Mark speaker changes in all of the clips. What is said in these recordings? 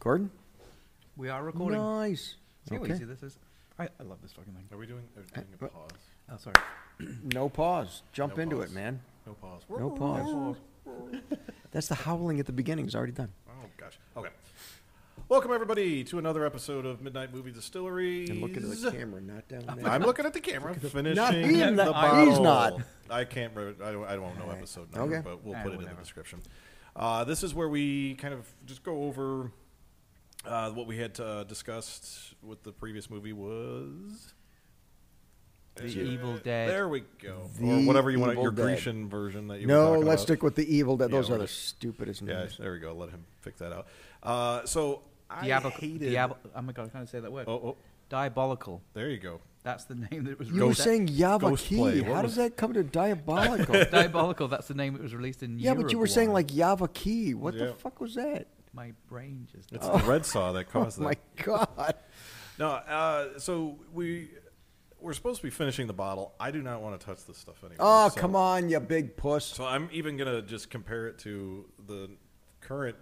Speaker 1: Gordon?
Speaker 2: We are recording.
Speaker 1: Nice.
Speaker 2: See how
Speaker 1: Okay.
Speaker 2: easy this is? I, I love this fucking thing.
Speaker 3: Are we doing, are we doing a
Speaker 1: what-
Speaker 3: pause?
Speaker 2: Oh, sorry.
Speaker 1: No pause. Jump
Speaker 3: No
Speaker 1: into
Speaker 3: pause.
Speaker 1: it, man.
Speaker 3: No pause.
Speaker 1: No pause. That's the howling at the beginning. It's already done.
Speaker 3: Oh, gosh. Okay. Welcome, everybody, to another episode of Midnight Movie Distillery.
Speaker 1: And look at the camera, not down there.
Speaker 3: I'm looking at the camera, finishing
Speaker 1: him,
Speaker 3: the
Speaker 1: not-
Speaker 3: bottle.
Speaker 1: he's not.
Speaker 3: I can't. Re- I, don't, I don't know episode number,
Speaker 1: Okay.
Speaker 3: but we'll
Speaker 2: Ah,
Speaker 3: put it in
Speaker 2: whatever.
Speaker 3: the description. Uh, this is where we kind of just go over uh, what we had uh, discussed. What the previous movie was.
Speaker 2: The Evil Dead.
Speaker 3: There we go.
Speaker 1: The
Speaker 3: or whatever you want.
Speaker 1: Evil
Speaker 3: Your
Speaker 1: Dead.
Speaker 3: Grecian version that you. were
Speaker 1: No,
Speaker 3: talking
Speaker 1: let's
Speaker 3: about.
Speaker 1: stick with the evil dead.
Speaker 3: Yeah,
Speaker 1: Those
Speaker 3: we're
Speaker 1: are the
Speaker 3: just-
Speaker 1: stupidest
Speaker 3: Yeah,
Speaker 1: names.
Speaker 3: there we go. Let him pick that out. Uh, so I
Speaker 2: Diabol-
Speaker 3: hated.
Speaker 2: Diabol- oh my god, I can't say that word.
Speaker 3: oh, oh,
Speaker 2: Diabolical.
Speaker 3: there you go.
Speaker 2: That's the name that it was
Speaker 1: You were
Speaker 2: released.
Speaker 1: saying
Speaker 3: Ghost
Speaker 1: Yavaki.
Speaker 3: Play. What
Speaker 1: How
Speaker 3: was-
Speaker 1: does that come to diabolical?
Speaker 2: Diabolical, that's the name it was released in
Speaker 1: yeah, but you were
Speaker 2: Uruguay.
Speaker 1: saying like Yavaki. What the
Speaker 3: Yeah.
Speaker 1: fuck was that?
Speaker 2: My brain just.
Speaker 3: It's the red saw that
Speaker 1: Oh
Speaker 3: caused that.
Speaker 1: my god.
Speaker 3: No, uh, so we we're supposed to be finishing the bottle. I do not want to touch this stuff anymore.
Speaker 1: Oh,
Speaker 3: so,
Speaker 1: come on, you big puss.
Speaker 3: So I'm even gonna just compare it to the current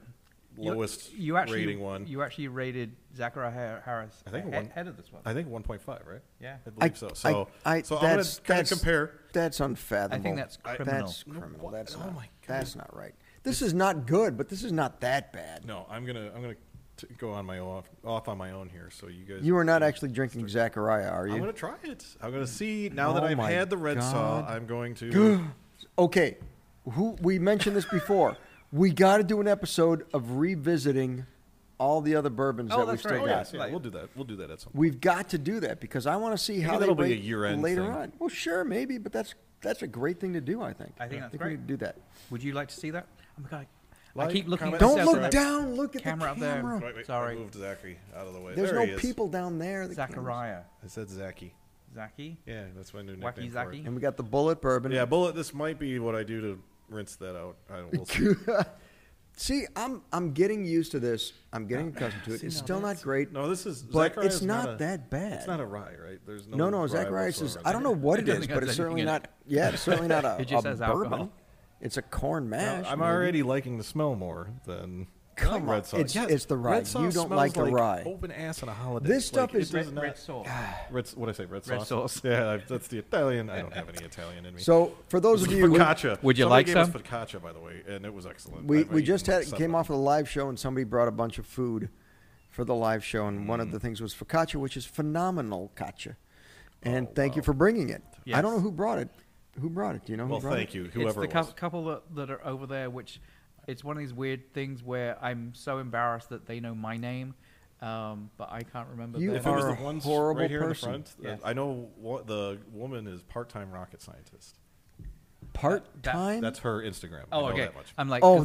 Speaker 2: You-
Speaker 3: lowest
Speaker 2: you, actually,
Speaker 3: rating one.
Speaker 2: You actually rated Zachariah Har- Harris
Speaker 3: I think
Speaker 2: ahe-
Speaker 3: one-
Speaker 2: head of this one.
Speaker 3: I think 1.5, right?
Speaker 2: Yeah.
Speaker 3: I believe so. So,
Speaker 1: I- I-
Speaker 3: so I'm gonna
Speaker 1: that's-
Speaker 3: kind of
Speaker 1: that's-
Speaker 3: compare.
Speaker 1: That's unfathomable.
Speaker 2: that's
Speaker 3: I-
Speaker 2: criminal.
Speaker 1: That's
Speaker 3: No,
Speaker 1: criminal.
Speaker 3: what?
Speaker 1: That's
Speaker 3: Oh
Speaker 1: not,
Speaker 3: my God.
Speaker 1: that's not right. This is not good, but this is not that bad.
Speaker 3: No, I'm gonna I'm gonna t- go on my off off on my own here. So you guys,
Speaker 1: You are not actually drinking Zachariah, are
Speaker 3: I'm
Speaker 1: you?
Speaker 3: gonna try it. I'm gonna see. Now that
Speaker 1: Oh
Speaker 3: I've
Speaker 1: my
Speaker 3: had the red saw,
Speaker 1: God.
Speaker 3: I'm going to.
Speaker 1: Okay, who we mentioned this before. we got to do an episode of revisiting all the other bourbons
Speaker 2: Oh,
Speaker 1: that we've
Speaker 2: that's
Speaker 1: still
Speaker 2: right.
Speaker 3: oh
Speaker 1: got.
Speaker 3: yes, yeah,
Speaker 2: Like-
Speaker 3: we'll do that. We'll do that at some. point.
Speaker 1: We've got to do that because I want to see how they
Speaker 3: that'll be a
Speaker 1: rate
Speaker 3: year-end
Speaker 1: later
Speaker 3: thing.
Speaker 1: on. Well, sure, maybe, but that's that's a great thing to do. I think.
Speaker 2: I think that's
Speaker 1: we
Speaker 2: great.
Speaker 1: need to do that.
Speaker 2: Would you like to see that? Oh my god. I
Speaker 3: Like,
Speaker 2: keep looking at
Speaker 3: comment,
Speaker 1: Don't
Speaker 2: myself
Speaker 1: look
Speaker 2: right-
Speaker 1: down. Look at
Speaker 2: Camera up
Speaker 1: the
Speaker 2: there.
Speaker 1: camera.
Speaker 3: Wait, wait,
Speaker 2: Sorry.
Speaker 3: I moved Zachary out of the way.
Speaker 1: There's
Speaker 3: there he
Speaker 1: no
Speaker 3: is.
Speaker 1: people down there. The cameras.
Speaker 2: Zachariah.
Speaker 3: I said Zachy.
Speaker 2: Zachy.
Speaker 3: Yeah, that's my new nickname.
Speaker 2: Wacky
Speaker 3: for it.
Speaker 2: Zacky.
Speaker 1: And we got the bullet bourbon.
Speaker 3: Yeah, bullet. This might be what I do to rinse that out. I don't. We'll see.
Speaker 1: See, I'm I'm getting used to this. I'm getting accustomed to it. It's still not great.
Speaker 3: No, this is.
Speaker 1: But
Speaker 3: Zachariah's
Speaker 1: it's not
Speaker 3: a-
Speaker 1: that bad.
Speaker 3: It's not a rye, right? There's no.
Speaker 1: No, no,
Speaker 3: rye
Speaker 1: Zacharias is.
Speaker 3: whatsoever.
Speaker 1: I don't know what
Speaker 2: I
Speaker 1: it
Speaker 2: don't
Speaker 1: is,
Speaker 2: think
Speaker 1: but
Speaker 2: that's
Speaker 1: it's certainly
Speaker 2: anything in
Speaker 1: not. Yeah, it's certainly not a,
Speaker 2: It just
Speaker 1: a
Speaker 2: says
Speaker 1: bourbon.
Speaker 2: alcohol.
Speaker 1: It's a corn
Speaker 3: No,
Speaker 1: mash.
Speaker 3: I'm
Speaker 1: maybe.
Speaker 3: already liking the smell more than.
Speaker 1: Come
Speaker 3: I like
Speaker 1: on,
Speaker 3: Red Sauce.
Speaker 1: it's- it's the rye.
Speaker 3: Red Sauce
Speaker 1: You don't
Speaker 3: smells
Speaker 1: like the rye.
Speaker 3: Open ass on a holiday.
Speaker 1: This stuff
Speaker 3: like,
Speaker 1: is
Speaker 3: it does
Speaker 2: Red,
Speaker 3: not,
Speaker 2: red sauce.
Speaker 3: Red, what I say, red sauce.
Speaker 2: Red sauce.
Speaker 3: Yeah, I- that's the Italian. I don't have any Italian in me.
Speaker 1: So for those of you, who-
Speaker 3: focaccia.
Speaker 2: Would you
Speaker 3: Somebody
Speaker 2: like
Speaker 3: gave
Speaker 2: some?
Speaker 3: Us focaccia, by the way, and it was excellent.
Speaker 1: we
Speaker 3: I've
Speaker 1: we
Speaker 3: eaten
Speaker 1: just had
Speaker 3: seven
Speaker 1: came off of the live show and somebody brought a bunch of food for the live show, and
Speaker 3: Mm.
Speaker 1: one of the things was focaccia, which is phenomenal kacha. And
Speaker 3: Oh,
Speaker 1: thank you
Speaker 3: wow.
Speaker 1: for bringing it. I don't
Speaker 2: Yes.
Speaker 1: know who brought it. Who brought it? Do you know who
Speaker 3: Well,
Speaker 1: brought
Speaker 3: thank
Speaker 1: it?
Speaker 3: you, whoever
Speaker 2: it's
Speaker 3: it
Speaker 2: the cou-
Speaker 3: was.
Speaker 2: couple that, that are over there which it's one of these weird things where i'm so embarrassed that they know my name um, but i can't remember
Speaker 1: You
Speaker 2: their
Speaker 3: If it was
Speaker 1: are
Speaker 3: the
Speaker 1: a
Speaker 3: ones
Speaker 1: horrible
Speaker 3: right here
Speaker 1: person.
Speaker 3: in the front,
Speaker 2: Yes.
Speaker 3: I know what the woman is part-time rocket scientist.
Speaker 1: Part time.
Speaker 3: That's her Instagram. I
Speaker 2: oh
Speaker 3: know
Speaker 2: okay
Speaker 3: That much.
Speaker 2: i'm like
Speaker 1: Oh,
Speaker 2: oh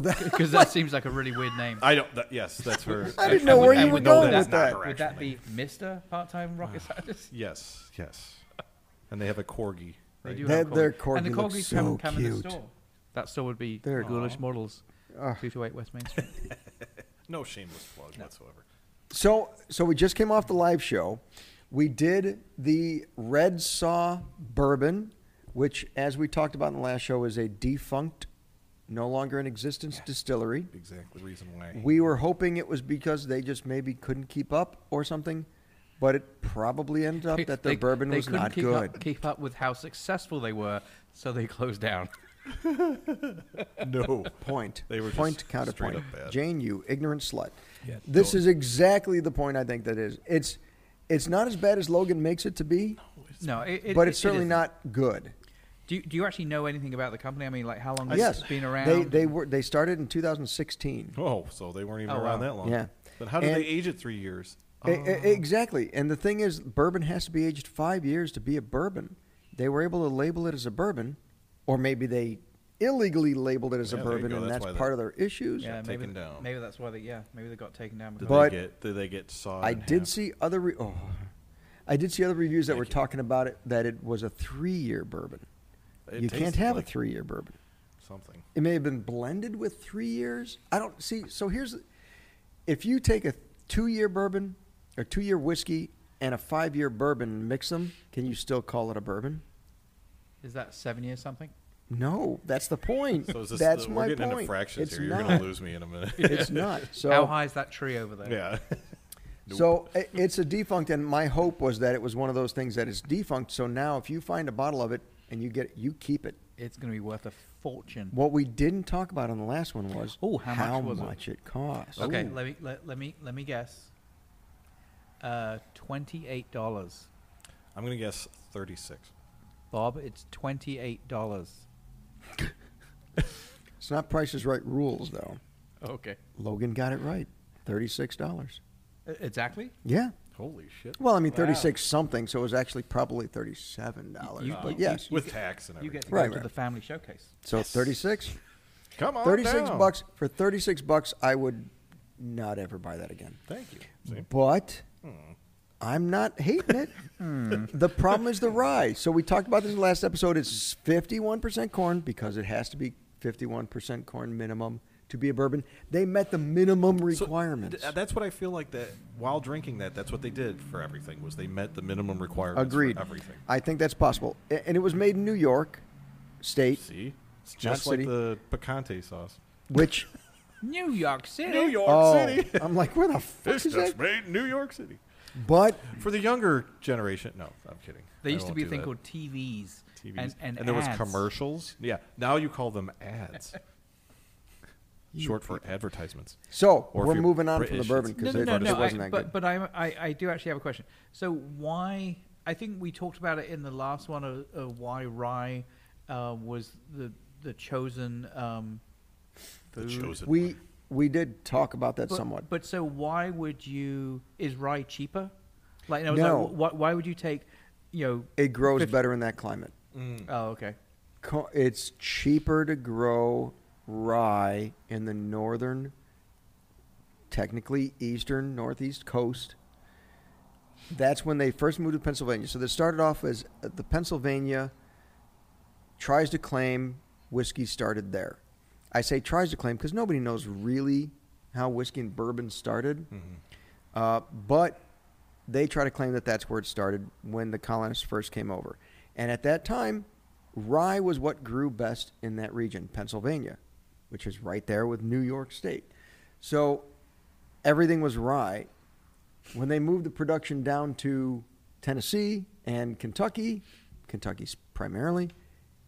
Speaker 2: because that seems like a really weird name
Speaker 3: I don't. That, yes, that's her.
Speaker 1: I didn't
Speaker 3: actual
Speaker 1: know where
Speaker 3: name.
Speaker 1: you
Speaker 2: And
Speaker 1: were
Speaker 2: would-
Speaker 1: going
Speaker 2: would
Speaker 1: with that.
Speaker 2: would that be mr part-time rocket
Speaker 3: Ah,
Speaker 2: scientist
Speaker 3: Yes, yes. And they have a corgi.
Speaker 2: they
Speaker 3: right?
Speaker 2: do
Speaker 1: Their-
Speaker 2: have
Speaker 1: their
Speaker 2: corgis. and the
Speaker 1: corgi looks
Speaker 2: corgis
Speaker 1: so
Speaker 2: come, come in the
Speaker 1: cute. Ah.
Speaker 2: store that store would be
Speaker 1: They're-
Speaker 2: ghoulish
Speaker 3: Aw.
Speaker 2: models 228 west main street
Speaker 3: No shameless plug whatsoever.
Speaker 1: So, so we just came off the live show. We did the Red Saw Bourbon, which, as we talked about in the last show, is a defunct, no longer in existence distillery.
Speaker 3: Exactly. Reason why.
Speaker 1: We were hoping it was because they just maybe couldn't keep up or something, but it probably ended up that their
Speaker 2: They-
Speaker 1: bourbon
Speaker 2: they
Speaker 1: was
Speaker 2: couldn't
Speaker 1: not
Speaker 2: keep
Speaker 1: good.
Speaker 2: up, keep up with how successful they were so they closed down
Speaker 3: no.
Speaker 1: Point.
Speaker 3: They were just
Speaker 1: point
Speaker 3: straight
Speaker 1: counterpoint.
Speaker 3: up bad.
Speaker 1: Jane, you ignorant slut.
Speaker 3: Yeah,
Speaker 1: this
Speaker 3: don't-
Speaker 1: is exactly the point I think that is. It's it's not as bad as Logan makes it to be,
Speaker 2: no it, it,
Speaker 1: but
Speaker 2: it-
Speaker 1: it's
Speaker 2: it
Speaker 1: certainly
Speaker 2: isn't.
Speaker 1: not good.
Speaker 2: Do you, do you actually know anything about the company? I mean, like how long has
Speaker 1: Uh, yes,
Speaker 2: it been around?
Speaker 1: They they were they started in 2016.
Speaker 3: Oh, so they weren't even
Speaker 2: Oh,
Speaker 3: around
Speaker 2: wow.
Speaker 3: that long.
Speaker 1: Yeah.
Speaker 3: But how did
Speaker 1: And-
Speaker 3: they age it three years?
Speaker 1: E- e- exactly, and the thing is, bourbon has to be aged five years to be a bourbon. They were able to label it as a bourbon, or maybe they illegally labeled it as a
Speaker 3: Yeah, there you
Speaker 1: bourbon,
Speaker 3: go.
Speaker 1: and
Speaker 3: That's
Speaker 1: that's
Speaker 3: why
Speaker 1: part
Speaker 3: they-
Speaker 1: of their issues.
Speaker 2: yeah, maybe,
Speaker 3: taken down.
Speaker 2: Maybe that's why they yeah maybe they got taken down.
Speaker 3: Did
Speaker 2: because-
Speaker 1: But-
Speaker 3: they get? Did they get sawed?
Speaker 1: I
Speaker 3: in
Speaker 1: did
Speaker 3: half?
Speaker 1: see other re- oh, I did see other reviews that
Speaker 3: Thank
Speaker 1: were
Speaker 3: you.
Speaker 1: talking about it that it was a three year bourbon.
Speaker 3: It
Speaker 1: you can't
Speaker 3: tasted
Speaker 1: have
Speaker 3: like
Speaker 1: a three year bourbon.
Speaker 3: Something.
Speaker 1: It may have been blended with three years. I don't see. So here's if you take a two year bourbon or two year whiskey and a five year bourbon and mix them, can you still call it a bourbon?
Speaker 2: is that seven years something?
Speaker 1: No, that's the point.
Speaker 3: So is this
Speaker 1: that's
Speaker 3: the,
Speaker 1: my
Speaker 3: we're getting
Speaker 1: point.
Speaker 3: into fractions
Speaker 1: it's
Speaker 3: here.
Speaker 1: Not,
Speaker 3: You're going to lose me in a minute.
Speaker 1: It's not. So
Speaker 2: How high is that tree over there?
Speaker 3: yeah.
Speaker 1: So i- it's a defunct, and my hope was that it was one of those things that is defunct. So now, if you find a bottle of it and you get it, you keep it.
Speaker 2: It's going to be worth a fortune.
Speaker 1: What we didn't talk about on the last one was
Speaker 2: Ooh, how much was it?
Speaker 1: much it? cost.
Speaker 2: Okay, let me let, let me let me guess. Uh, twenty-eight dollars,
Speaker 3: I'm going to guess 36.
Speaker 2: Bob. It's twenty-eight dollars.
Speaker 1: It's not Price is Right rules, though.
Speaker 2: Okay.
Speaker 1: Logan got it right, thirty-six dollars.
Speaker 2: E, Exactly.
Speaker 1: Yeah.
Speaker 3: Holy shit.
Speaker 1: Well, I mean,
Speaker 2: Wow.
Speaker 1: thirty-six something, so it was actually probably thirty-seven dollars.
Speaker 2: You-
Speaker 1: But
Speaker 2: you-
Speaker 1: yes,
Speaker 3: With tax and
Speaker 2: You
Speaker 3: everything.
Speaker 2: get to go
Speaker 1: Right,
Speaker 2: to
Speaker 1: right.
Speaker 2: the family showcase.
Speaker 1: so thirty-six.
Speaker 3: Come on.
Speaker 1: 36
Speaker 3: down.
Speaker 1: bucks for 36 bucks i would not ever buy that again
Speaker 3: Thank you.
Speaker 1: Mm-hmm.
Speaker 3: See?
Speaker 1: but i'm not hating it the problem is the rye so we talked about this in the last episode it's 51% corn because it has to be 51% corn minimum to be a bourbon they met the minimum
Speaker 3: So,
Speaker 1: requirements
Speaker 3: th- that's what I feel like that while drinking that, that's what they did for everything was they met the minimum requirements
Speaker 1: agreed
Speaker 3: for everything.
Speaker 1: i think that's possible A- and it was made in new york state
Speaker 3: See? It's
Speaker 1: Not
Speaker 3: just like
Speaker 1: city.
Speaker 3: the picante sauce.
Speaker 1: which
Speaker 2: New York City.
Speaker 3: York
Speaker 1: oh i'm like where the fuck
Speaker 3: It's
Speaker 1: is that
Speaker 3: just made in New York City.
Speaker 1: but
Speaker 3: For the younger generation, no, I'm kidding.
Speaker 2: There
Speaker 3: I
Speaker 2: used to
Speaker 3: won't
Speaker 2: be a
Speaker 3: do
Speaker 2: thing
Speaker 3: that.
Speaker 2: called TVs.
Speaker 3: TVs.
Speaker 2: And, and,
Speaker 3: there
Speaker 2: ads.
Speaker 3: was commercials. Yeah, now you call them ads. Short for advertisements.
Speaker 1: so
Speaker 3: Or if
Speaker 1: we're
Speaker 3: you're
Speaker 1: moving on from the
Speaker 3: British,
Speaker 1: bourbon
Speaker 3: it's
Speaker 1: because it, it wasn't
Speaker 2: I,
Speaker 1: that good
Speaker 2: but, but I'm- I, I do actually have a question. So why? I think we talked about it in the last one. Of, of why rye uh, was the the chosen. Um,
Speaker 3: The
Speaker 2: food.
Speaker 3: chosen
Speaker 1: We we did talk about that
Speaker 2: but,
Speaker 1: somewhat.
Speaker 2: But so why would you? Is rye cheaper? Like, no.
Speaker 1: No.
Speaker 2: Like, why, why would you take? You know.
Speaker 1: it grows better in that climate.
Speaker 3: Mm.
Speaker 2: oh, okay.
Speaker 1: Co- It's cheaper to grow rye in the northern, technically eastern, northeast coast. That's when they first moved to Pennsylvania. So they started off as uh, the Pennsylvania tries to claim whiskey started there. I say tries to claim because nobody knows really how whiskey and bourbon started. Uh, but they try to claim that that's where it started when the colonists first came over. And at that time, rye was what grew best in that region, Pennsylvania, which is right there with New York State. So everything was rye. When they moved the production down to Tennessee and Kentucky, Kentucky's primarily,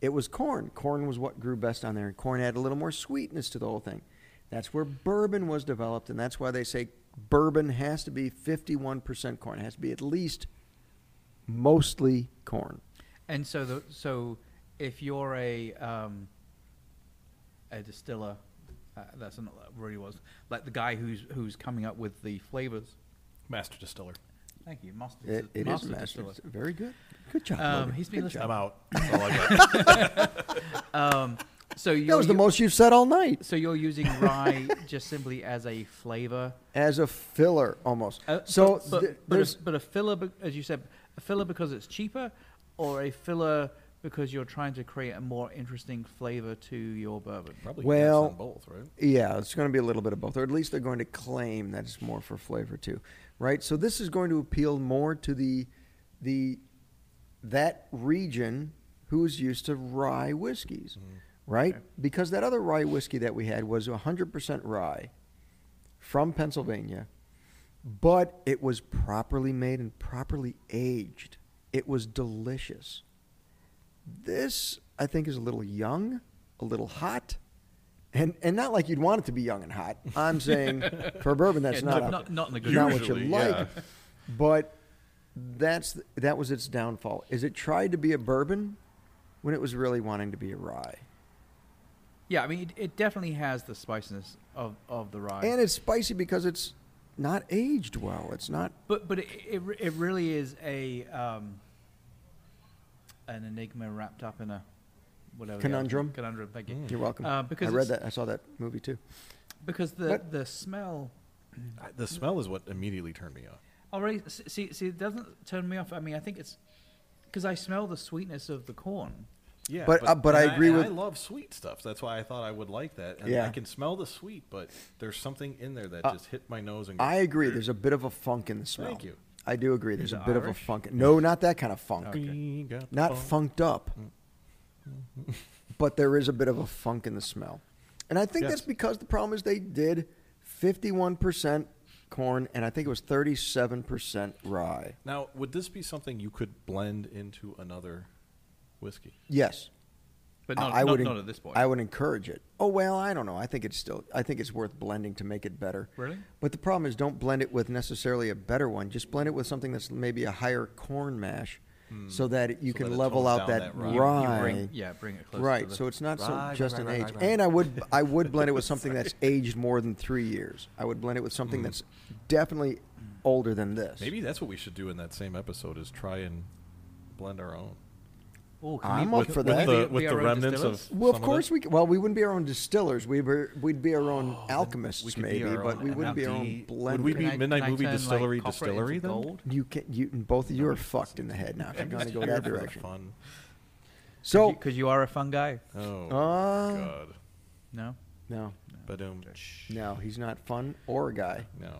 Speaker 1: it was corn. Corn was what grew best on there, and corn had a little more sweetness to the whole thing. That's where bourbon was developed, and that's why they say bourbon has to be 51% corn. It has to be at least mostly corn.
Speaker 2: And so the so if you're a um, a distiller, uh, that's not really was like the guy who's who's coming up with the flavors.
Speaker 3: master distiller.
Speaker 2: Thank you, master.
Speaker 1: It, it is
Speaker 2: master
Speaker 1: master.
Speaker 2: distiller.
Speaker 1: It's Very good. Good job.
Speaker 2: Um,
Speaker 1: Logan.
Speaker 2: he's been
Speaker 1: Good
Speaker 2: listening.
Speaker 1: job.
Speaker 3: I'm out. That's all I got.
Speaker 2: Um, so you're,
Speaker 1: That was the
Speaker 2: u-
Speaker 1: most you've said all night.
Speaker 2: So you're using rye just simply as a flavor.
Speaker 1: As a filler, almost.
Speaker 2: Uh,
Speaker 1: so
Speaker 2: but,
Speaker 1: th-
Speaker 2: but,
Speaker 1: there's
Speaker 2: a, but a filler, be- as you said, a filler because it's cheaper, or a filler because you're trying to create a more interesting flavor to your bourbon.
Speaker 3: Probably
Speaker 1: Well-
Speaker 3: yes on both, right?
Speaker 1: Yeah, it's going to be a little bit of both, or at least they're going to claim that it's more for flavor too, right? So this is going to appeal more to the the that region who is used to rye whiskeys, right? Because that other rye whiskey that we had was 100% rye from Pennsylvania, but it was properly made and properly aged. It was delicious. This I think is a little young, a little hot. And, and not like you'd want it to be young and hot. I'm saying for bourbon that's
Speaker 2: Yeah,
Speaker 1: not,
Speaker 2: not-
Speaker 1: a-
Speaker 2: not- not in the good
Speaker 1: not what you
Speaker 3: Usually,
Speaker 1: like.
Speaker 3: yeah.
Speaker 1: But that's that was its downfall. Is it tried to be a bourbon when it was really wanting to be a rye?
Speaker 2: Yeah, I mean, it, it definitely has the spiciness of, of the rye.
Speaker 1: And it's spicy because it's not aged well. It's not
Speaker 2: but but it, it, re- it really is a um, an enigma wrapped up in a whatever the other-
Speaker 1: Conundrum? Mm.
Speaker 2: Conundrum, thank you.
Speaker 1: You're welcome.
Speaker 2: Uh, because
Speaker 1: I read
Speaker 2: it's-
Speaker 1: that. I saw that movie too.
Speaker 2: Because the
Speaker 1: What?
Speaker 2: the smell
Speaker 3: I- The smell is what immediately turned me off.
Speaker 2: already s- see see it doesn't turn me off. I mean, I think it's because I smell the sweetness of the corn.
Speaker 3: Yeah,
Speaker 1: But, uh, but I
Speaker 3: and
Speaker 1: agree
Speaker 3: and
Speaker 1: with-
Speaker 3: I love sweet stuff. That's why I thought I would like that. And
Speaker 1: Yeah. Uh,
Speaker 3: I can smell the sweet, but there's something in there that just hit my nose and.
Speaker 1: I agree. There's a bit of a funk in the smell.
Speaker 3: Thank you.
Speaker 1: I do agree. There's
Speaker 2: Is
Speaker 1: a
Speaker 2: it
Speaker 1: bit of a
Speaker 2: Irish?
Speaker 1: funk. No, not that kind of funk.
Speaker 3: We got the
Speaker 1: Not
Speaker 3: funk.
Speaker 1: funked up. but there is a bit of a funk in the smell. And I think
Speaker 3: Yes.
Speaker 1: that's because the problem is they did 51% corn and I think it was 37% rye.
Speaker 3: Now, would this be something you could blend into another whiskey?
Speaker 1: Yes.
Speaker 2: But not,
Speaker 1: I I
Speaker 2: not,
Speaker 1: would en-
Speaker 2: not at this point.
Speaker 1: I would encourage it. Oh well, I don't know. I think it's still I think it's worth blending to make it better.
Speaker 2: Really?
Speaker 1: But the problem is don't blend it with necessarily a better one. Just blend it with something that's maybe a higher corn mash so that you
Speaker 3: Hmm. So
Speaker 1: can
Speaker 3: that it
Speaker 1: level
Speaker 3: tones
Speaker 1: out
Speaker 3: down
Speaker 1: that,
Speaker 3: that
Speaker 2: You-
Speaker 1: rye.
Speaker 3: rye.
Speaker 2: you bring, yeah, bring it close. To
Speaker 1: Right,
Speaker 2: the,
Speaker 1: so it's not so
Speaker 4: Right,
Speaker 1: just
Speaker 4: right,
Speaker 1: an
Speaker 4: right,
Speaker 1: age.
Speaker 4: right, right.
Speaker 1: And I would I would blend it with something that's aged more than three years. I would blend it with something that's definitely older than this.
Speaker 3: Hmm. Maybe that's what we should do in that same episode: is try and blend our own.
Speaker 2: oh,
Speaker 1: I'm up for
Speaker 2: can we
Speaker 1: that.
Speaker 2: be-
Speaker 3: With the- with
Speaker 2: be
Speaker 3: the
Speaker 2: our own
Speaker 3: remnants of-
Speaker 2: distillers?
Speaker 1: Well, of
Speaker 3: some it.
Speaker 1: course we. c- Well, we wouldn't be our own distillers. We were, we'd be our own alchemists,
Speaker 3: Oh, we could be
Speaker 1: maybe,
Speaker 3: our
Speaker 1: but
Speaker 3: own-
Speaker 1: we
Speaker 3: and
Speaker 1: wouldn't be our
Speaker 2: the-
Speaker 1: own blender.
Speaker 3: Would we
Speaker 2: Can
Speaker 3: be
Speaker 2: I- can
Speaker 3: Midnight
Speaker 2: I
Speaker 3: Movie
Speaker 2: turn, like,
Speaker 3: Distillery
Speaker 2: copper
Speaker 3: Distillery
Speaker 2: into
Speaker 3: then?
Speaker 2: gold?
Speaker 1: You can. You both of you are fucked in the head now. If you're going to go
Speaker 3: Here
Speaker 1: that
Speaker 3: for the
Speaker 1: direction.
Speaker 3: Fun.
Speaker 1: So
Speaker 2: because you, are a fun guy.
Speaker 3: Oh
Speaker 1: Uh,
Speaker 3: God!
Speaker 2: No,
Speaker 1: no,
Speaker 3: Ba-doom.
Speaker 1: no, he's not fun or a guy.
Speaker 3: No.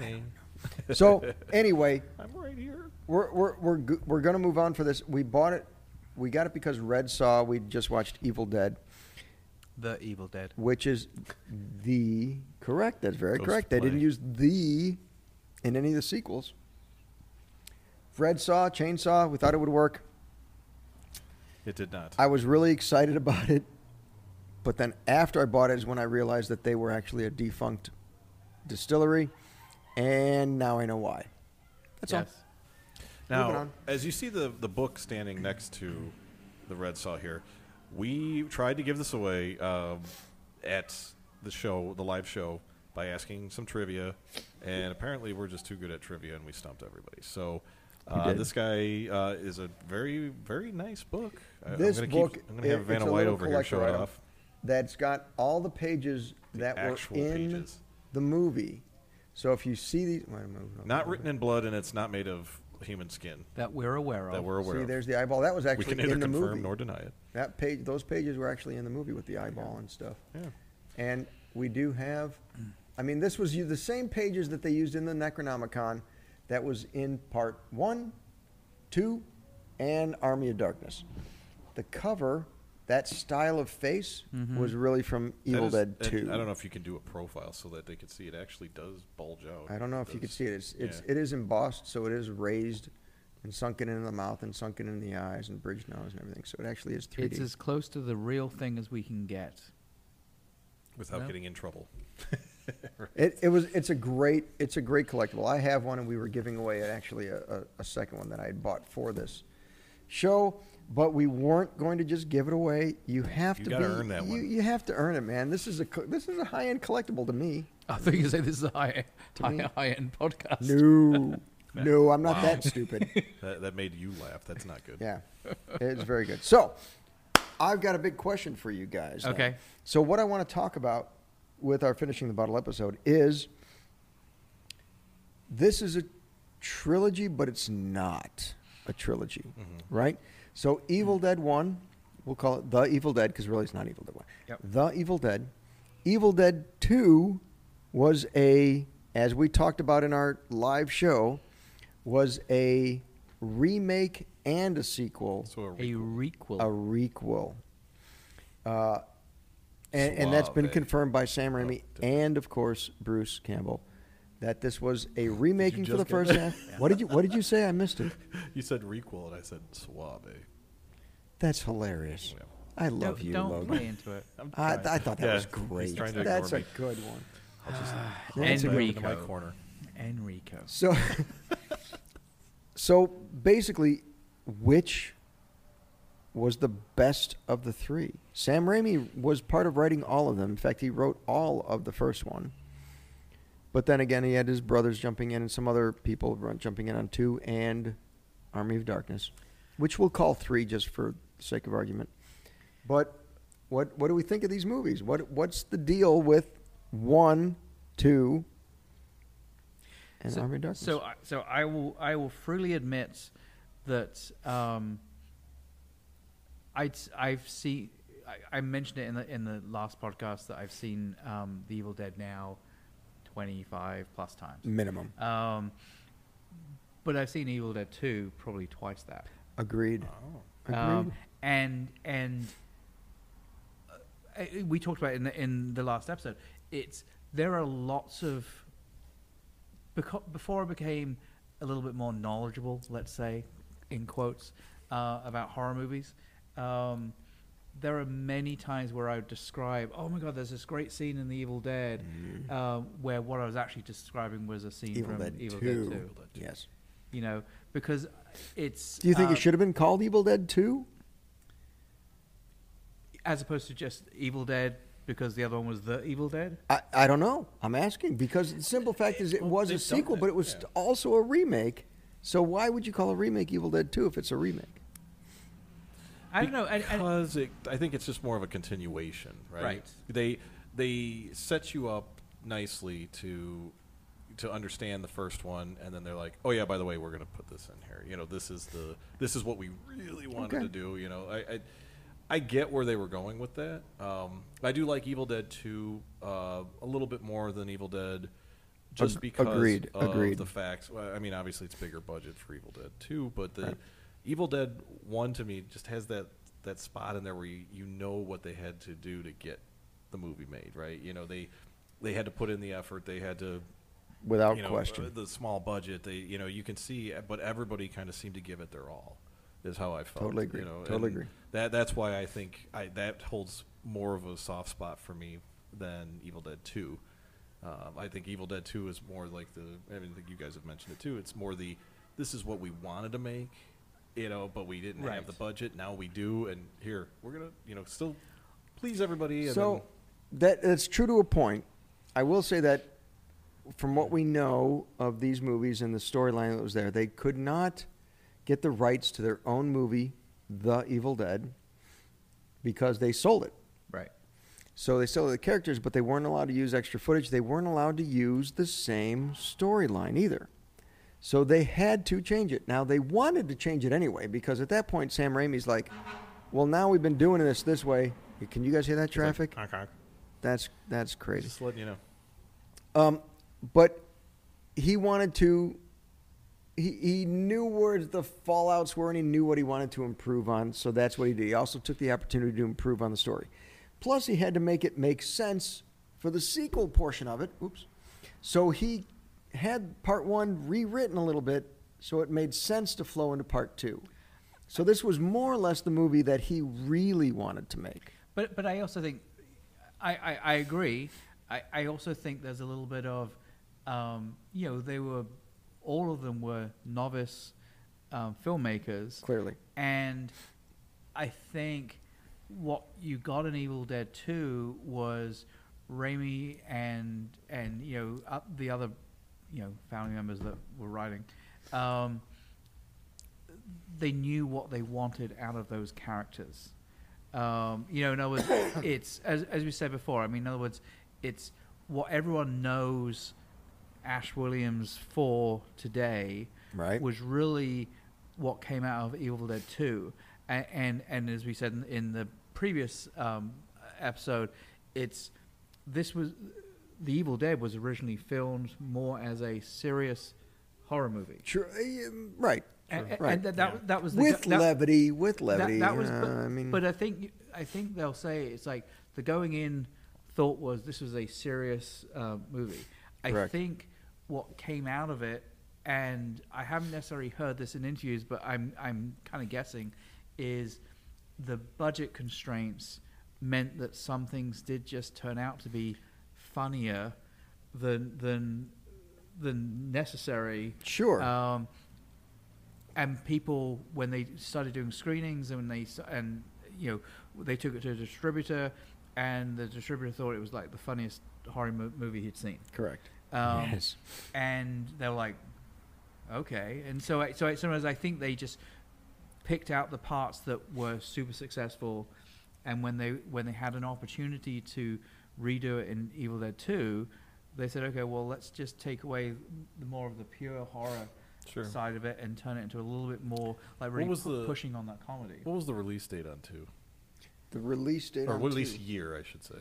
Speaker 3: Hey,
Speaker 1: So anyway,
Speaker 3: I'm right here.
Speaker 1: we're we're we're go- we're gonna move on for this. We bought it. We got it because Red saw we just watched Evil Dead,
Speaker 2: the Evil Dead.
Speaker 1: which is the correct. That's very
Speaker 3: Ghost
Speaker 1: correct. They didn't
Speaker 3: play.
Speaker 1: use the in any of the sequels. Red saw chainsaw. We thought it would work.
Speaker 3: It did not.
Speaker 1: I was really excited about it, but then after I bought it is when I realized that they were actually a defunct distillery, and now I know why. That's all.
Speaker 2: yes.
Speaker 1: Moving
Speaker 3: Now,
Speaker 1: on.
Speaker 3: as you see the the book standing next to the red saw here, we tried to give this away um, at the show, the live show, by asking some trivia, and apparently we're just too good at trivia and we stumped everybody. So. Uh,
Speaker 1: did.
Speaker 3: this guy uh, is a very, very nice book. I,
Speaker 1: This
Speaker 3: I'm gonna
Speaker 1: book.
Speaker 3: keep, I'm going to have
Speaker 1: it-
Speaker 3: Vanna
Speaker 1: it's a
Speaker 3: White
Speaker 1: little
Speaker 3: over here show it
Speaker 1: collector item
Speaker 3: off.
Speaker 1: That's got all the pages that were
Speaker 3: actual
Speaker 1: in
Speaker 3: pages.
Speaker 1: the movie. So if you see these, wait a minute.
Speaker 3: Not written in blood, and it's not made of human skin
Speaker 2: That we're aware of.
Speaker 3: that we're aware
Speaker 1: See,
Speaker 3: of.
Speaker 1: there's the eyeball. That was
Speaker 3: we
Speaker 1: actually
Speaker 3: can neither
Speaker 1: in the
Speaker 3: confirm
Speaker 1: movie.
Speaker 3: nor deny it.
Speaker 1: that page, those pages were actually in the movie with the eyeball and stuff.
Speaker 3: Yeah.
Speaker 1: And we do have, I mean, this was you the same pages that they used in the Necronomicon, that was in part one, two, and Army of Darkness. The cover, that style of face, was really from
Speaker 3: Mm-hmm. That
Speaker 1: Evil
Speaker 3: is-
Speaker 1: Dead
Speaker 3: and
Speaker 1: Two.
Speaker 3: I don't know if you can do a profile so that they could see it actually does bulge out.
Speaker 1: I don't know if you could
Speaker 3: does-
Speaker 1: see it. It's, it's
Speaker 3: yeah.
Speaker 1: it is embossed, so it is raised and sunken into the mouth and sunken in the eyes and bridge nose and everything. So it actually is 3D.
Speaker 2: It's as close to the real thing as we can get.
Speaker 3: without
Speaker 2: no.
Speaker 3: getting in trouble.
Speaker 1: it, it was it's a great it's a great collectible. I have one, and we were giving away actually a, a, a second one that I had bought for this show, but we weren't going to just give it away. You have
Speaker 3: You
Speaker 1: to
Speaker 3: gotta
Speaker 1: be-
Speaker 3: earn that
Speaker 1: you,
Speaker 3: one.
Speaker 1: You have to earn it, man. This is a co- this is a high end collectible to me.
Speaker 2: I thought you could say this is a high,
Speaker 1: me-
Speaker 2: high, high end podcast.
Speaker 1: No, no, I'm not that stupid.
Speaker 3: That, that made you laugh. That's not good.
Speaker 1: Yeah, it's very good. So, I've got a big question for you guys. then.
Speaker 2: Okay.
Speaker 1: So, what I want to talk about with our finishing the bottle episode is this is a trilogy, but it's not a trilogy, right? So, Evil Dead One, we'll call it the Evil Dead because really it's not Evil Dead One.
Speaker 2: Yep.
Speaker 1: The Evil Dead, Evil Dead Two was a, as we talked about in our live show, was a remake and a sequel
Speaker 3: So a
Speaker 2: A requel.
Speaker 1: a requel. Uh, and, and that's been
Speaker 3: Suave. Oh,
Speaker 1: confirmed by Sam Raimi
Speaker 3: different.
Speaker 1: and, of course, Bruce Campbell, that this was a remaking for
Speaker 3: just
Speaker 1: the
Speaker 3: get
Speaker 1: first half. What did you What did you say? I missed it.
Speaker 3: you said requel, and I said suave.
Speaker 1: That's hilarious.
Speaker 3: Yeah.
Speaker 1: I love
Speaker 2: don't
Speaker 1: you,
Speaker 2: don't
Speaker 1: Logan.
Speaker 2: play into it.
Speaker 3: I'm
Speaker 1: I,
Speaker 3: trying.
Speaker 1: I thought that
Speaker 3: Yeah,
Speaker 1: was
Speaker 3: he's
Speaker 1: great.
Speaker 3: trying to
Speaker 1: That's
Speaker 3: ignore
Speaker 1: a
Speaker 3: me.
Speaker 1: good one.
Speaker 3: I'll
Speaker 1: That's
Speaker 3: just
Speaker 1: a
Speaker 3: back
Speaker 1: good
Speaker 3: into my
Speaker 2: Enrico.
Speaker 3: corner.
Speaker 2: Enrico.
Speaker 1: So, so basically, which was the best of the three? Sam Raimi was part of writing all of them. In fact, he wrote all of the first one. But then again, he had his brothers jumping in and some other people run- jumping in on two and Army of Darkness, which we'll call three just for the sake of argument. But what what do we think of these movies? What what's the deal with one, two, and
Speaker 2: so,
Speaker 1: Army of Darkness?
Speaker 2: So, uh, I- so I will, I will freely admit that um, I'd, I've seen. I, I mentioned it in the in the last podcast that I've seen um, The Evil Dead now twenty five plus times.
Speaker 1: minimum.
Speaker 3: Mm.
Speaker 2: Um, but I've seen Evil Dead two probably twice that.
Speaker 1: Agreed.
Speaker 3: Oh.
Speaker 2: um,
Speaker 1: Agreed.
Speaker 2: and and uh, I- we talked about it in the, in the last episode. It's there are lots of beco- before I became a little bit more knowledgeable, let's say, in quotes, uh, about horror movies. Um, there are many times where I would describe, oh my god, there's this great scene in The Evil Dead, um, where what I was actually describing was a scene
Speaker 1: Mm. Evil
Speaker 2: from
Speaker 1: Dead
Speaker 2: Evil Dead
Speaker 1: Two.
Speaker 2: Two.
Speaker 1: Yes.
Speaker 2: You know, because it's.
Speaker 1: Do you think
Speaker 2: um,
Speaker 1: it should have been called Evil Dead Two?
Speaker 2: as opposed to just Evil Dead because the other one was the Evil Dead.
Speaker 1: I, I don't know. I'm asking because the simple fact is it
Speaker 3: Well,
Speaker 1: was a
Speaker 3: they've done
Speaker 1: sequel,
Speaker 3: it,
Speaker 1: but it was
Speaker 3: yeah.
Speaker 1: also a remake. So why would you call a remake Evil Dead Two if it's a remake?
Speaker 2: I don't know. And, and
Speaker 3: because it, I think it's just more of a continuation, right?
Speaker 2: Right.
Speaker 3: They they set you up nicely to to understand the first one, and then they're like, oh yeah, by the way, we're going to put this in here. You know, this is the this is what we really wanted
Speaker 1: Okay.
Speaker 3: to do. You know, I, I I get where they were going with that. Um, I do like Evil Dead Two uh, a little bit more than Evil Dead. Just
Speaker 1: Ag-
Speaker 3: because
Speaker 1: agreed,
Speaker 3: of
Speaker 1: agreed.
Speaker 3: the facts. Well, I mean, obviously, it's bigger budget for Evil Dead Two, but the Evil Dead One to me just has that that spot in there where you, you know what they had to do to get the movie made, right? You know, they they had to put in the effort. They had to
Speaker 1: Without
Speaker 3: you know,
Speaker 1: question.
Speaker 3: uh, The small budget, they you know you can see, uh, but everybody kind of seemed to give it their all. Is how I felt.
Speaker 1: Totally agree.
Speaker 3: You know,
Speaker 1: Totally
Speaker 3: and
Speaker 1: agree.
Speaker 3: That that's why I think I, that holds more of a soft spot for me than Evil Dead Two. Um, I think Evil Dead Two is more like the. I mean, I think you guys have mentioned it too. It's more the this is what we wanted to make, you know, but we didn't
Speaker 2: Right.
Speaker 3: have the budget. Now we do, and here we're gonna, you know, still please everybody. And
Speaker 1: So that that's true to a point. I will say that from what we know of these movies and the storyline that was there, they could not get the rights to their own movie, The Evil Dead, because they sold it.
Speaker 2: right,
Speaker 1: So they sold the characters, but they weren't allowed to use extra footage. They weren't allowed to use the same storyline either. So they had to change it. Now they wanted to change it anyway because at that point Sam Raimi's like, "Well, now we've been doing this this way. Can you guys hear that
Speaker 3: then it's
Speaker 1: traffic?
Speaker 3: Like, "Honk, honk."
Speaker 1: That's that's crazy."
Speaker 3: Just letting you know.
Speaker 1: Um, but he wanted to. He, he knew where the fallouts were and he knew what he wanted to improve on, so that's what he did. He also took the opportunity to improve on the story. Plus, he had to make it make sense for the sequel portion of it. Oops. So he had part one rewritten a little bit so it made sense to flow into part two. So this was more or less the movie that he really wanted to make.
Speaker 2: but but I also think I I, I agree. I, I also think there's a little bit of um, you know they were all of them were novice um, filmmakers
Speaker 1: Clearly.
Speaker 2: and I think what you got in Evil Dead Two was Raimi and and you know uh, the other you know family members that were writing. Um, they knew what they wanted out of those characters. Um, you know, in other words, it's as as we said before. I mean, in other words, it's what everyone knows Ash Williams for today
Speaker 1: Right.
Speaker 2: was really what came out of Evil Dead 2. And, and, and as we said in, in the previous um, episode, it's this was The Evil Dead was originally filmed more as a serious horror movie.
Speaker 1: Sure. um, Right.
Speaker 2: And, and-
Speaker 1: Right.
Speaker 2: and that, that, that was the
Speaker 1: with
Speaker 2: go- that-
Speaker 1: levity, with levity.
Speaker 2: that, that was,
Speaker 1: uh,
Speaker 2: but,
Speaker 1: I mean,
Speaker 2: but I think you- I think they'll say it's like the going in thought was this was a serious uh, movie. I
Speaker 1: Correct.
Speaker 2: think what came out of it, and I haven't necessarily heard this in interviews, but I'm I'm kind of guessing, is the budget constraints meant that some things did just turn out to be funnier than than than necessary.
Speaker 1: sure.
Speaker 2: Um, and people, when they started doing screenings, and when they s- and you know they took it to a distributor, and the distributor thought it was like the funniest horror mo- movie he'd seen.
Speaker 1: Correct.
Speaker 2: Um,
Speaker 1: Yes.
Speaker 2: And they were like, okay. And so, I, so I, sometimes I think they just picked out the parts that were super successful, and when they when they had an opportunity to redo it in Evil Dead Two, they said, okay, well, let's just take away the more of the pure horror
Speaker 3: Sure.
Speaker 2: side of it and turn it into a little bit more like really
Speaker 3: was
Speaker 2: pu-
Speaker 3: the-
Speaker 2: pushing on that comedy.
Speaker 3: What was the release date on two?
Speaker 1: The release date
Speaker 3: or
Speaker 1: on
Speaker 3: release
Speaker 1: two
Speaker 3: year, I should say.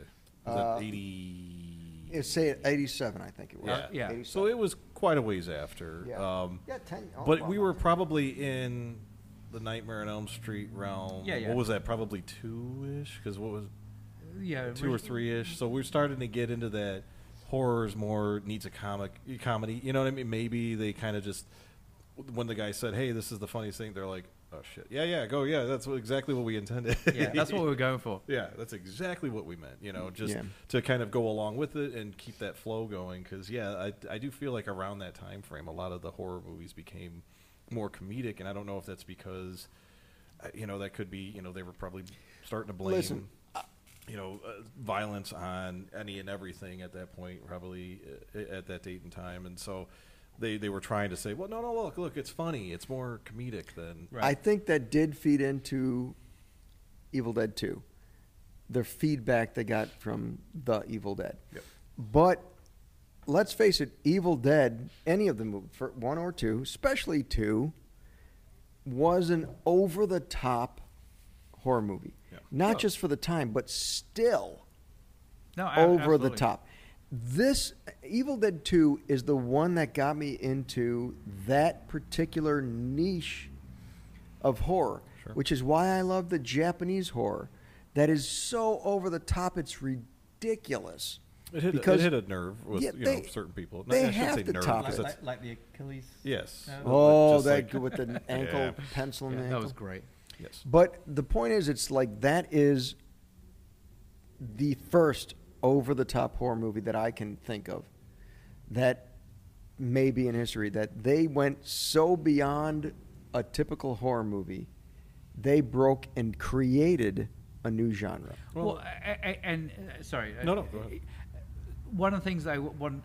Speaker 3: Was
Speaker 1: Uh,
Speaker 3: that eighty?
Speaker 1: is say at 87, I think it was.
Speaker 3: Yeah.
Speaker 2: Yeah.
Speaker 1: 87.
Speaker 3: So it was quite a ways after.
Speaker 1: Yeah.
Speaker 3: Um,
Speaker 1: yeah, 10. oh,
Speaker 3: but
Speaker 1: well,
Speaker 3: we were probably in the Nightmare on Elm Street realm.
Speaker 2: Yeah, yeah.
Speaker 3: What was that? Probably two ish, because what was
Speaker 2: yeah,
Speaker 3: two or
Speaker 2: orig-
Speaker 3: three ish. So we're starting to get into that horrors more needs a comic comedy. You know what I mean? Maybe they kind of just when the guy said, "Hey, this is the funniest thing," they're like, "Oh shit, yeah, yeah, go, yeah." That's what, exactly what we intended.
Speaker 2: Yeah, that's what we were going for.
Speaker 3: Yeah, that's exactly what we meant. You know, just
Speaker 1: Mm, Yeah.
Speaker 3: to kind of go along with it and keep that flow going. Because yeah, I I do feel like around that time frame, a lot of the horror movies became more comedic, and I don't know if that's because, uh, you know, that could be you know they were probably starting to blame.
Speaker 1: Listen,
Speaker 3: you know, uh, violence on any and everything at that point, probably uh, at that date and time, and so they they were trying to say, well, no, no, look, look, it's funny, it's more comedic than
Speaker 2: Right.
Speaker 1: I think that did feed into Evil Dead 2, the feedback they got from the Evil Dead.
Speaker 3: Yep.
Speaker 1: But let's face it, Evil Dead, any of them, for one or two, especially two, was an over the top horror movie.
Speaker 3: Yeah.
Speaker 1: Not
Speaker 3: Oh.
Speaker 1: just for the time, but still
Speaker 2: No, a-
Speaker 1: over the
Speaker 2: absolutely.
Speaker 1: top. This Evil Dead 2 is the one that got me into that particular niche of horror,
Speaker 3: Sure.
Speaker 1: which is why I love the Japanese horror that is so over the top it's ridiculous.
Speaker 3: It hit,
Speaker 1: Because-
Speaker 3: it hit a nerve with
Speaker 1: Yeah,
Speaker 3: you
Speaker 1: they-
Speaker 3: know certain people.
Speaker 1: they
Speaker 3: I shouldn't
Speaker 1: have
Speaker 3: say
Speaker 1: to
Speaker 3: nerve,
Speaker 1: top
Speaker 3: because
Speaker 1: it.
Speaker 3: that's-
Speaker 2: the Achilles.
Speaker 3: Yes.
Speaker 2: No.
Speaker 1: Oh,
Speaker 3: Just
Speaker 1: that
Speaker 3: like-
Speaker 1: good with the ankle
Speaker 3: Yeah.
Speaker 1: pencil and the
Speaker 2: Yeah,
Speaker 1: ankle.
Speaker 2: that was great.
Speaker 3: Yes.
Speaker 1: But the point is, it's like that is the first over the top horror movie that I can think of that may be in history that they went so beyond a typical horror movie, they broke and created a new genre.
Speaker 2: Well,
Speaker 3: Well-
Speaker 2: I, I, I- and uh, sorry. uh,
Speaker 3: No, no, go ahead.
Speaker 2: One of the things I w- one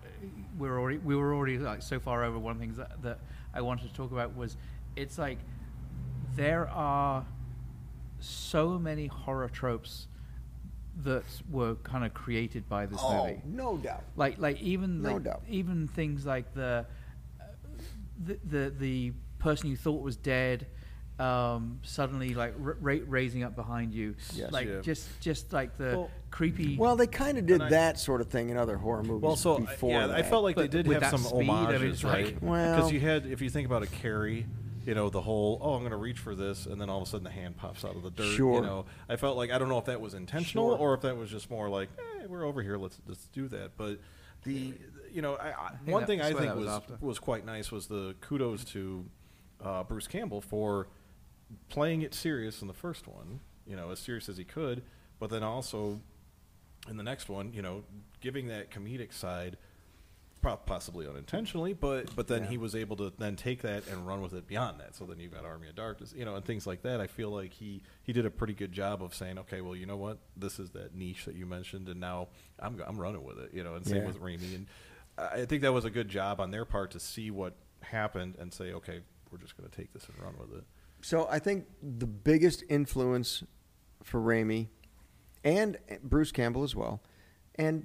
Speaker 2: we were already we were already like so far over. One of the things that, that I wanted to talk about was it's like there are so many horror tropes that were kind of created by this movie.
Speaker 1: Oh, no doubt.
Speaker 2: like like even
Speaker 1: No
Speaker 2: like,
Speaker 1: doubt.
Speaker 2: even things like the, uh, the the the person you thought was dead um, suddenly like r- ra- raising up behind you
Speaker 1: Yes.
Speaker 2: like
Speaker 3: Yeah.
Speaker 2: just just like the
Speaker 3: Well-
Speaker 2: creepy
Speaker 1: Well, they kind of did
Speaker 3: And I-
Speaker 1: that sort of thing in other horror movies
Speaker 3: Well, so I-
Speaker 1: before.
Speaker 3: yeah, I
Speaker 1: that.
Speaker 3: felt like they
Speaker 2: But
Speaker 3: did
Speaker 2: with that
Speaker 3: have some
Speaker 2: speed, I mean,
Speaker 3: homages,
Speaker 2: it's
Speaker 3: right?
Speaker 2: like-
Speaker 1: Well-
Speaker 3: because you had, if you think about a carry, you know, the whole oh, I'm going to reach for this, and then all of a sudden the hand pops out of the dirt.
Speaker 1: Sure.
Speaker 3: You know, I felt like I don't know if that was intentional
Speaker 1: Sure.
Speaker 3: or if that was just more like, eh, we're over here, let's let's do that. But the, you know, I, I,
Speaker 2: think
Speaker 3: one
Speaker 2: that-
Speaker 3: thing
Speaker 2: I
Speaker 3: I
Speaker 2: swear
Speaker 3: think
Speaker 2: that was
Speaker 3: was
Speaker 2: after.
Speaker 3: was quite nice was the kudos to uh, Bruce Campbell for playing it serious in the first one, you know, as serious as he could, but then also in the next one, you know, giving that comedic side, pro- possibly unintentionally, but but then
Speaker 1: Yeah.
Speaker 3: he was able to then take that and run with it beyond that. So then you've got Army of Darkness, you know, and things like that. I feel like he he did a pretty good job of saying, okay, well, you know what, this is that niche that you mentioned, and now I'm I'm running with it, you know, and same
Speaker 1: Yeah.
Speaker 3: with Raimi, and I I think that was a good job on their part to see what happened and say, okay, we're just going to take this and run with it.
Speaker 1: So I think the biggest influence for Raimi and Bruce Campbell as well, and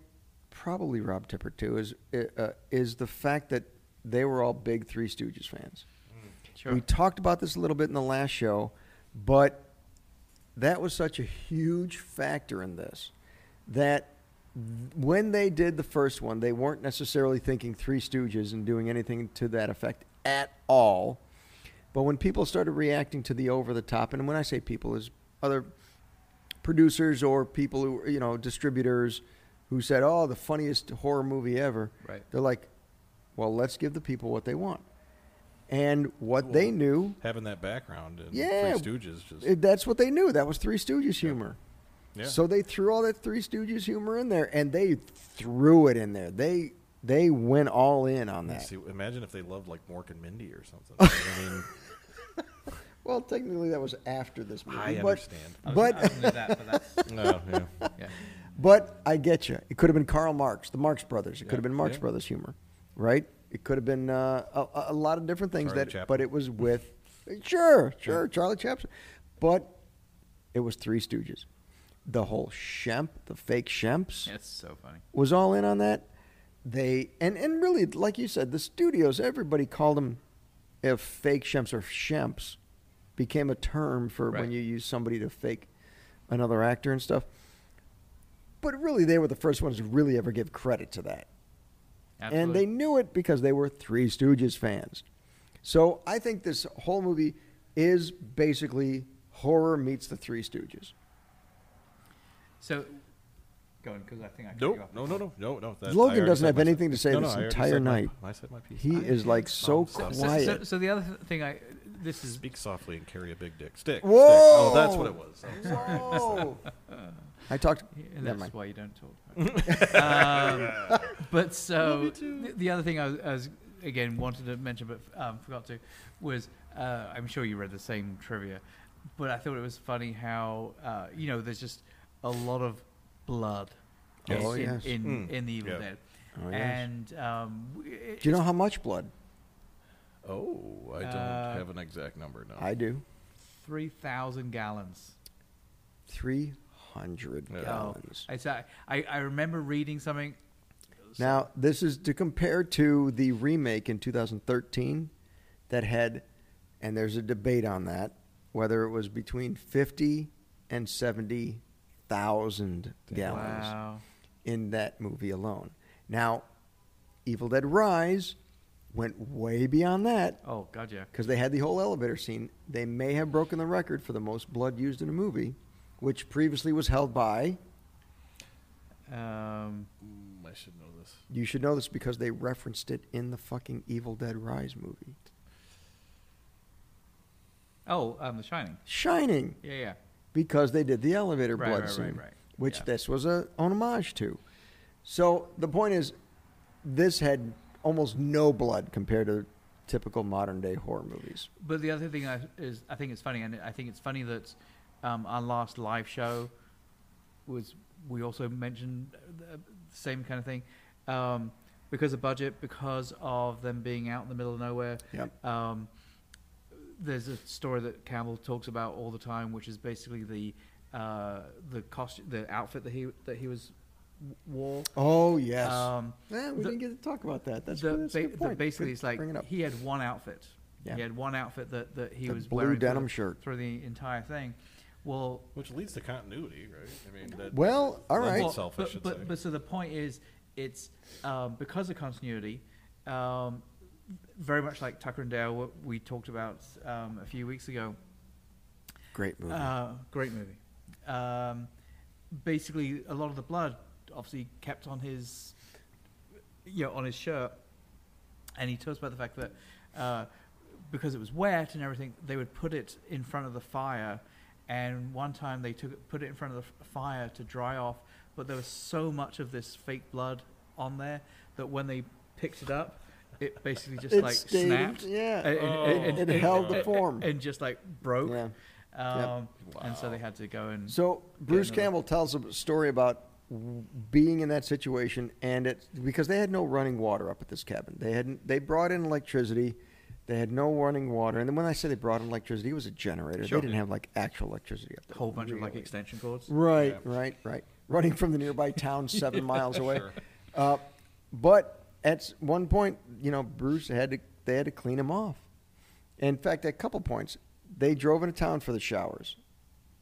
Speaker 1: probably Rob Tipper too, is uh, is the fact that they were all big Three Stooges fans.
Speaker 2: Sure.
Speaker 1: We talked about this a little bit in the last show, but that was such a huge factor in this that th- when they did the first one, they weren't necessarily thinking Three Stooges and doing anything to that effect at all. But when people started reacting to the over the top, and when I say people, is other producers or people who you know distributors who said, "Oh, the funniest horror movie ever."
Speaker 2: Right.
Speaker 1: They're like, "Well, let's give the people what they want," and what they
Speaker 3: Well,
Speaker 1: knew.
Speaker 3: Having that background and
Speaker 1: Yeah.
Speaker 3: Three Stooges just
Speaker 1: it- That's what they knew. That was Three Stooges humor.
Speaker 3: yeah.
Speaker 1: So they threw all that Three Stooges humor in there, and they threw it in there. They they went all in on that.
Speaker 3: See, imagine if they loved like Mork and Mindy or something. I mean,
Speaker 1: Well, technically, that was after this movie.
Speaker 3: I
Speaker 1: but,
Speaker 3: understand.
Speaker 1: But
Speaker 3: no, yeah.
Speaker 1: But I get you. It could have been Karl Marx, the Marx Brothers. It could have been Marx
Speaker 3: yeah.
Speaker 1: Brothers humor, right? It could have been uh, a, a- a lot of different things
Speaker 3: Charlie
Speaker 1: that,
Speaker 3: Chaplin.
Speaker 1: but it was with, sure, sure, Charlie Chaplin, but it was Three Stooges. The whole Shemp, the fake Shemps,
Speaker 2: it's so funny
Speaker 1: was all in on that. They and and really, like you said, the studios, everybody called them if fake Shemps or Shemps became a term for when
Speaker 2: Right.
Speaker 1: you use somebody to fake another actor and stuff. But really, they were the first ones to really ever give credit to that. And
Speaker 2: Absolutely.
Speaker 1: they knew it because they were Three Stooges fans. So I think this whole movie is basically horror meets the Three Stooges.
Speaker 2: So, go on, because I think I cut
Speaker 3: Nope.
Speaker 2: you off
Speaker 3: No, no, no, no, no. that- I
Speaker 1: Logan
Speaker 3: already
Speaker 1: doesn't
Speaker 3: said
Speaker 1: have
Speaker 3: my-
Speaker 1: anything to say
Speaker 3: no,
Speaker 1: this
Speaker 3: no, I already
Speaker 1: entire
Speaker 3: said my-
Speaker 1: night.
Speaker 3: I said my piece.
Speaker 1: He
Speaker 3: I
Speaker 1: is
Speaker 3: am
Speaker 1: like so
Speaker 3: soft.
Speaker 2: So, so, so,
Speaker 1: quiet.
Speaker 2: so the other th- thing I this is
Speaker 3: Speak softly and carry a big dick. Stick.
Speaker 1: Whoa!
Speaker 3: stick. Oh, that's what it was. Oh, sorry.
Speaker 1: Whoa! I talked.
Speaker 2: and
Speaker 1: Never
Speaker 2: that's
Speaker 1: mind.
Speaker 2: why you don't talk. About it. um, but so th- the other thing I was, I was again wanted to mention but um, forgot to was uh, I'm sure you read the same trivia, but I thought it was funny how uh, you know there's just a lot of blood
Speaker 1: Yes. Oh,
Speaker 2: in
Speaker 1: yes.
Speaker 2: in,
Speaker 3: Mm.
Speaker 2: in the Evil
Speaker 3: Yeah.
Speaker 2: Dead,
Speaker 1: Oh, yes.
Speaker 2: and um, w- it-
Speaker 1: Do you know how much blood?
Speaker 3: Oh, I don't
Speaker 2: Uh,
Speaker 3: have an exact number now.
Speaker 1: I do.
Speaker 2: three thousand gallons.
Speaker 1: 300
Speaker 3: Yeah.
Speaker 1: gallons.
Speaker 2: Oh, It's, I, I I remember reading something.
Speaker 1: Now, this is to compare to the remake in 2013 that had, and there's a debate on that, whether it was between 50 and 70,000 gallons
Speaker 2: Wow.
Speaker 1: in that movie alone. Now, Evil Dead Rise went way beyond that
Speaker 2: Oh God, yeah.
Speaker 1: because they had the whole elevator scene. They may have broken the record for the most blood used in a movie, which previously was held by.
Speaker 2: Um,
Speaker 3: Mm, I should know this.
Speaker 1: You should know this because they referenced it in the fucking Evil Dead Rise movie.
Speaker 2: oh, um, The Shining.
Speaker 1: Shining,
Speaker 2: Yeah, yeah.
Speaker 1: because they did the elevator
Speaker 2: Right,
Speaker 1: blood
Speaker 2: right, right,
Speaker 1: scene,
Speaker 2: right.
Speaker 1: which
Speaker 2: Yeah.
Speaker 1: this was a an homage to. So the point is, this had almost no blood compared to typical modern day horror movies.
Speaker 2: But the other thing I, is, I think it's funny, and I think it's funny that um, our last live show was we also mentioned uh, the same kind of thing um, because of budget, because of them being out in the middle of nowhere.
Speaker 1: Yep.
Speaker 2: Um, there's a story that Campbell talks about all the time, which is basically the uh, the cost, the outfit that he that he was wore.
Speaker 1: Oh yes.
Speaker 2: Um,
Speaker 1: yeah, Eh, we
Speaker 2: the-
Speaker 1: didn't get to talk about that. That's,
Speaker 2: the,
Speaker 1: that's a
Speaker 2: ba-
Speaker 1: good
Speaker 2: the-
Speaker 1: point.
Speaker 2: basically
Speaker 1: Good-
Speaker 2: it's like
Speaker 1: bring it up.
Speaker 2: he had one outfit.
Speaker 1: Yeah.
Speaker 2: He had one outfit that, that he
Speaker 1: The
Speaker 2: was
Speaker 1: blue
Speaker 2: wearing through
Speaker 1: denim
Speaker 2: the-
Speaker 1: shirt.
Speaker 2: through the entire thing. Well,
Speaker 3: Which leads to continuity, right? I mean, that
Speaker 1: Well, all
Speaker 3: lends
Speaker 1: right.
Speaker 2: well,
Speaker 3: itself, I
Speaker 2: but,
Speaker 3: should
Speaker 2: but,
Speaker 3: say.
Speaker 2: but so the point is, it's um, because of continuity. Um, very much like Tucker and Dale, what we talked about um, a few weeks ago.
Speaker 1: Great movie.
Speaker 2: Uh, great movie. Um, basically, a lot of the blood obviously kept on his, you know, on his shirt, and he talks about the fact that uh, because it was wet and everything, they would put it in front of the fire, and one time they took it, put it in front of the f- fire to dry off, but there was so much of this fake blood on there that when they picked it up, it basically just
Speaker 1: It
Speaker 2: like
Speaker 1: stayed-
Speaker 2: snapped.
Speaker 1: yeah. Oh.
Speaker 2: and- and-
Speaker 1: It
Speaker 2: and- and-
Speaker 1: held
Speaker 2: and-
Speaker 1: the form.
Speaker 2: and just like broke.
Speaker 1: Yeah.
Speaker 2: Um, And so they had to go and.
Speaker 1: So Bruce
Speaker 2: another-
Speaker 1: Campbell tells a story about w- being in that situation, and it because they had no running water up at this cabin. They hadn't. They brought in electricity. They had no running water, and then when I say they brought in electricity, it was a generator.
Speaker 2: Sure.
Speaker 1: They didn't have like actual electricity up there.
Speaker 2: a whole bunch of like
Speaker 1: really.
Speaker 2: extension cords.
Speaker 1: Right,
Speaker 3: Yeah.
Speaker 1: right, right. Running from the nearby town seven miles away.
Speaker 3: sure.
Speaker 1: Uh, but at s- one point, you know, Bruce had to, they had to clean him off. In fact, at a couple points, they drove into town for the showers.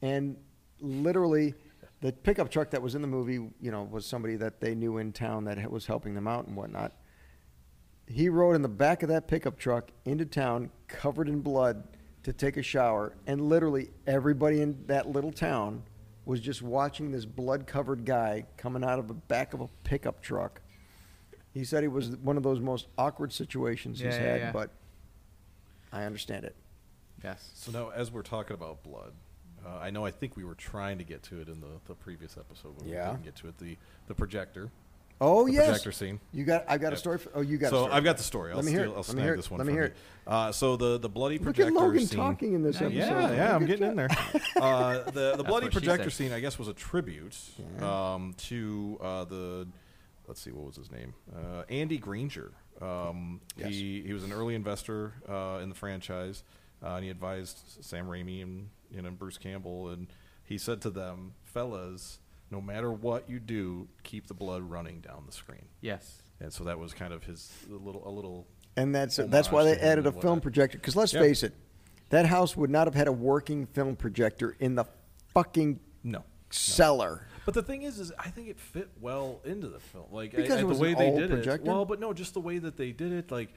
Speaker 1: And literally, the pickup truck that was in the movie, you know, was somebody that they knew in town that ha- was helping them out and whatnot. He rode in the back of that pickup truck into town, covered in blood, to take a shower, and literally everybody in that little town was just watching this blood-covered guy coming out of the back of a pickup truck. He said it was one of those most awkward situations he's
Speaker 2: Yeah, yeah,
Speaker 1: had,
Speaker 2: yeah.
Speaker 1: but I understand it.
Speaker 2: Yes.
Speaker 3: So now, as we're talking about blood, uh, I know I think we were trying to get to it in the, the previous episode, but
Speaker 1: Yeah.
Speaker 3: we didn't get to it. The the projector.
Speaker 1: Oh
Speaker 3: the
Speaker 1: yes,
Speaker 3: projector scene.
Speaker 1: You got. I've got a
Speaker 3: Yep.
Speaker 1: story. For, oh, you got.
Speaker 3: so
Speaker 1: a story.
Speaker 3: I've got the story. I'll
Speaker 1: Let me
Speaker 3: steal,
Speaker 1: hear it.
Speaker 3: I'll
Speaker 1: Let me
Speaker 3: snag
Speaker 1: hear it.
Speaker 3: this one
Speaker 1: Let me
Speaker 3: from
Speaker 1: hear
Speaker 3: you. Uh, so the the bloody
Speaker 1: Look
Speaker 3: projector
Speaker 1: at Logan
Speaker 3: scene.
Speaker 1: talking in this
Speaker 2: Yeah,
Speaker 1: episode.
Speaker 3: Yeah, yeah, I'm
Speaker 1: Look at
Speaker 3: getting in
Speaker 1: that.
Speaker 3: there. Uh, the the bloody
Speaker 2: what she
Speaker 3: projector
Speaker 2: said.
Speaker 3: scene, I guess, was a tribute um, to uh, the let's see, what was his name? Uh, Andy Granger. Um,
Speaker 1: Yes.
Speaker 3: He he was an early investor uh, in the franchise, uh, and he advised Sam Raimi and you know Bruce Campbell, and he said to them, "Fellas, no matter what you do, keep the blood running down the screen."
Speaker 2: Yes.
Speaker 3: And so that was kind of his a little a little
Speaker 1: And that's that's why
Speaker 3: homage
Speaker 1: they
Speaker 3: to him
Speaker 1: added a
Speaker 3: and
Speaker 1: film
Speaker 3: whatnot.
Speaker 1: projector. Because let's
Speaker 3: Yeah.
Speaker 1: face it, that house would not have had a working film projector in the fucking
Speaker 3: No.
Speaker 1: cellar.
Speaker 3: But the thing is, is I think it fit well into the film, like I-
Speaker 1: Because
Speaker 3: I,
Speaker 1: it was
Speaker 3: the way
Speaker 1: an
Speaker 3: they
Speaker 1: old
Speaker 3: did
Speaker 1: projector?
Speaker 3: it. Well, but no, just the way that they did it, like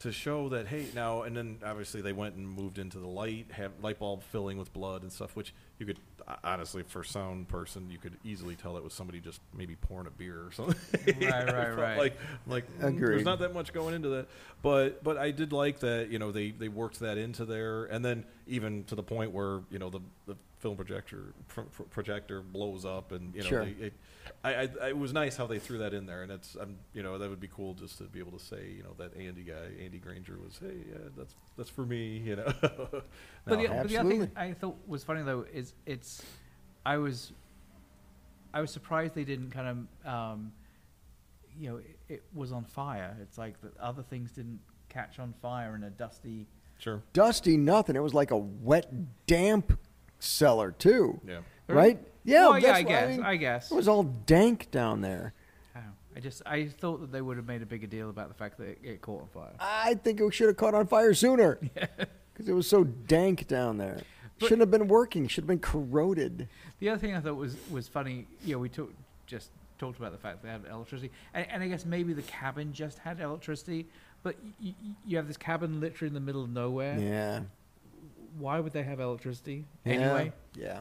Speaker 3: to show that hey now and then obviously they went and moved into the light have light bulb filling with blood and stuff which you could uh, honestly for a sound person you could easily tell that was somebody just maybe pouring a beer or something
Speaker 2: Right,
Speaker 3: It
Speaker 2: right,
Speaker 3: felt
Speaker 2: right.
Speaker 3: like like mm,
Speaker 1: Agreed.
Speaker 3: there's not that much going into that but but I did like that you know they they worked that into there and then even to the point where you know the the film projector pro- pro- projector blows up and you know
Speaker 1: Sure.
Speaker 3: they, it, I, I, I- it was nice how they threw that in there, and it's, um, you know, that would be cool just to be able to say, you know, that Andy guy, Andy Granger was, hey, yeah, that's that's for me, you know.
Speaker 2: But,
Speaker 3: No,
Speaker 2: the, but the other thing
Speaker 1: Absolutely.
Speaker 2: I thought was funny though is it's, I was, I was surprised they didn't kind of, um, you know, it, it was on fire. It's like the other things didn't catch on fire in a dusty.
Speaker 3: sure,
Speaker 1: Dusty nothing. It was like a wet, damp cellar too.
Speaker 3: yeah,
Speaker 1: Right? Yeah.
Speaker 2: Well, yeah,
Speaker 1: that's
Speaker 2: I
Speaker 1: what-
Speaker 2: guess. I,
Speaker 1: mean,
Speaker 2: guess.
Speaker 1: It was all dank down there.
Speaker 2: Oh, I just I thought that they would have made a bigger deal about the fact that it, it caught on fire.
Speaker 1: I think it should have caught on fire sooner because it was so dank down there.
Speaker 2: But-
Speaker 1: Shouldn't have been working. Should have been corroded.
Speaker 2: The other thing I thought was was funny. You know, we talk, just talked about the fact they had electricity, and, and I guess maybe the cabin just had electricity. But y- y- you have this cabin literally in the middle of nowhere.
Speaker 1: Yeah.
Speaker 2: Why would they have electricity
Speaker 1: Yeah.
Speaker 2: anyway?
Speaker 1: Yeah.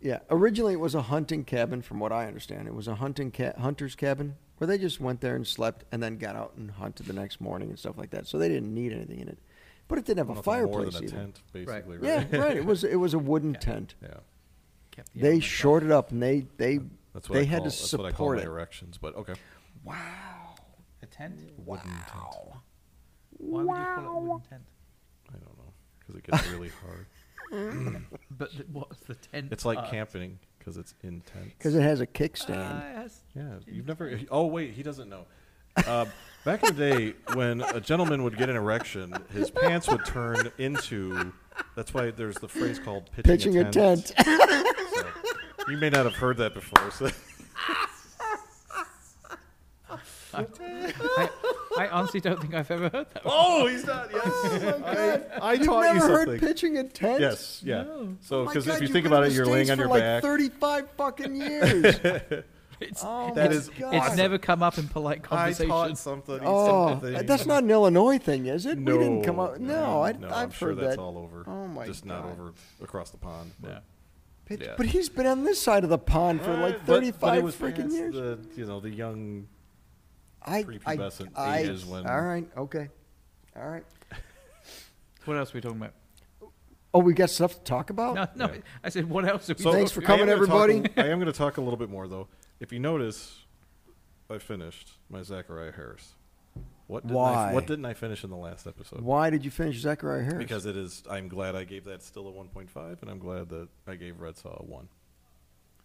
Speaker 1: Yeah. Originally, it was a hunting cabin, from what I understand. It was a hunting ca- hunter's cabin where they just went there and slept, and then got out and hunted the next morning and stuff like that. So they didn't need anything in it, but it didn't have a
Speaker 3: Nothing
Speaker 1: fireplace
Speaker 3: more than a
Speaker 1: either.
Speaker 3: tent, basically, right?
Speaker 1: Yeah, right. It was it was a wooden
Speaker 2: Yeah.
Speaker 1: tent.
Speaker 3: yeah.
Speaker 2: Kept the
Speaker 1: they
Speaker 2: elements off.
Speaker 1: shorted up, and they they
Speaker 3: That's what
Speaker 1: they
Speaker 3: I
Speaker 1: had
Speaker 3: call,
Speaker 1: to
Speaker 3: that's what I call
Speaker 1: support
Speaker 3: my
Speaker 1: it.
Speaker 3: erections, but okay,
Speaker 2: Wow, a tent.
Speaker 3: wooden tent.
Speaker 2: Why would you call it a wooden tent?
Speaker 3: I don't know because it gets really hard.
Speaker 2: But the, what's the tent? Uh,
Speaker 3: It's like
Speaker 2: part?
Speaker 3: camping because it's intense.
Speaker 1: Because it has a
Speaker 2: Ah,
Speaker 1: kickstand.
Speaker 2: yes.
Speaker 3: Yeah, you've never. Oh wait, he doesn't know. Uh, back in the day, when a gentleman would get an erection, his pants would turn into. That's why there's the phrase called pitching,
Speaker 1: Pitching a tent.
Speaker 3: So, you may not have heard that before. So.
Speaker 2: I, I honestly don't think I've ever heard that.
Speaker 3: Oh, he's not. Yes. I, I
Speaker 1: You've
Speaker 3: taught
Speaker 1: never
Speaker 3: you something.
Speaker 1: heard pitching a tent?
Speaker 3: yes. Yeah.
Speaker 2: No.
Speaker 3: So,
Speaker 1: Oh my
Speaker 3: because
Speaker 1: God,
Speaker 3: if you
Speaker 1: you've
Speaker 3: think
Speaker 1: been in
Speaker 3: about
Speaker 1: the
Speaker 3: it, you're laying
Speaker 1: States
Speaker 3: on
Speaker 1: for
Speaker 3: your
Speaker 1: like
Speaker 3: back.
Speaker 1: Thirty-five fucking years.
Speaker 2: It's,
Speaker 1: oh
Speaker 3: That
Speaker 1: my
Speaker 3: is
Speaker 1: God.
Speaker 2: it's never come up in polite
Speaker 3: I
Speaker 2: conversation.
Speaker 3: taught something. he said
Speaker 1: Oh,
Speaker 3: something.
Speaker 1: that's not an Illinois thing, is it?
Speaker 3: No,
Speaker 1: we didn't come up. No, I,
Speaker 3: no,
Speaker 1: I've
Speaker 3: I'm
Speaker 1: heard
Speaker 3: sure that's
Speaker 1: that.
Speaker 3: all over.
Speaker 1: Oh my
Speaker 3: just not
Speaker 1: God.
Speaker 3: over across the pond. but-
Speaker 2: Yeah.
Speaker 1: Pitch-
Speaker 3: yeah.
Speaker 1: But he's been on this side of the pond for
Speaker 3: Uh,
Speaker 1: like
Speaker 3: but- but it
Speaker 1: thirty-five
Speaker 3: was
Speaker 1: freaking
Speaker 3: past
Speaker 1: years.
Speaker 3: The, you know, the young.
Speaker 1: I, I,
Speaker 3: prepubescent
Speaker 1: I,
Speaker 3: ages when-
Speaker 1: all right, okay, all right.
Speaker 2: What else are we talking about?
Speaker 1: Oh, we got stuff to talk about.
Speaker 2: No, no.
Speaker 3: yeah.
Speaker 2: I said, what else? Are we
Speaker 1: So- Thanks for coming,
Speaker 3: I am gonna talk a-
Speaker 1: everybody.
Speaker 3: I am going to talk a little bit more, though. If you notice, I finished my Zachariah Harris. What didn't
Speaker 1: Why?
Speaker 3: I, what didn't I finish in the last episode?
Speaker 1: Why did you finish Zachariah Harris?
Speaker 3: Because it is. I'm glad I gave that still a 1.5, and I'm glad that I gave Red Saw a one.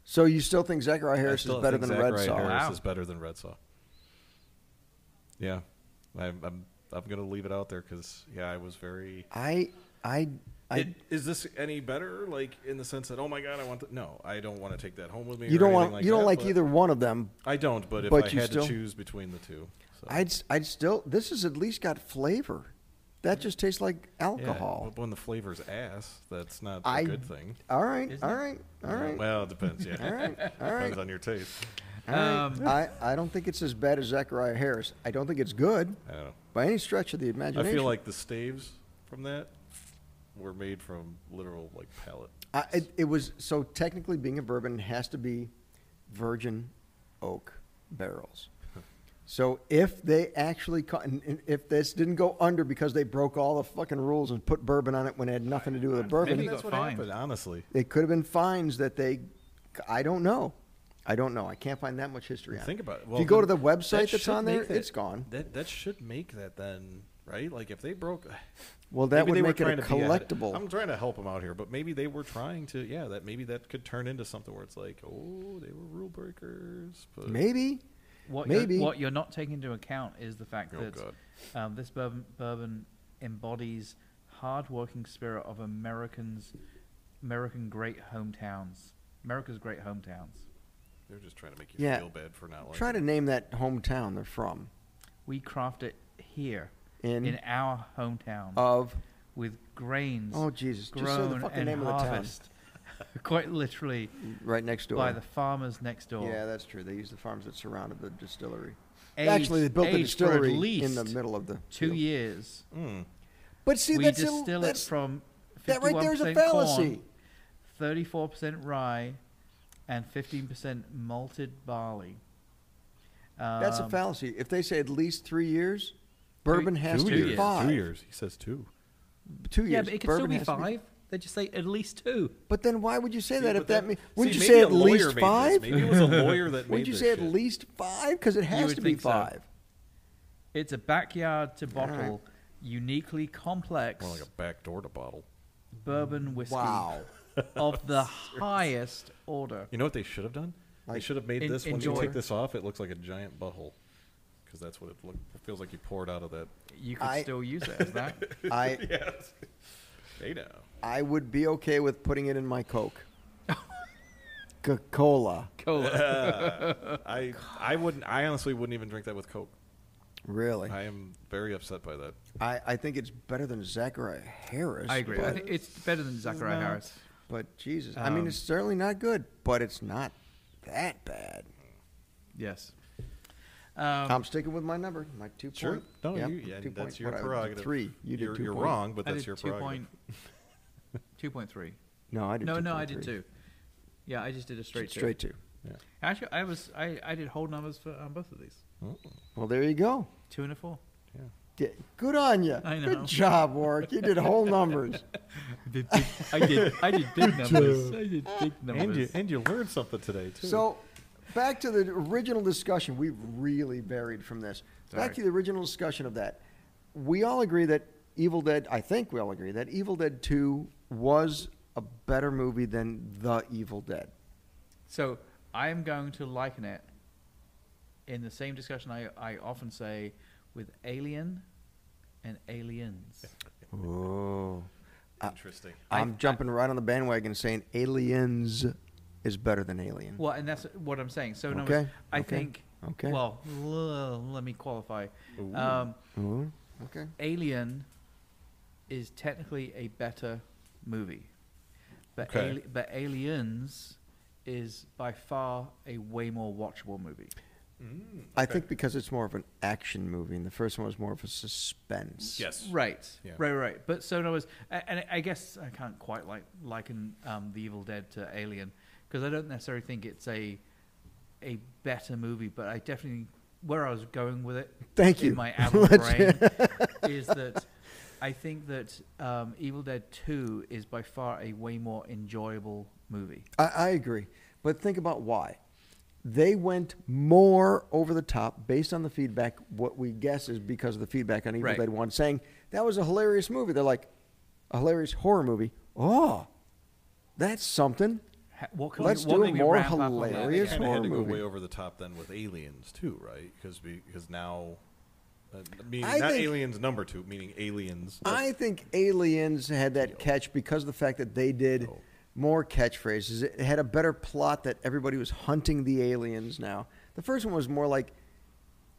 Speaker 1: so you still think Zachariah
Speaker 3: I
Speaker 1: Harris is
Speaker 3: still
Speaker 1: better
Speaker 3: think
Speaker 1: than Red
Speaker 3: Zachariah
Speaker 1: Saw?
Speaker 3: Harris
Speaker 2: Wow.
Speaker 3: is better than Red Saw. Yeah, I'm. I'm, I'm going to leave it out there because yeah, I was very.
Speaker 1: I, I, I.
Speaker 3: It- is this any better? Like in the sense that oh my god, I want to, no, I don't want to take that home with me.
Speaker 1: you
Speaker 3: or
Speaker 1: don't
Speaker 3: anything
Speaker 1: want.
Speaker 3: Like
Speaker 1: you don't
Speaker 3: that,
Speaker 1: like
Speaker 3: but-
Speaker 1: either one of them.
Speaker 3: I don't, but if
Speaker 1: But
Speaker 3: I
Speaker 1: you
Speaker 3: had
Speaker 1: still-
Speaker 3: to choose between the two, so.
Speaker 1: I'd, s- I'd still. This is at least got flavor. That just tastes like
Speaker 3: Yeah,
Speaker 1: alcohol.
Speaker 3: but when the flavor's ass, that's not a
Speaker 1: I-
Speaker 3: good thing.
Speaker 1: All right,
Speaker 2: Isn't
Speaker 1: all
Speaker 2: it?
Speaker 1: right, all right,
Speaker 3: Well, it depends. Yeah,
Speaker 1: all right, all right.
Speaker 3: depends on your taste.
Speaker 1: all right.
Speaker 2: Um,
Speaker 1: I, I don't think it's as bad as Zachariah Harris. I don't think it's good
Speaker 3: I don't know.
Speaker 1: by any stretch of the imagination.
Speaker 3: I feel like the staves from that were made from literal like palate.
Speaker 1: I, it, it was so technically being a bourbon has to be virgin oak barrels. So if they actually ca- and- and if this didn't go under because they broke all the fucking rules and put bourbon on it when it had nothing to do with the bourbon,
Speaker 2: Maybe got fined.
Speaker 3: Honestly,
Speaker 1: It could have been fines that they, I don't know. I don't know. I can't find that much history on
Speaker 3: think
Speaker 1: it.
Speaker 3: about it.
Speaker 1: if you
Speaker 3: Well,
Speaker 1: go to the
Speaker 3: then
Speaker 1: website
Speaker 3: that
Speaker 1: that's
Speaker 3: should
Speaker 1: on there,
Speaker 3: make that-
Speaker 1: it's gone.
Speaker 3: That that should make that then right. Like if they broke,
Speaker 1: Well, that
Speaker 3: Maybe they were
Speaker 1: would make
Speaker 3: trying
Speaker 1: it a
Speaker 3: to be ahead.
Speaker 1: collectible.
Speaker 3: I'm trying to help them out here, but maybe they were trying to. Yeah, that maybe that could turn into something where it's like, oh, they were rule breakers. But
Speaker 1: Maybe.
Speaker 2: what
Speaker 1: maybe.
Speaker 2: You're, what you're not taking into account is the fact
Speaker 3: Oh,
Speaker 2: that
Speaker 3: God.
Speaker 2: um, this bourbon, bourbon embodies hard-working spirit of Americans, American great hometowns, America's great hometowns.
Speaker 3: they're just trying to make you
Speaker 1: Yeah.
Speaker 3: feel bad for not.
Speaker 1: Try to
Speaker 3: liking
Speaker 1: name that hometown they're from.
Speaker 2: We craft it here
Speaker 1: In,
Speaker 2: in our hometown
Speaker 1: of
Speaker 2: with grains
Speaker 1: oh Jesus, just say the
Speaker 2: grown
Speaker 1: fucking
Speaker 2: and
Speaker 1: name
Speaker 2: harvest, quite literally
Speaker 1: of the town right next door.
Speaker 2: by the farmers next door.
Speaker 1: yeah, that's true. They use the farms that surrounded the distillery.
Speaker 2: aged,
Speaker 1: Actually, they built the
Speaker 2: aged for
Speaker 1: distillery
Speaker 2: at least
Speaker 1: in the middle of the
Speaker 2: two
Speaker 1: field.
Speaker 2: years.
Speaker 3: Hmm.
Speaker 1: But see,
Speaker 2: we
Speaker 1: that's a-
Speaker 2: distill it
Speaker 1: that's-
Speaker 2: from
Speaker 1: that right there is a
Speaker 2: 51%
Speaker 1: fallacy.
Speaker 2: corn, Thirty-four percent rye, and fifteen percent malted barley. Um,
Speaker 1: That's a fallacy. If they say at least three years, bourbon has
Speaker 3: two
Speaker 1: to
Speaker 3: years.
Speaker 1: be five.
Speaker 3: Two years. He says two.
Speaker 1: Two
Speaker 4: Yeah,
Speaker 1: years.
Speaker 4: but it could
Speaker 1: bourbon has
Speaker 4: still
Speaker 1: to
Speaker 4: be five. They just say at least two.
Speaker 1: But then why would you say that if
Speaker 3: See, but
Speaker 1: that
Speaker 3: then-
Speaker 1: means? Wouldn't
Speaker 3: see,
Speaker 1: you
Speaker 3: maybe
Speaker 1: say
Speaker 3: a
Speaker 1: at
Speaker 3: lawyer
Speaker 1: least
Speaker 3: made this.
Speaker 1: five?
Speaker 3: Maybe it was a lawyer that made
Speaker 1: Wouldn't you
Speaker 3: this
Speaker 1: say at
Speaker 3: shit.
Speaker 1: least five? Because it has
Speaker 2: would
Speaker 1: to be
Speaker 2: think so.
Speaker 1: five.
Speaker 2: It's a backyard to
Speaker 1: right.
Speaker 2: bottle, uniquely complex
Speaker 3: More like a back door to bottle.
Speaker 2: bourbon whiskey
Speaker 1: Wow.
Speaker 2: of the highest order.
Speaker 3: You know what they should have done? they
Speaker 1: Like,
Speaker 3: should have made
Speaker 2: en-
Speaker 3: this. When
Speaker 2: enjoy.
Speaker 3: you take this off, it looks like a giant butthole. Because that's what it, look, it feels like you poured out of that.
Speaker 2: You could
Speaker 1: I-
Speaker 2: still use it as that.
Speaker 1: I
Speaker 3: yes. They know.
Speaker 1: I would be okay with putting it in my Coke. Coca Cola.
Speaker 2: Cola.
Speaker 3: I I wouldn't. I honestly wouldn't even drink that with Coke.
Speaker 1: Really?
Speaker 3: I am very upset by that.
Speaker 1: I, I think it's better than Zachariah Harris.
Speaker 2: I agree. I
Speaker 1: But,
Speaker 2: think it's better than Zachariah Harris.
Speaker 1: but Jesus. I mean,
Speaker 2: Um,
Speaker 1: it's certainly not good, but it's not that bad.
Speaker 2: Yes.
Speaker 1: I'm
Speaker 2: Um,
Speaker 1: sticking with my number, my two
Speaker 3: Sure.
Speaker 1: point.
Speaker 3: No,
Speaker 1: yeah,
Speaker 3: you, yeah,
Speaker 1: two
Speaker 3: that's
Speaker 1: point-
Speaker 3: your
Speaker 1: what I-
Speaker 3: prerogative.
Speaker 1: Three. You did
Speaker 3: you're,
Speaker 1: 2
Speaker 3: you're
Speaker 1: point-
Speaker 3: wrong, but
Speaker 2: I
Speaker 3: that's
Speaker 2: did
Speaker 3: your
Speaker 2: two
Speaker 3: prerogative.
Speaker 2: point, two point three.
Speaker 1: No, I did.
Speaker 2: No, no,
Speaker 1: 2.3.
Speaker 2: I did two. Yeah, I just did a straight two.
Speaker 1: Straight two.
Speaker 2: Actually, I was I, I did whole numbers for um, both of these.
Speaker 3: Mm.
Speaker 1: Well, there you go.
Speaker 2: Two and a four.
Speaker 1: Yeah, Good on you.
Speaker 2: I know.
Speaker 1: Good job, Warwick. You did whole numbers.
Speaker 2: Did big, I did I did big numbers. I did big numbers.
Speaker 3: And you and you learned something today too.
Speaker 1: So, back to the original discussion. We've really varied from this. Back
Speaker 2: Sorry.
Speaker 1: to the original discussion of that. We all agree that Evil Dead, I think we all agree that Evil Dead 2 was a better movie than The Evil Dead.
Speaker 2: So I am going to liken it in the same discussion I, I often say with Alien and Aliens.
Speaker 1: Oh.
Speaker 3: interesting.
Speaker 1: I'm jumping right on the bandwagon and saying Aliens is better than Alien.
Speaker 2: Well, and that's what I'm saying. So in other
Speaker 1: Mm-hmm. Okay,
Speaker 2: words, I
Speaker 1: okay,
Speaker 2: think.
Speaker 1: okay.
Speaker 2: Well, l- let me qualify. Um,
Speaker 1: Ooh, okay.
Speaker 2: Alien is technically a better movie, but
Speaker 3: Okay.
Speaker 2: Ali- but Aliens is by far a way more watchable movie.
Speaker 3: Mm,
Speaker 1: I think because it's more of an action movie, and the first one was more of a suspense.
Speaker 3: yes.
Speaker 2: Right.
Speaker 3: Yeah.
Speaker 2: Right. Right. But so in other words, a- and I guess I can't quite like liken um, the Evil Dead to Alien because I don't necessarily think it's a a better movie, but I definitely where I was going with it.
Speaker 1: Thank
Speaker 2: in
Speaker 1: you.
Speaker 2: My adult
Speaker 1: Let's-
Speaker 2: brain is that I think that um, Evil Dead Two is by far a way more enjoyable movie.
Speaker 1: I, I agree. But think about why. They went more over the top based on the feedback. What we guess is because of the feedback on Evil
Speaker 2: Right.
Speaker 1: Dead 1 saying, that was a hilarious movie. They're like, a hilarious horror movie. Oh, that's something.
Speaker 2: Ha- What can
Speaker 1: Let's
Speaker 2: we, what
Speaker 1: do
Speaker 2: can
Speaker 1: it
Speaker 2: we
Speaker 1: more
Speaker 2: wrap up on that?
Speaker 3: Well,
Speaker 1: hilarious.
Speaker 3: They kinda had
Speaker 1: horror
Speaker 3: to go
Speaker 1: movie.
Speaker 3: way over the top then with Aliens too, right? Because because now, uh, meaning
Speaker 1: I
Speaker 3: not
Speaker 1: think-
Speaker 3: Aliens number two, meaning Aliens.
Speaker 1: I think Aliens had that catch because of the fact that they did
Speaker 3: Oh.
Speaker 1: more catchphrases. It had a better plot that everybody was hunting the aliens now. The first one was more like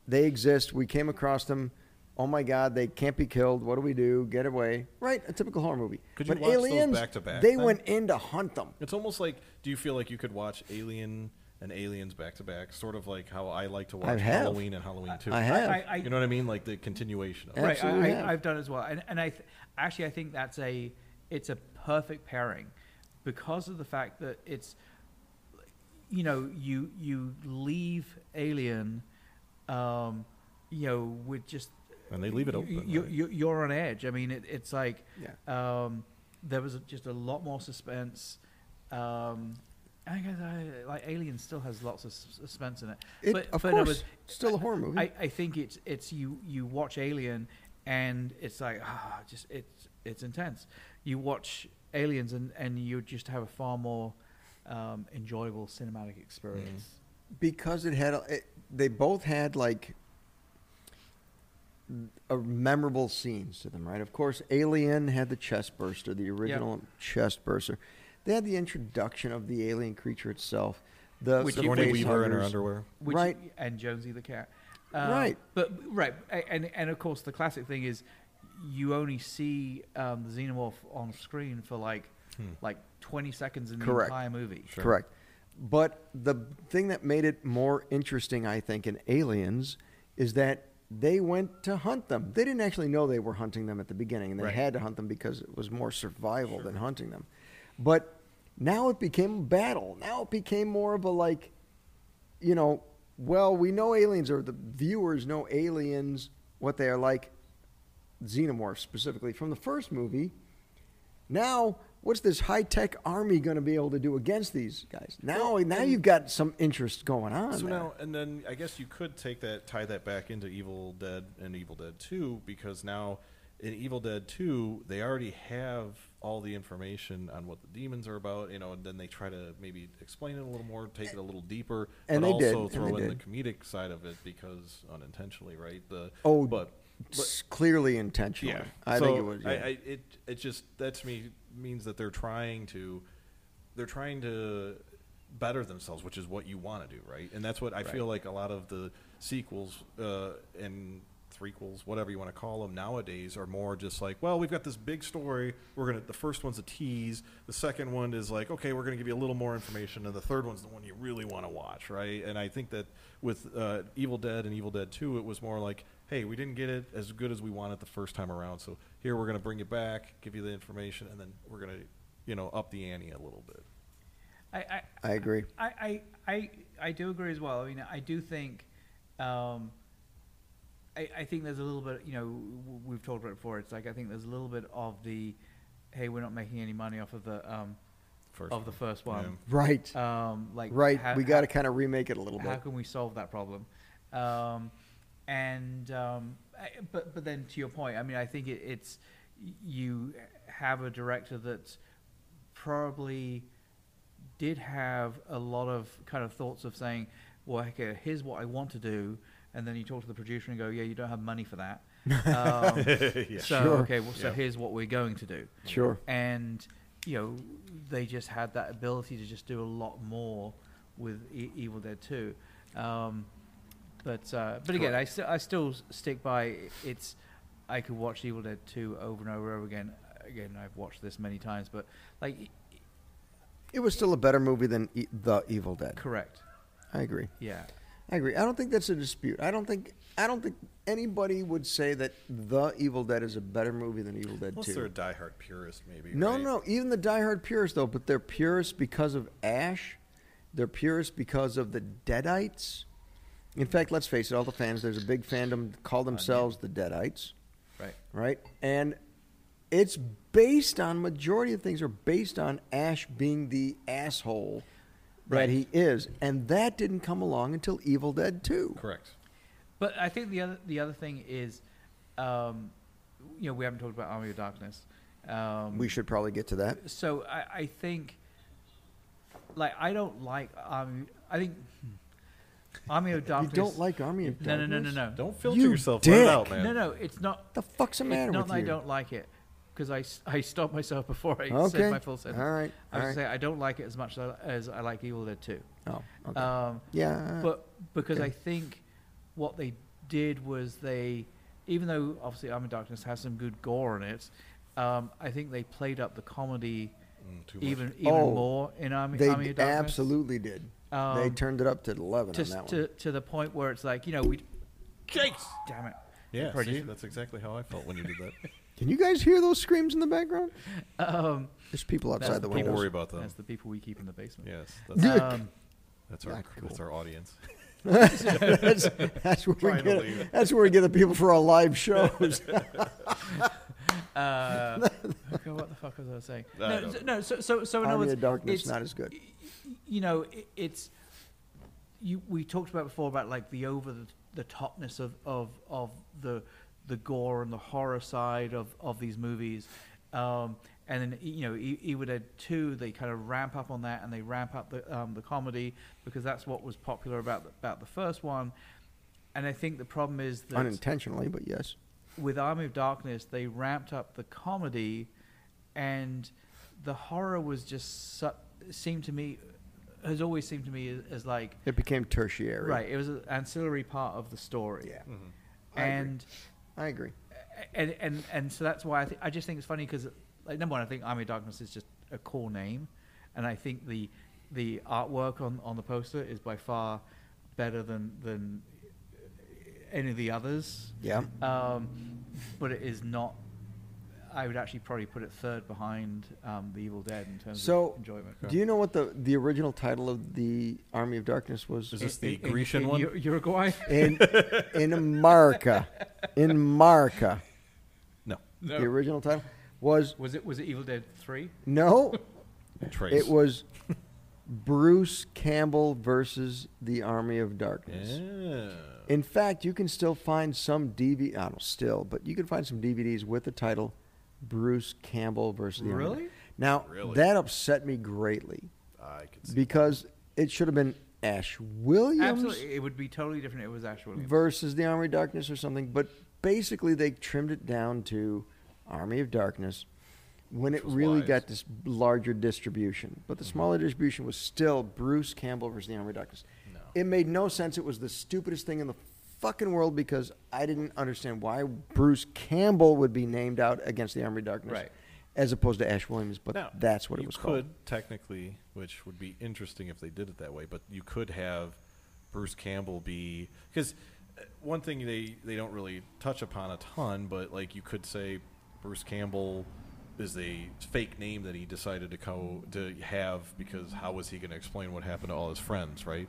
Speaker 1: they exist, we came across them. Oh my god, they can't be killed. What do we do? Get away. Right, a typical horror movie.
Speaker 3: Could you
Speaker 1: but
Speaker 3: watch those
Speaker 1: aliens
Speaker 3: back-to-back
Speaker 1: they
Speaker 3: then?
Speaker 1: went in to hunt them.
Speaker 3: It's almost like do you feel like you could watch Alien and Aliens back to back, sort of like how I like to watch
Speaker 1: have.
Speaker 3: Halloween and Halloween two.
Speaker 1: I have.
Speaker 2: I- I-
Speaker 3: you know what I mean? Like the continuation of. it.
Speaker 2: Right,
Speaker 1: Absolutely
Speaker 2: I,
Speaker 1: have.
Speaker 2: I, I've done as well, and and I th- actually I think that's a it's a perfect pairing because of the fact that it's you know you you leave Alien, um, you know with just
Speaker 3: And they leave it
Speaker 2: you-
Speaker 3: open,
Speaker 2: You,
Speaker 3: right?
Speaker 2: you, you're on edge. I mean, it, it's like um, there was just a lot more suspense. Um, I guess I, like Alien still has lots of sus- suspense in it.
Speaker 1: It,
Speaker 2: but,
Speaker 1: of
Speaker 2: but it
Speaker 1: course,
Speaker 2: was,
Speaker 1: still a horror movie.
Speaker 2: I, I think it's it's you you watch Alien and it's like ah just it's it's intense. You watch Aliens and and you just have a far more um, enjoyable cinematic experience.
Speaker 1: Mm. because it had a, it, they both had like a memorable scenes to them right of course alien had the chest burster the original chest burster they had the introduction of the alien creature itself the
Speaker 2: Which
Speaker 1: the
Speaker 2: you-
Speaker 1: face
Speaker 3: Sigourney Weaver in her
Speaker 1: huggers.
Speaker 3: underwear.
Speaker 2: Which,
Speaker 1: Right.
Speaker 2: and Jonesy the cat. Um,
Speaker 1: Right.
Speaker 2: But right a- and and of course the classic thing is you only see um, the xenomorph on screen for like like 20 seconds in the
Speaker 1: Hmm. Correct.
Speaker 2: entire movie.
Speaker 1: Correct. But the thing that made it more interesting, I think, in Aliens is that they went to hunt them. They didn't actually know they were hunting them at the beginning, and they
Speaker 3: Right.
Speaker 1: had to hunt them because it was more survival than hunting them. But now it became a battle. Now it became more of a like, you know, well, we know aliens, or the viewers know aliens, what they are like, xenomorphs specifically from the first movie. Now, what's this high tech army going to be able to do against these guys? Now, now you've got some interest going on.
Speaker 3: So
Speaker 1: there.
Speaker 3: now, and then I guess you could take that, tie that back into Evil Dead and Evil Dead 2, because now in Evil Dead 2, they already have all the information on what the demons are about, you know, and then they try to maybe explain it a little more, take it a little deeper,
Speaker 1: And
Speaker 3: but
Speaker 1: they did,
Speaker 3: also
Speaker 1: and
Speaker 3: throw
Speaker 1: they
Speaker 3: in
Speaker 1: did.
Speaker 3: the comedic side of it because unintentionally, right? The
Speaker 1: Oh,
Speaker 3: but, but
Speaker 1: it's clearly intentional. I
Speaker 3: so
Speaker 1: think it was. Yeah.
Speaker 3: I, I, it it just that to me means that they're trying to they're trying to better themselves, which is what you want to do, right? And that's what I feel like a lot of the sequels uh, and threequels, whatever you want to call them nowadays, are more just like, well, we've got this big story. We're gonna the first one's a tease. The second one is like, okay, we're gonna give you a little more information, and the third one's the one you really want to watch, right? And I think that with uh, Evil Dead and Evil Dead Two, it was more like hey, we didn't get it as good as we wanted the first time around. So here we're going to bring it back, give you the information, and then we're going to, you know, up the ante a little bit.
Speaker 2: I, I,
Speaker 1: I agree.
Speaker 2: I, I, I, I do agree as well. I mean, I do think, um, I, I think there's a little bit, you know, w- we've talked about it before. It's like, I think there's a little bit of the, hey, we're not making any money off of the, um,
Speaker 3: First
Speaker 2: of the
Speaker 3: one.
Speaker 2: first one.
Speaker 1: right.
Speaker 2: Um, like,
Speaker 1: right.
Speaker 2: how-
Speaker 1: we got to
Speaker 2: how-
Speaker 1: kind of remake it a little
Speaker 2: how
Speaker 1: bit.
Speaker 2: can we solve that problem? Um, and um, I- but but then to your point, I mean, I think it, it's you have a director that probably did have a lot of kind of thoughts of saying, well, okay, here's what I want to do, and then you talk to the producer and go, yeah, you don't have money for that. Um,
Speaker 3: Yeah.
Speaker 2: So
Speaker 1: Sure.
Speaker 2: okay, well, so
Speaker 3: Yeah.
Speaker 2: here's what we're going to do
Speaker 1: Sure.
Speaker 2: and you know they just had that ability to just do a lot more with e- Evil Dead 2. Um, but uh, but again, I, st- I still s- stick by it's. I could watch Evil Dead 2 over and over and over again. Again, I've watched this many times, but like, e-
Speaker 1: It was still a better movie than e- The Evil Dead.
Speaker 2: correct,
Speaker 1: I agree.
Speaker 2: yeah.
Speaker 1: I agree. I don't think that's a dispute. I don't think. I don't think anybody would say that The Evil Dead is a better movie than Evil Dead
Speaker 3: Unless
Speaker 1: Two.
Speaker 3: they're a diehard purist, maybe.
Speaker 1: Uh, No,
Speaker 3: right?
Speaker 1: no. Even the diehard purists, though, but they're purists because of Ash. They're purists because of the Deadites. In fact, let's face it, all the fans, there's a big fandom call themselves the Deadites,
Speaker 2: Right.
Speaker 1: right? And it's based on, majority of things are based on Ash being the asshole that
Speaker 2: Right.
Speaker 1: he is. And that didn't come along until Evil Dead 2.
Speaker 3: Correct.
Speaker 2: But I think the other the other thing is, um, you know, we haven't talked about Army of Darkness. Um,
Speaker 1: We should probably get to that.
Speaker 2: so I, I think like I don't like um I think Army of
Speaker 1: You
Speaker 2: Darkness.
Speaker 1: don't like Army of
Speaker 2: no, no,
Speaker 1: Darkness?
Speaker 2: no, no, no,
Speaker 3: Don't filter
Speaker 1: You
Speaker 3: yourself.
Speaker 1: dick.
Speaker 3: Let it out, man.
Speaker 2: no, no. It's not.
Speaker 1: The fuck's the matter
Speaker 2: it's not
Speaker 1: with
Speaker 2: that I
Speaker 1: you?
Speaker 2: don't like it because I, s- I stopped myself before I
Speaker 1: Okay.
Speaker 2: said my full sentence.
Speaker 1: All right,
Speaker 2: I was
Speaker 1: all right.
Speaker 2: saying I don't like it as much as I, as I like Evil Dead Two.
Speaker 1: Oh, okay.
Speaker 2: Um,
Speaker 1: yeah.
Speaker 2: but because
Speaker 1: Uh, okay.
Speaker 2: I think what they did was they, even though obviously Army of Darkness has some good gore in it, um, I think they played up the comedy
Speaker 3: Mm, too much.
Speaker 2: even even
Speaker 1: Oh,
Speaker 2: more in Army,
Speaker 1: They
Speaker 2: Army of Darkness.
Speaker 1: absolutely did. they
Speaker 2: Um,
Speaker 1: turned it up to 11
Speaker 2: to,
Speaker 1: on that
Speaker 2: to,
Speaker 1: one.
Speaker 2: to the point where it's like you know we
Speaker 3: Jakes.
Speaker 2: damn it
Speaker 3: Yeah,
Speaker 2: Probably
Speaker 3: see,
Speaker 2: just-
Speaker 3: that's exactly how I felt when you did that.
Speaker 1: Can you guys hear those screams in the background?
Speaker 2: um,
Speaker 1: There's people outside the
Speaker 2: the
Speaker 3: Don't
Speaker 2: people's-
Speaker 1: windows.
Speaker 3: worry about them.
Speaker 2: that's the people we keep in the basement
Speaker 3: Yes,
Speaker 1: Dick.
Speaker 3: that's,
Speaker 2: um,
Speaker 3: that's our
Speaker 1: Not
Speaker 3: that's our audience.
Speaker 1: that's, that's where we
Speaker 3: Trying to
Speaker 1: get
Speaker 3: leave.
Speaker 1: that's where we get the people for our live shows.
Speaker 2: uh, okay, what the fuck was I saying
Speaker 3: I
Speaker 2: no,
Speaker 3: don't
Speaker 2: so, no so so so in other
Speaker 1: Army
Speaker 2: words
Speaker 1: of Darkness
Speaker 2: it's-
Speaker 1: not as good.
Speaker 2: you know it, it's you we talked about before about like the over the, the topness of, of of the the gore and the horror side of of these movies um and then you know E- evil dead 2 they kind of ramp up on that and they ramp up the um the comedy because that's what was popular about the, about the first one and i think the problem is that
Speaker 1: Unintentionally, but yes.
Speaker 2: with Army of Darkness, they ramped up the comedy, and the horror was just su- seemed to me has always seemed to me as, as like
Speaker 1: It became tertiary.
Speaker 2: right. It was an ancillary part of the story.
Speaker 1: Yeah.
Speaker 3: Mm-hmm.
Speaker 1: I agree.
Speaker 2: and
Speaker 1: I agree.
Speaker 2: and and and so that's why I think I just think it's funny because like number one, I think Army of Darkness is just a cool name, and I think the the artwork on on the poster is by far better than than any of the others.
Speaker 1: Yeah.
Speaker 2: Um, but it is not. I would actually probably put it third behind um, the Evil Dead in terms
Speaker 1: So,
Speaker 2: of enjoyment.
Speaker 1: Do you know what the, the original title of the Army of Darkness was?
Speaker 3: Is this
Speaker 2: In-
Speaker 3: the
Speaker 2: in- in-
Speaker 3: Grecian
Speaker 2: in
Speaker 3: one?
Speaker 2: Ur- Uruguay.
Speaker 1: in in America, in America,
Speaker 3: no,
Speaker 2: No.
Speaker 1: the original title was
Speaker 2: was it was it Evil Dead Three?
Speaker 1: no,
Speaker 3: Trace.
Speaker 1: it was Bruce Campbell versus the Army of Darkness.
Speaker 3: Yeah.
Speaker 1: In fact, you can still find some DVD. I don't know, still, but you can find some DVDs with the title Bruce Campbell versus the Army. of
Speaker 2: Really?
Speaker 1: Darkness. Now
Speaker 3: Really?
Speaker 1: that upset me greatly
Speaker 3: I could see.
Speaker 1: because it should have been Ash Williams.
Speaker 2: Absolutely, it would be totally different. if It was Ash Williams.
Speaker 1: versus the Army of Darkness or something, but basically they trimmed it down to Army of Darkness when it
Speaker 3: Which was
Speaker 1: really
Speaker 3: wise. Mm-hmm.
Speaker 1: got this larger distribution. But the smaller distribution was still Bruce Campbell versus the Army of Darkness.
Speaker 3: No.
Speaker 1: It made no sense. It was the stupidest thing in the fucking world because I didn't understand why Bruce Campbell would be named out against the Army of Darkness.
Speaker 2: Right.
Speaker 1: As opposed to Ash Williams, but
Speaker 3: Now,
Speaker 1: that's what it
Speaker 3: you
Speaker 1: was
Speaker 3: could
Speaker 1: called.
Speaker 3: technically, which would be interesting if they did it that way, but you could have Bruce Campbell be because one thing they they don't really touch upon a ton, but like you could say Bruce Campbell is a fake name that he decided to co to have because how was he going to explain what happened to all his friends, right?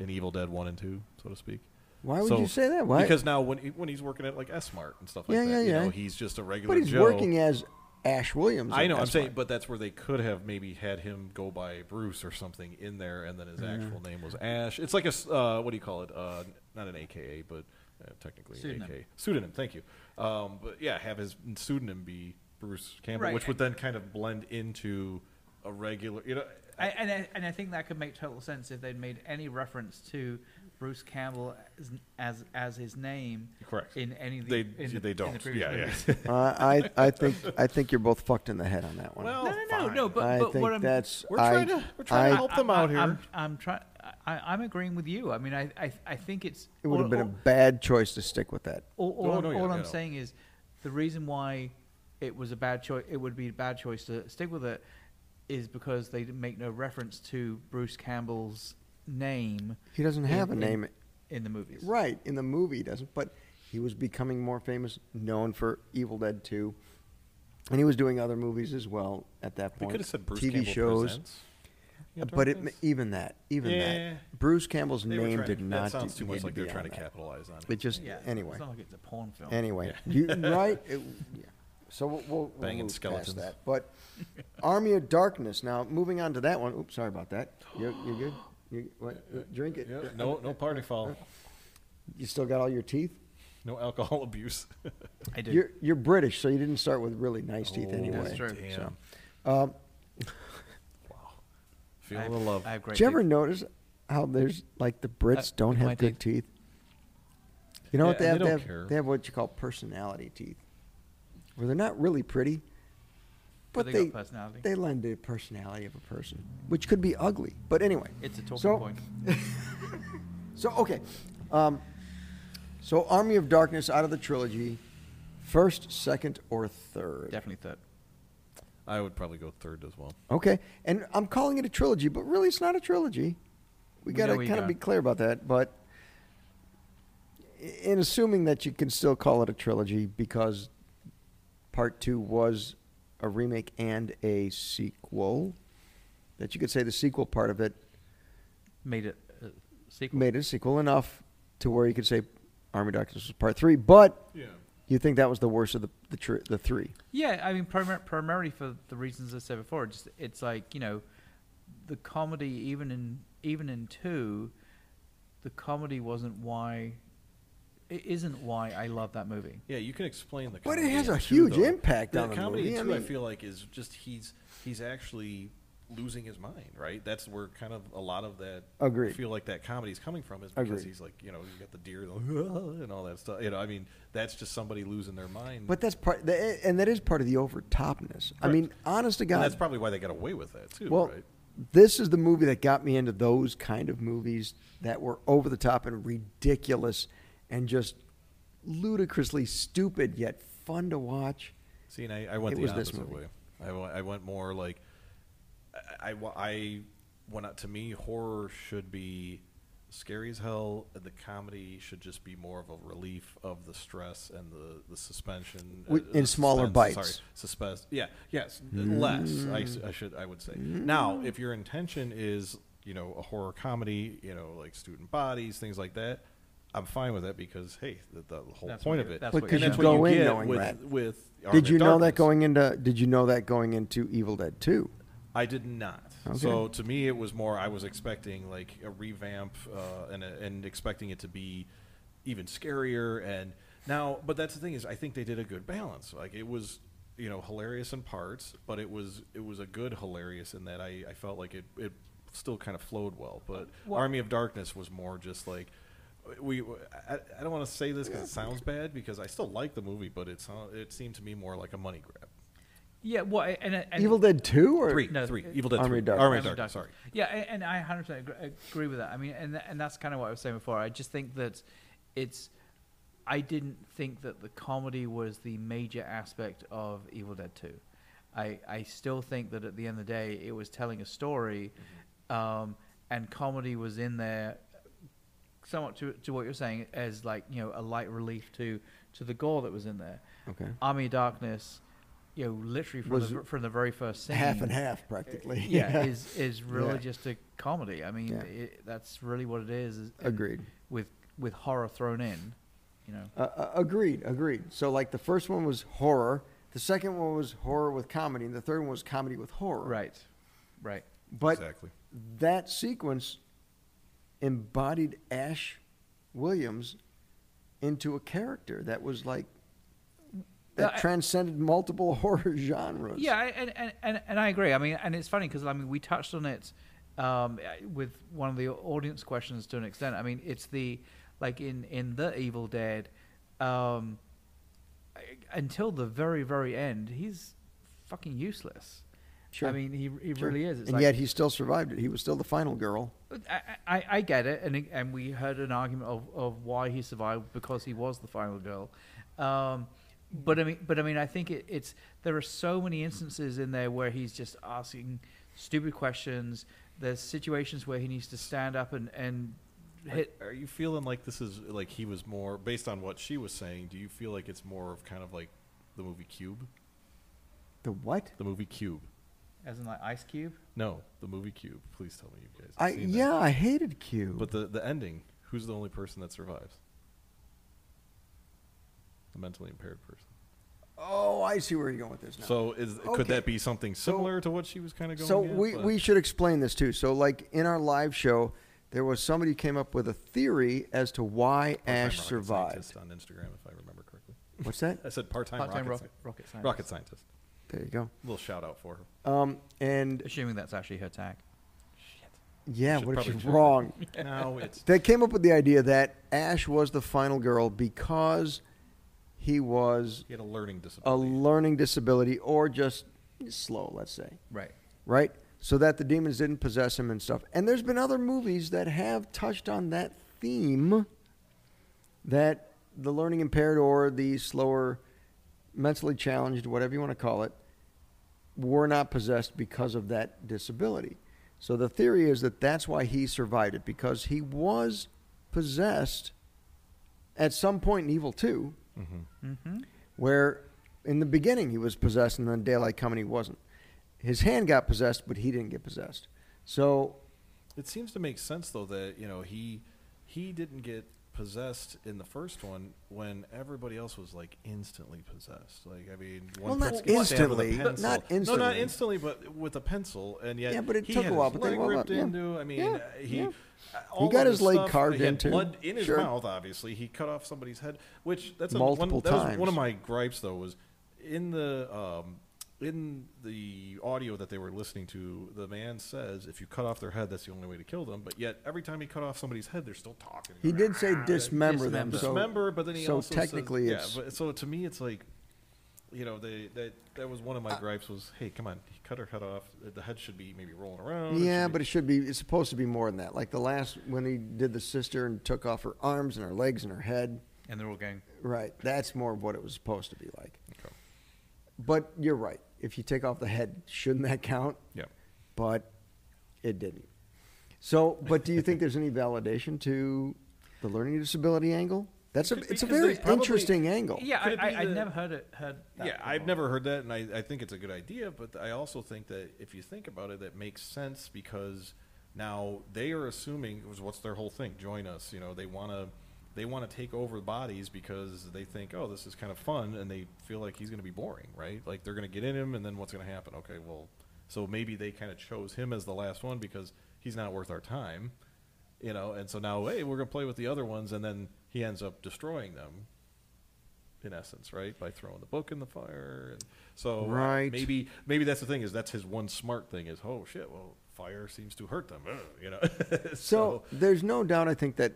Speaker 3: In Evil Dead One and Two, so to speak.
Speaker 1: Why would
Speaker 3: So-
Speaker 1: you say that? Why?
Speaker 3: Because now when he, when he's working at like S Mart and stuff like
Speaker 1: Yeah,
Speaker 3: that,
Speaker 1: yeah,
Speaker 3: you
Speaker 1: yeah.
Speaker 3: know, he's just a regular.
Speaker 1: but he's
Speaker 3: Joe.
Speaker 1: working as Ash Williams.
Speaker 3: I
Speaker 1: in
Speaker 3: know. I'm
Speaker 1: S
Speaker 3: saying,
Speaker 1: Mart.
Speaker 3: but that's where they could have maybe had him go by Bruce or something in there, and then his actual name was Ash. It's like a s- uh, what do you call it? Uh, not an AKA, but uh, technically
Speaker 2: Pseudonym.
Speaker 3: an AKA pseudonym. Thank you. Um, but yeah, have his pseudonym be Bruce Campbell,
Speaker 2: Right.
Speaker 3: which would then kind of blend into a regular. You know,
Speaker 2: I, and I, and I think that could make total sense if they'd made any reference to Bruce Campbell as as, as his name.
Speaker 3: Correct.
Speaker 2: In any of the
Speaker 3: they
Speaker 2: in the,
Speaker 3: they
Speaker 2: in the
Speaker 3: don't.
Speaker 2: previous
Speaker 3: yeah,
Speaker 2: movies.
Speaker 3: yeah.
Speaker 1: Uh, I I think I think you're both fucked in the head on that one.
Speaker 3: well,
Speaker 2: No, no, no,
Speaker 3: fine.
Speaker 2: no. But,
Speaker 1: I
Speaker 2: but
Speaker 1: think
Speaker 2: what I'm
Speaker 1: that's
Speaker 3: We're
Speaker 1: I-
Speaker 3: trying to- we're trying
Speaker 1: I-
Speaker 3: to help them out
Speaker 2: I- I'm,
Speaker 3: here.
Speaker 2: I'm trying. I'm agreeing with you. I mean, I I, I think it's.
Speaker 1: It would have
Speaker 2: all-
Speaker 1: been a bad choice to stick with that.
Speaker 2: All, all,
Speaker 3: No,
Speaker 2: I'm-
Speaker 3: Oh, no, yeah,
Speaker 2: all
Speaker 3: yeah,
Speaker 2: I'm
Speaker 3: no.
Speaker 2: saying is, the reason why it was a bad choice, it would be a bad choice to stick with it, is because they didn't make no reference to Bruce Campbell's name.
Speaker 1: He doesn't have a
Speaker 2: in-
Speaker 1: name,
Speaker 2: in, in the movies.
Speaker 1: right? In the movie, he doesn't. But he was becoming more famous, known for Evil Dead Two, and he was doing other movies as well at that
Speaker 3: we
Speaker 1: point.
Speaker 3: could have said Bruce
Speaker 1: TV
Speaker 3: Campbell
Speaker 1: shows,
Speaker 3: Presents. You know,
Speaker 1: but it,
Speaker 3: Darkness?
Speaker 1: even that, even
Speaker 3: Yeah.
Speaker 1: that, Bruce Campbell's
Speaker 3: They were
Speaker 1: name
Speaker 3: trying-
Speaker 1: did not.
Speaker 3: That sounds too
Speaker 1: need
Speaker 3: much like they're
Speaker 1: be
Speaker 3: trying
Speaker 1: on
Speaker 3: to
Speaker 1: that.
Speaker 3: capitalize on.
Speaker 1: It just
Speaker 2: Yeah.
Speaker 1: anyway.
Speaker 2: It's not like it's a porn film.
Speaker 1: Anyway,
Speaker 3: Oh, Yeah.
Speaker 1: you right. It, yeah. So we'll, we'll, we'll
Speaker 3: Banging
Speaker 1: move
Speaker 3: skeletons.
Speaker 1: past that. But Army of Darkness. Now moving on to that one. Oops, sorry about that. You you good? You what? Drink it.
Speaker 3: Yeah, no, no party foul.
Speaker 1: You still got all your teeth?
Speaker 3: No alcohol abuse.
Speaker 2: I do.
Speaker 1: You're you're British, so you didn't start with really nice teeth
Speaker 3: Oh,
Speaker 1: anyway.
Speaker 2: That's true.
Speaker 1: So,
Speaker 3: damn.
Speaker 1: um,
Speaker 3: Feel
Speaker 2: I have-
Speaker 3: the love.
Speaker 2: I have great
Speaker 1: did you ever
Speaker 2: teeth.
Speaker 1: notice how there's like the Brits
Speaker 2: Uh,
Speaker 1: don't
Speaker 2: look at my
Speaker 1: have good teeth? You know what
Speaker 3: Yeah,
Speaker 1: they
Speaker 3: they
Speaker 1: have? They
Speaker 3: don't
Speaker 1: have,
Speaker 3: care.
Speaker 1: they have what you call personality teeth, where they're not really pretty, but
Speaker 2: But they
Speaker 1: they
Speaker 2: got personality.
Speaker 1: they lend the personality of a person, which could be ugly. But anyway,
Speaker 2: It's a talking
Speaker 1: so-
Speaker 2: point.
Speaker 1: So okay, um, so Army of Darkness out of the trilogy, first, second, or third?
Speaker 2: Definitely third.
Speaker 3: I would probably go third as well.
Speaker 1: Okay, and I'm calling it a trilogy, but really it's not a trilogy. We
Speaker 2: We
Speaker 1: got to
Speaker 2: know where you're
Speaker 1: kind of be
Speaker 2: going.
Speaker 1: clear about that, but in assuming that you can still call it a trilogy because part 2 was a remake and a sequel, that you could say the sequel part of it
Speaker 2: Made it a sequel.
Speaker 1: made it a sequel enough to where you could say Army of Darkness was part 3, but
Speaker 3: Yeah.
Speaker 1: you think that was the worst of the the, tr- the 3.
Speaker 2: Yeah, I mean, primar- primarily for the reasons I said before. Just it's like you know, the comedy even in even in two, the comedy wasn't why. It isn't why I love that movie.
Speaker 3: Yeah, you can explain the.
Speaker 1: But it
Speaker 3: comedy
Speaker 1: has
Speaker 3: in
Speaker 1: a
Speaker 3: two,
Speaker 1: huge
Speaker 3: though.
Speaker 1: impact
Speaker 3: the
Speaker 1: on the
Speaker 3: comedy.
Speaker 1: movie,
Speaker 3: in
Speaker 1: I
Speaker 3: two, I
Speaker 1: mean-
Speaker 3: feel like is just he's he's actually losing his mind. Right. That's where kind of a lot of that. I
Speaker 1: Agreed.
Speaker 3: feel like that comedy is coming from is because
Speaker 1: Agreed.
Speaker 3: he's like you know you got the deer and all that stuff. You know, I mean that's just somebody losing their mind.
Speaker 1: But that's part, tha- and that is part of the overtopness. I mean, honest to
Speaker 3: and
Speaker 1: God,
Speaker 3: that's probably why they got away with that too.
Speaker 1: Well,
Speaker 3: right?
Speaker 1: this is the movie that got me into those kind of movies that were over the top and ridiculous and just ludicrously stupid yet fun to watch.
Speaker 3: See, and I, I went
Speaker 1: It
Speaker 3: the
Speaker 1: was this
Speaker 3: opposite
Speaker 1: movie.
Speaker 3: way. I, wa- I went more like I, I, wa- I went out to me horror should be scary as hell, and the comedy should just be more of a relief of the stress and the the suspension Uh,
Speaker 1: Wi- in smaller
Speaker 3: suspense,
Speaker 1: bites. Mm.
Speaker 3: Sorry, suspense. Yeah, yes, less. I, s- I should I would say. Now, if your intention is you know a horror comedy, you know like student bodies, things like that. I'm fine with that because hey, the, the whole
Speaker 2: That's what
Speaker 3: point of
Speaker 2: you're-
Speaker 3: it.
Speaker 2: that's
Speaker 1: But
Speaker 2: what
Speaker 1: could
Speaker 2: you're
Speaker 1: you
Speaker 2: doing.
Speaker 1: go in
Speaker 3: get
Speaker 1: knowing
Speaker 3: with,
Speaker 1: that?
Speaker 3: with Army
Speaker 1: Did
Speaker 3: of
Speaker 1: you know that
Speaker 3: Darkness.
Speaker 1: going into? Did you know that going into Evil Dead Two?
Speaker 3: I did not.
Speaker 1: Okay.
Speaker 3: So to me, it was more I was expecting like a revamp uh, and a, and expecting it to be even scarier. And now, but that's the thing is, I think they did a good balance. Like it was, you know, hilarious in parts, but it was it was a good hilarious in that I, I felt like it it still kind of flowed well. But
Speaker 2: Well-
Speaker 3: Army of Darkness was more just like. We, I, I don't want to say this because it sounds bad because I still like the movie, but it's uh, it seemed to me more like a money grab.
Speaker 2: Yeah, well, a- and, and
Speaker 1: Evil Dead Two or
Speaker 3: Three,
Speaker 2: No,
Speaker 3: three,
Speaker 2: it-
Speaker 3: Evil Dead,
Speaker 1: Army
Speaker 3: three.
Speaker 1: of Darkness.
Speaker 3: Army of
Speaker 2: Army of
Speaker 3: Darkness, sorry.
Speaker 2: Darkness. Yeah, a- and I 100% agr- agree with that. I mean, and tha- and that's kind of what I was saying before. I just think that it's I didn't think that the comedy was the major aspect of Evil Dead 2. I I still think that at the end of the day it was telling a story
Speaker 1: Mm-hmm.
Speaker 2: um, and comedy was in there somewhat to to what you're saying as like, you know, a light relief to to the gore that was in there.
Speaker 1: Okay.
Speaker 2: Army of Darkness you know, literally from
Speaker 1: Was
Speaker 2: the, from the very first scene,
Speaker 1: half and half practically.
Speaker 2: Uh, yeah, is is really
Speaker 1: Yeah.
Speaker 2: just a comedy. I mean,
Speaker 1: Yeah.
Speaker 2: it, that's really what it is. is and
Speaker 1: Agreed.
Speaker 2: With with horror thrown in, you know.
Speaker 1: Uh, uh, agreed. Agreed. So like the first one was horror. The second one was horror with comedy, and the third one was comedy with horror.
Speaker 2: Right, right.
Speaker 1: But
Speaker 3: Exactly.
Speaker 1: that sequence embodied Ash Williams into a character that was like that
Speaker 2: Uh, I-
Speaker 1: transcended multiple horror genres.
Speaker 2: Yeah, I- and and, and and I agree. I mean, and it's funny because I mean we touched on it um, uh, with one of the audience questions to an extent. I mean, it's the like in in the Evil Dead um, I- until the very very end, he's fucking useless.
Speaker 1: Sure.
Speaker 2: I mean, he he
Speaker 1: Sure.
Speaker 2: really is. It's
Speaker 1: and
Speaker 2: like,
Speaker 1: yet he still survived it. He was still the final girl.
Speaker 2: I, I, I get it, and it- and we heard an argument of, of why he survived because he was the final girl, um, but I mean, but I mean, I think it, it's there are so many instances in there where he's just asking stupid questions. There's situations where he needs to stand up and and
Speaker 3: Are,
Speaker 2: hit.
Speaker 3: are you feeling like this is like he was more based on what she was saying? Do you feel like it's more of kind of like the movie Cube?
Speaker 1: The what?
Speaker 3: The movie Cube.
Speaker 2: As in like Ice Cube.
Speaker 3: No, the movie Cube. Please tell me you guys. have
Speaker 1: I
Speaker 3: seen that.
Speaker 1: yeah, I hated Q.
Speaker 3: But the the ending. Who's the only person that survives? The mentally impaired person.
Speaker 1: oh, I see where you're going with this now.
Speaker 3: So is
Speaker 1: Okay.
Speaker 3: could that be something similar to what she was kind of going?
Speaker 1: so
Speaker 3: at?
Speaker 1: we,
Speaker 3: But-
Speaker 1: we should explain this too. So like in our live show, there was somebody who came up with a theory as to why
Speaker 3: part-time
Speaker 1: Ash
Speaker 3: rocket
Speaker 1: survived.
Speaker 3: scientist on Instagram, if I remember correctly.
Speaker 1: What's that?
Speaker 3: I said part-time,
Speaker 2: Part-time
Speaker 3: rocket,
Speaker 2: rocket, rocket
Speaker 3: sci-
Speaker 2: scientist.
Speaker 3: rocket scientist.
Speaker 1: There you go.
Speaker 3: Little shout out for her.
Speaker 1: Um, and
Speaker 2: Assuming that's actually her tag.
Speaker 1: yeah,
Speaker 3: Should
Speaker 1: what if
Speaker 3: probably
Speaker 1: she's
Speaker 3: check.
Speaker 1: wrong?
Speaker 3: No, it's
Speaker 1: They came up with the idea that Ash was the final girl because he was
Speaker 3: he had a learning
Speaker 1: a
Speaker 3: disability.
Speaker 1: learning disability or just slow, let's say,
Speaker 2: Right.
Speaker 1: right? So that the demons didn't possess him and stuff. And there's been other movies that have touched on that theme that the learning impaired or the slower, mentally challenged, whatever you want to call it, were not possessed because of that disability. So the theory is that that's why he survived it because he was possessed at some point in Evil 2
Speaker 2: Mm-hmm.
Speaker 1: where in the beginning he was possessed and then daylight coming he wasn't his hand got possessed but he didn't get possessed so
Speaker 3: It seems to make sense though that you know he he didn't get possessed in the first one when everybody else was like instantly possessed. Like I mean,
Speaker 1: Well,
Speaker 3: one
Speaker 1: not
Speaker 3: person gets stabbed with a
Speaker 1: instantly, but
Speaker 3: pencil.
Speaker 1: not
Speaker 3: No, not
Speaker 1: instantly.
Speaker 3: instantly, but with a pencil, and yet
Speaker 1: Yeah, but it
Speaker 3: he
Speaker 1: took
Speaker 3: had
Speaker 1: a while,
Speaker 3: His
Speaker 1: but they
Speaker 3: leg
Speaker 1: wound
Speaker 3: ripped
Speaker 1: up, yeah.
Speaker 3: into. I mean,
Speaker 1: Yeah,
Speaker 3: uh, he.
Speaker 1: yeah.
Speaker 3: all
Speaker 1: He got
Speaker 3: of
Speaker 1: his leg
Speaker 3: stuff,
Speaker 1: carved
Speaker 3: he had
Speaker 1: into.
Speaker 3: Blood in his
Speaker 1: Sure.
Speaker 3: mouth, obviously. He cut off somebody's head, which that's a,
Speaker 1: Multiple
Speaker 3: one, that was
Speaker 1: times.
Speaker 3: one of my gripes though was in the um, in the audio that they were listening to, the man says if you cut off their head, that's the only way to kill them. But yet every time he cut off somebody's head, they're still talking.
Speaker 1: he did say dismember them so
Speaker 2: Dismember.
Speaker 3: Ah, dismember, but then he
Speaker 1: so
Speaker 3: also says-
Speaker 1: technically it's
Speaker 3: yeah. But, so to me, it's like. You know, they, that that was one of
Speaker 1: Uh,
Speaker 3: my gripes was, hey, come on, he cut her head off. The head should be maybe rolling around.
Speaker 1: yeah
Speaker 3: should be-
Speaker 1: but it should be it's supposed to be more than that like the last when he did the sister and took off her arms and her legs and her head
Speaker 2: And they're all going.
Speaker 1: right that's more of what it was supposed to be like
Speaker 3: Okay.
Speaker 1: but you're right if you take off the head shouldn't that count
Speaker 3: yeah.
Speaker 1: but it didn't So, but do you think there's any validation to the learning disability angle? That's a
Speaker 3: Could be,
Speaker 1: it's a
Speaker 3: 'cause
Speaker 1: very
Speaker 3: they probably-
Speaker 1: interesting angle.
Speaker 2: Yeah,
Speaker 3: Could
Speaker 2: I,
Speaker 3: it
Speaker 2: I,
Speaker 3: be
Speaker 2: I'd
Speaker 3: the-
Speaker 2: never heard it. Heard that
Speaker 3: yeah,
Speaker 2: before.
Speaker 3: I've never heard that, and I, I think it's a good idea. But I also think that if you think about it, that makes sense because now they are assuming it was what's their whole thing. Join us, you know. They want to they want to take over bodies because they think, oh, this is kind of fun, and they feel like he's going to be boring, right? Like they're going to get in him, and then what's going to happen? Okay, well, so maybe they kind of chose him as the last one because he's not worth our time, you know. And so now, hey, we're going to play with the other ones, and then he ends up destroying them in essence, right? By throwing the book in the fire. And so uh,
Speaker 1: Right.
Speaker 3: maybe maybe that's the thing is that's his one smart thing is oh shit, well fire seems to hurt them, uh, you know.
Speaker 1: So there's no doubt. I think that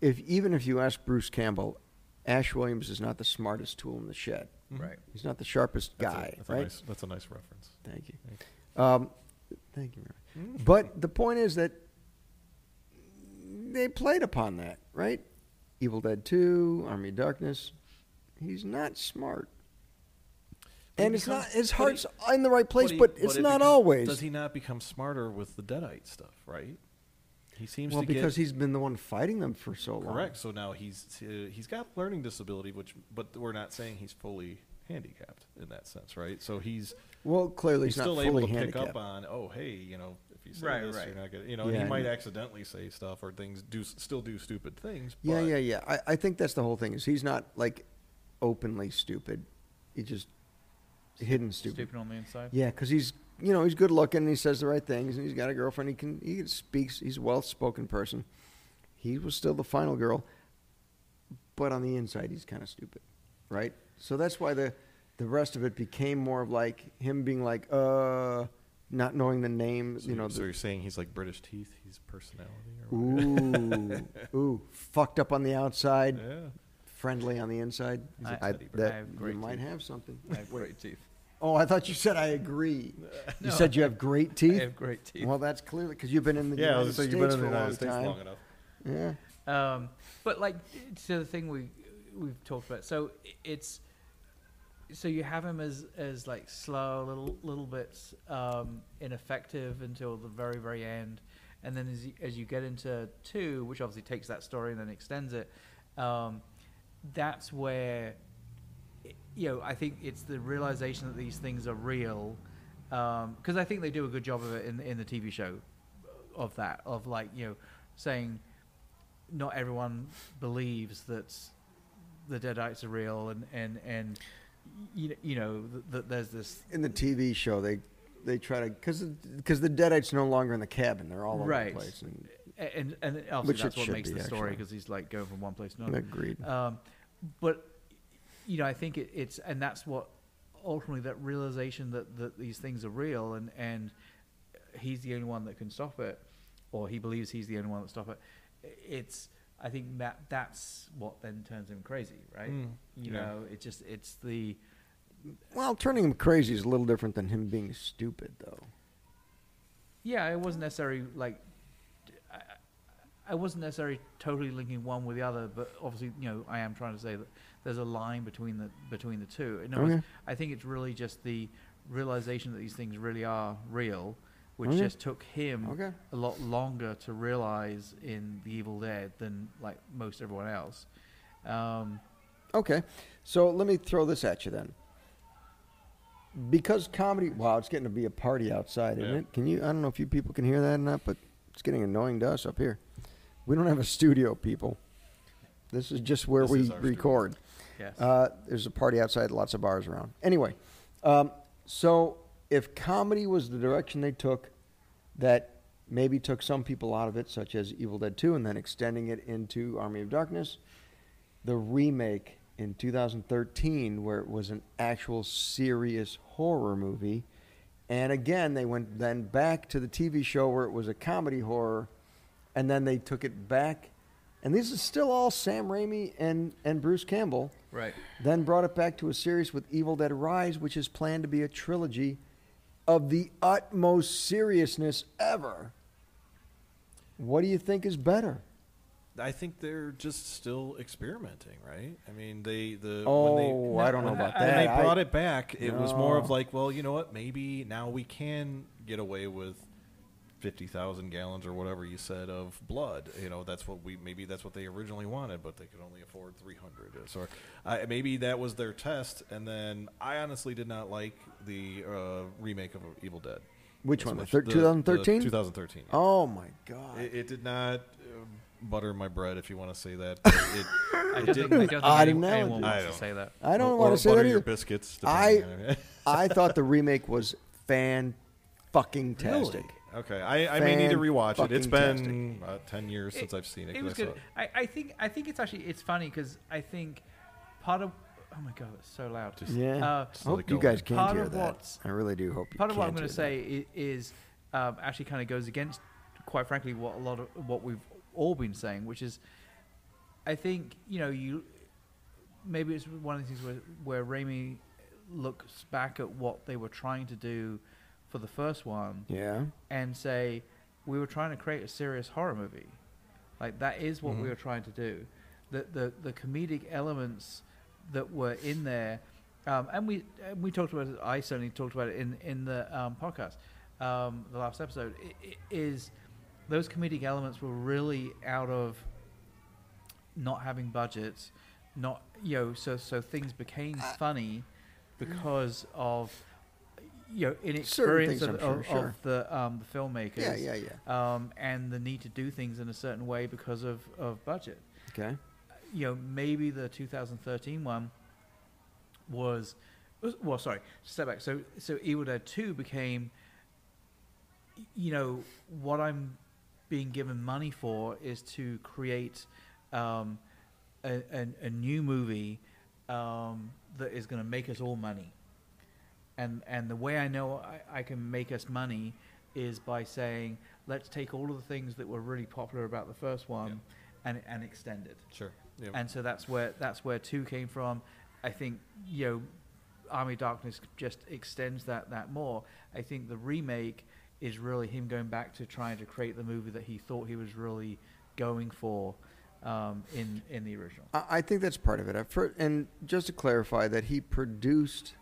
Speaker 1: if even if you ask Bruce Campbell, Ash Williams is not the smartest tool in the shed.
Speaker 3: Mm-hmm.
Speaker 2: Right.
Speaker 1: He's not the sharpest
Speaker 3: that's a-
Speaker 1: guy.
Speaker 3: that's
Speaker 1: right.
Speaker 3: a nice that's a nice reference.
Speaker 1: Thank you.
Speaker 3: Thank Mm-hmm.
Speaker 1: Um, thank you. Mary. But the point is that they played upon that, right? Evil Dead 2, Army of Darkness. He's not smart.
Speaker 3: But he
Speaker 1: and it's
Speaker 3: becomes-
Speaker 1: not his
Speaker 3: but he-
Speaker 1: heart's in the right place,
Speaker 3: he-
Speaker 1: but, it's
Speaker 3: it
Speaker 1: not
Speaker 3: become-
Speaker 1: always.
Speaker 3: Does he not become smarter with the deadite stuff, right? He seems
Speaker 1: well,
Speaker 3: to
Speaker 1: because
Speaker 3: get
Speaker 1: he's been the one fighting them for so long.
Speaker 3: correct. So now he's uh, he's got learning disability, which but we're not saying he's fully handicapped in that sense, right? So he's
Speaker 1: Well, clearly he's,
Speaker 3: he's
Speaker 1: not
Speaker 3: still
Speaker 1: fully
Speaker 3: able to pick
Speaker 1: handicapped.
Speaker 3: up on oh hey you know if you say
Speaker 2: Right,
Speaker 3: this
Speaker 2: right.
Speaker 3: you're not gonna you know and
Speaker 1: Yeah,
Speaker 3: he
Speaker 1: I
Speaker 3: might
Speaker 1: know.
Speaker 3: accidentally say stuff or things do still do stupid things
Speaker 1: yeah,
Speaker 3: but
Speaker 1: yeah, yeah. I, I think that's the whole thing is he's not like openly stupid. He just hidden
Speaker 2: Stupid on the inside.
Speaker 1: Yeah, because he's you know he's good looking and he says the right things and he's got a girlfriend. He can he speaks. He's a well spoken person. He was still the final girl, but on the inside he's kind of stupid, right? So that's why the the rest of it became more of like him being like uh not knowing the name,
Speaker 3: so,
Speaker 1: you know.
Speaker 3: so
Speaker 1: The,
Speaker 3: you're saying he's like british teeth he's personality or what?
Speaker 1: ooh, ooh, fucked up on the outside,
Speaker 3: yeah
Speaker 1: friendly on the inside.
Speaker 2: He's a
Speaker 1: I-
Speaker 2: teddy bear. I
Speaker 1: that
Speaker 2: have
Speaker 1: you
Speaker 2: great
Speaker 1: might
Speaker 2: teeth.
Speaker 1: have something.
Speaker 2: I have great teeth.
Speaker 1: Oh, I thought you said I agree. You
Speaker 2: No,
Speaker 1: said you have great
Speaker 2: I
Speaker 1: teeth.
Speaker 2: have great teeth.
Speaker 1: Well, that's clearly because you've been in the
Speaker 3: yeah I
Speaker 1: United
Speaker 3: was gonna
Speaker 1: States
Speaker 3: say you've been
Speaker 1: for
Speaker 3: in the
Speaker 1: a long
Speaker 3: united states
Speaker 1: time.
Speaker 3: long enough
Speaker 1: Yeah,
Speaker 2: Um, but like to the thing we we've talked about, so i- it's so you have him as as like slow, little little bits um, ineffective until the very very end, and then as you, as you get into two, which obviously takes that story and then extends it, um, that's where i- you know I think it's the realization that these things are real, because I think they do a good job of it in in the TV show of that of like you know saying not everyone believes that the deadites are real and and and you, you know that- that there's this
Speaker 1: in the TV show they they try to because because the Deadites no longer in the cabin; they're all over
Speaker 2: Right.
Speaker 1: the place. And
Speaker 2: and and obviously
Speaker 1: Which it
Speaker 2: that's what
Speaker 1: should
Speaker 2: makes
Speaker 1: be,
Speaker 2: the story
Speaker 1: actually.
Speaker 2: because he's like going from one place to another
Speaker 1: Agreed.
Speaker 2: um, but you know i think it, it's and that's what ultimately that realization that, that these things are real and and he's the only one that can stop it or he believes he's the only one that stop it it's i think that that's what then turns him crazy right
Speaker 3: Mm,
Speaker 2: you
Speaker 3: yeah.
Speaker 2: know it just it's the
Speaker 1: well, turning him crazy is a little different than him being stupid, though.
Speaker 2: Yeah, it wasn't necessarily like I- I, I wasn't necessarily totally linking one with the other, but obviously, you know, I am trying to say that there's a line between the between the two. In other words,
Speaker 1: Okay.
Speaker 2: I think it's really just the realization that these things really are real, which
Speaker 1: Okay.
Speaker 2: just took him
Speaker 1: Okay.
Speaker 2: a lot longer to realize in The Evil Dead than like most everyone else. Um,
Speaker 1: Okay, so let me throw this at you then. Because comedy, wow, it's getting to be a party outside, isn't
Speaker 3: Yeah.
Speaker 1: it? Can you? I don't know if you people can hear that or not, but it's getting annoying to us up here. We don't have a studio, people. This is just where
Speaker 3: This
Speaker 1: we
Speaker 3: is our studio.
Speaker 1: record.
Speaker 2: yes.
Speaker 1: Uh, there's a party outside, lots of bars around. Anyway, um, so if comedy was the direction they took, that maybe took some people out of it, such as Evil Dead 2, and then extending it into Army of Darkness, the remake in 2013, where it was an actual serious horror movie. And again, they went then back to the TV show where it was a comedy horror, and then they took it back. And this is still all Sam Raimi and, and Bruce Campbell
Speaker 2: right.
Speaker 1: then brought it back to a series with Evil Dead Rise, which is planned to be a trilogy of the utmost seriousness ever. What do you think is better?
Speaker 3: i think they're just still experimenting right i mean they the
Speaker 1: oh,
Speaker 3: when they
Speaker 1: I don't know
Speaker 3: When-
Speaker 1: about
Speaker 3: when
Speaker 1: that.
Speaker 3: they
Speaker 1: I-
Speaker 3: brought it back, it was more of
Speaker 1: No.
Speaker 3: like, well, you know what? Maybe now we can get away with fifty thousand gallons or whatever you said of blood. You know, that's what we maybe that's what they originally wanted, but they could only afford three hundred. So I maybe that was their test. And then I honestly did not like the uh, remake of Evil Dead.
Speaker 1: Which
Speaker 3: as
Speaker 1: one? The
Speaker 3: much.
Speaker 1: thir- 2013?
Speaker 3: Two thousand thirteen.
Speaker 1: Oh my god!
Speaker 3: It, it did not uh, butter my bread, if you want to say that. but It,
Speaker 2: I don't think, I
Speaker 3: it didn't.
Speaker 2: don't think
Speaker 1: I
Speaker 2: any-
Speaker 1: didn't know.
Speaker 2: anyone
Speaker 3: I
Speaker 2: wants to
Speaker 3: don't-
Speaker 2: say that.
Speaker 1: I don't
Speaker 3: or-
Speaker 1: want
Speaker 3: or
Speaker 1: to say
Speaker 3: butter
Speaker 1: that
Speaker 3: your
Speaker 1: either.
Speaker 3: biscuits.
Speaker 1: I-
Speaker 3: depending on-
Speaker 1: I thought the remake was fan fucking tastic.
Speaker 3: Okay, I, I may need to rewatch it. It's been
Speaker 1: Fan-fucking-tastic.
Speaker 3: uh, ten years since I've seen it. 'cause
Speaker 2: was
Speaker 3: I saw
Speaker 2: good. I, I think I think it's actually it's funny because I think part of oh my god, it's so loud.
Speaker 3: Just-
Speaker 1: Yeah,
Speaker 2: Uh,
Speaker 1: I hope
Speaker 3: it
Speaker 1: you
Speaker 3: go
Speaker 1: guys
Speaker 3: in.
Speaker 1: can
Speaker 2: Part
Speaker 1: hear
Speaker 2: of
Speaker 1: that.
Speaker 2: what's-
Speaker 1: I really do hope you.
Speaker 2: part of what I'm
Speaker 1: can
Speaker 2: going to
Speaker 1: hear that.
Speaker 2: say i- is um, actually kind of goes against, quite frankly, what a lot of what we've all been saying, which is, I think you know you, maybe it's one of the things where where Raimi looks back at what they were trying to do for the first one
Speaker 1: Yeah,
Speaker 2: and say we were trying to create a serious horror movie like that is what
Speaker 1: Mm-hmm.
Speaker 2: we were trying to do the the, the comedic elements that were in there um, and we and we talked about it i certainly talked about it in in the um, podcast um, the last episode i- i- is those comedic elements were really out of not having budgets not you know so so things became
Speaker 1: Uh,
Speaker 2: funny because of you know inexperience
Speaker 1: things,
Speaker 2: of,
Speaker 1: I'm
Speaker 2: of,
Speaker 1: sure, sure.
Speaker 2: of the um, the filmmakers
Speaker 1: yeah, yeah, yeah.
Speaker 2: um, and the need to do things in a certain way because of, of budget.
Speaker 1: Okay.
Speaker 2: You know, maybe the 2013 one was, was well, sorry, step back. So, so Evil Dead 2 became, you know, what I'm being given money for is to create um, a, a, a new movie um, that is going to make us all money. And, and the way I know I, I can make us money is by saying, let's take all of the things that were really popular about the first one and, and extend it.
Speaker 3: Sure. Yep.
Speaker 2: And so that's where that's where two came from. I think you know, Army of Darkness just extends that that more. I think the remake is really him going back to trying to create the movie that he thought he was really going for um, in in the original.
Speaker 1: I, I think that's part of it. I've heard, and just to clarify that he produced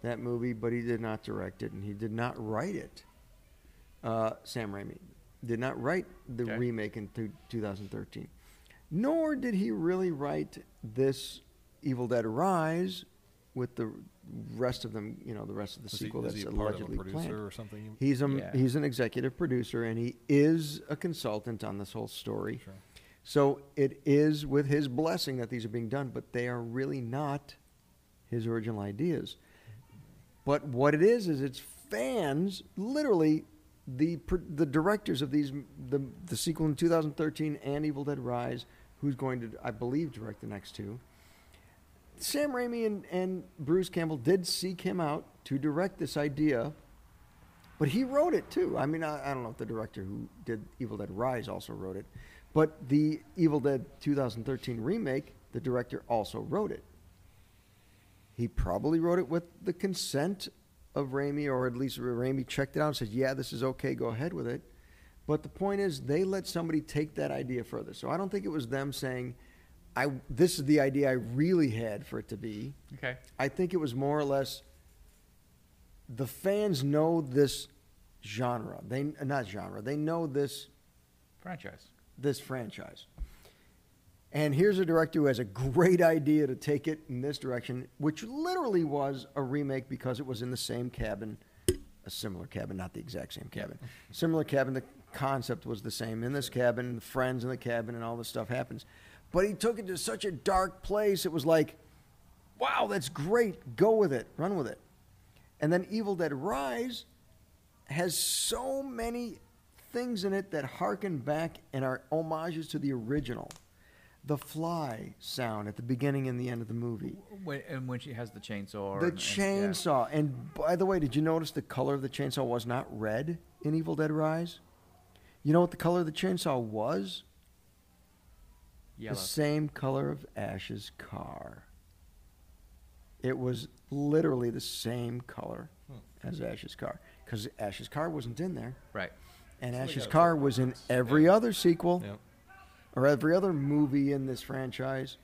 Speaker 1: that movie, but he did not direct it, and he did not write it. Uh, Sam Raimi did not write the
Speaker 2: Okay.
Speaker 1: remake in two- 2013, nor did he really write this Evil Dead Rise with the rest of them. You know, the rest of the
Speaker 3: Is he-
Speaker 1: sequel
Speaker 3: is
Speaker 1: that's
Speaker 3: he a part of a
Speaker 1: allegedly
Speaker 3: producer
Speaker 1: planned.
Speaker 3: or something?
Speaker 1: He's a
Speaker 2: Yeah.
Speaker 1: he's an executive producer, and he is a consultant on this whole story.
Speaker 3: Sure.
Speaker 1: So it is with his blessing that these are being done, but they are really not his original ideas. But what it is is it's fans, literally the pr- the directors of these the the sequel in 2013 and Evil Dead Rise, who's going to I believe direct the next two. Sam Raimi and, and Bruce Campbell did seek him out to direct this idea, but he wrote it too. I mean, I, I don't know if the director who did Evil Dead Rise also wrote it, but the Evil Dead 2013 remake, the director also wrote it. He probably wrote it with the consent of Raimi, or at least Raimi checked it out and said, yeah, this is okay, go ahead with it. But the point is, they let somebody take that idea further. So I don't think it was them saying, I, this is the idea I really had for it to be.
Speaker 2: Okay.
Speaker 1: I think it was more or less the fans know this genre. They not genre. They know this
Speaker 2: Franchise.
Speaker 1: this franchise. And here's a director who has a great idea to take it in this direction, which literally was a remake because it was in the same cabin, a similar cabin, not the exact same cabin. Similar cabin, the concept was the same. In this cabin, the friends in the cabin, and all this stuff happens. But he took it to such a dark place, it was like, wow, that's great. Go with it, run with it. And then Evil Dead Rise has so many things in it that harken back and are homages to the original. The fly sound at the beginning and the end of the movie.
Speaker 2: When, and when she has the chainsaw.
Speaker 1: the
Speaker 2: and- and- yeah.
Speaker 1: chainsaw. And by the way, did you notice the color of the chainsaw was not red in Evil Dead Rise? You know what the color of the chainsaw was?
Speaker 2: Yellow.
Speaker 1: The same color of Ash's car. It was literally the same color
Speaker 2: Hmm.
Speaker 1: as Ash's car because Ash's car wasn't in there.
Speaker 2: Right.
Speaker 1: And
Speaker 3: Somebody
Speaker 1: Ash's
Speaker 3: got a
Speaker 1: car
Speaker 3: flip
Speaker 1: was in
Speaker 3: box.
Speaker 1: every other sequel
Speaker 3: Yep.
Speaker 1: or every other movie in this franchise.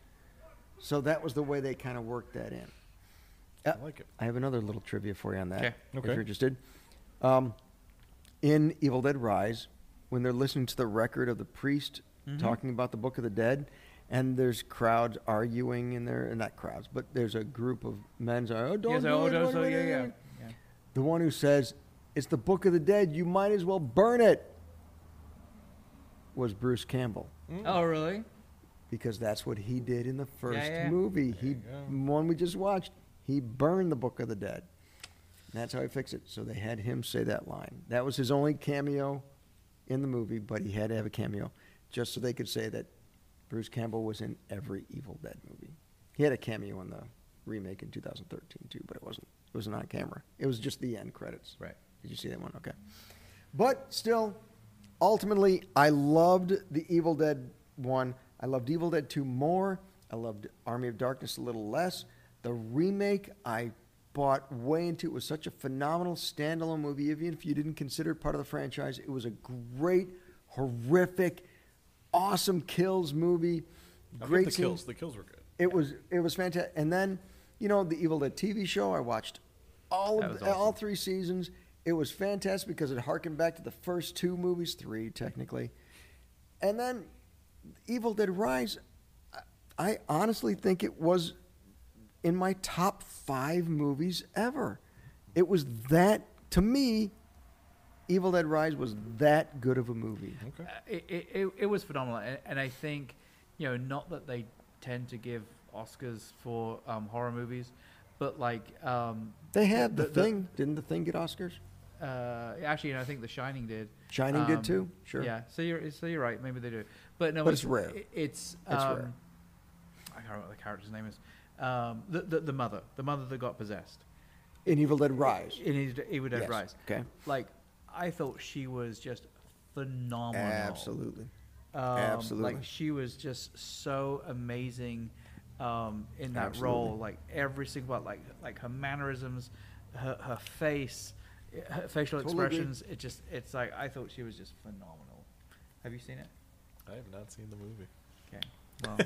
Speaker 1: So that was the way they kind of worked that in. Uh,
Speaker 3: I like it.
Speaker 1: I have another little trivia for you on that,
Speaker 2: Okay.
Speaker 1: if
Speaker 3: Okay.
Speaker 1: you're interested. Um, in Evil Dead Rise when they're listening to the record of the priest
Speaker 2: Mm-hmm.
Speaker 1: talking about the Book of the Dead, and there's crowds arguing in there, and not crowds, but there's a group of men saying, "Oh, don't
Speaker 2: Yes,
Speaker 1: do
Speaker 2: oh,
Speaker 1: it,
Speaker 2: no,
Speaker 1: don't
Speaker 2: so,
Speaker 1: do it,
Speaker 2: yeah,
Speaker 1: don't do
Speaker 2: yeah,
Speaker 1: it."
Speaker 2: yeah.
Speaker 1: The one who says, "It's the Book of the Dead. You might as well burn it," was Bruce Campbell
Speaker 2: Oh, really?
Speaker 1: because that's what he did in the first
Speaker 2: yeah.
Speaker 1: movie. he
Speaker 3: you go.
Speaker 1: one we just watched. He burned the Book of the Dead. And that's how he fixed it. So they had him say that line. That was his only cameo in the movie, but he had to have a cameo just so they could say that Bruce Campbell was in every Evil Dead movie. He had a cameo in the remake in 2013 too, but it wasn't. It wasn't on camera. It was just the end credits.
Speaker 2: Right.
Speaker 1: Did you see that one? Okay. But still, ultimately, I loved the Evil Dead one. I loved Evil Dead 2 more. I loved Army of Darkness a little less. The remake I bought way into. It was such a phenomenal standalone movie. Even if you didn't consider it part of the franchise, it was a great, horrific, awesome kills movie.
Speaker 3: I
Speaker 1: Great
Speaker 3: think the
Speaker 1: scenes.
Speaker 3: kills. The kills were good.
Speaker 1: It was it was fantastic. And then, you know, the Evil Dead TV show I watched all
Speaker 2: That
Speaker 1: of
Speaker 2: was
Speaker 1: all
Speaker 2: awesome.
Speaker 1: three seasons. It was fantastic because it harkened back to the first two movies, three technically. And then Evil Dead Rise, I- I honestly think it was in my top 5 movies ever. It was that to me Evil Dead Rise was that good of a movie.
Speaker 3: Okay.
Speaker 2: Uh, It, it, it, it was phenomenal, and, and I think, you know, not that they tend to give Oscars for um, horror movies, but like, um,
Speaker 1: They had the,
Speaker 2: The- the-
Speaker 1: thing. Didn't the thing get Oscars?
Speaker 2: uh, actually, and I think The Shining did.
Speaker 1: Shining
Speaker 2: Um,
Speaker 1: did too. Sure.
Speaker 2: Yeah. So you're so you're right. Maybe they do, but no.
Speaker 1: But it's rare.
Speaker 2: i- It's um,
Speaker 1: It's rare.
Speaker 2: I can't remember what the character's name is. Um, the, the the mother, the mother that got possessed
Speaker 1: In Evil Dead Rise.
Speaker 2: in Evil- Evil Dead
Speaker 1: Yes.
Speaker 2: Rise.
Speaker 1: Okay.
Speaker 2: Like I thought she was just phenomenal.
Speaker 1: Absolutely.
Speaker 2: Um,
Speaker 1: Absolutely.
Speaker 2: Like she was just so amazing um, in that role.
Speaker 1: Absolutely.
Speaker 2: Like every single part, like like her mannerisms, her her face, her facial
Speaker 1: Totally agree.
Speaker 2: expressions. It just it's like I thought she was just phenomenal. Have you seen it?
Speaker 3: I have not seen the movie.
Speaker 2: Okay. Well,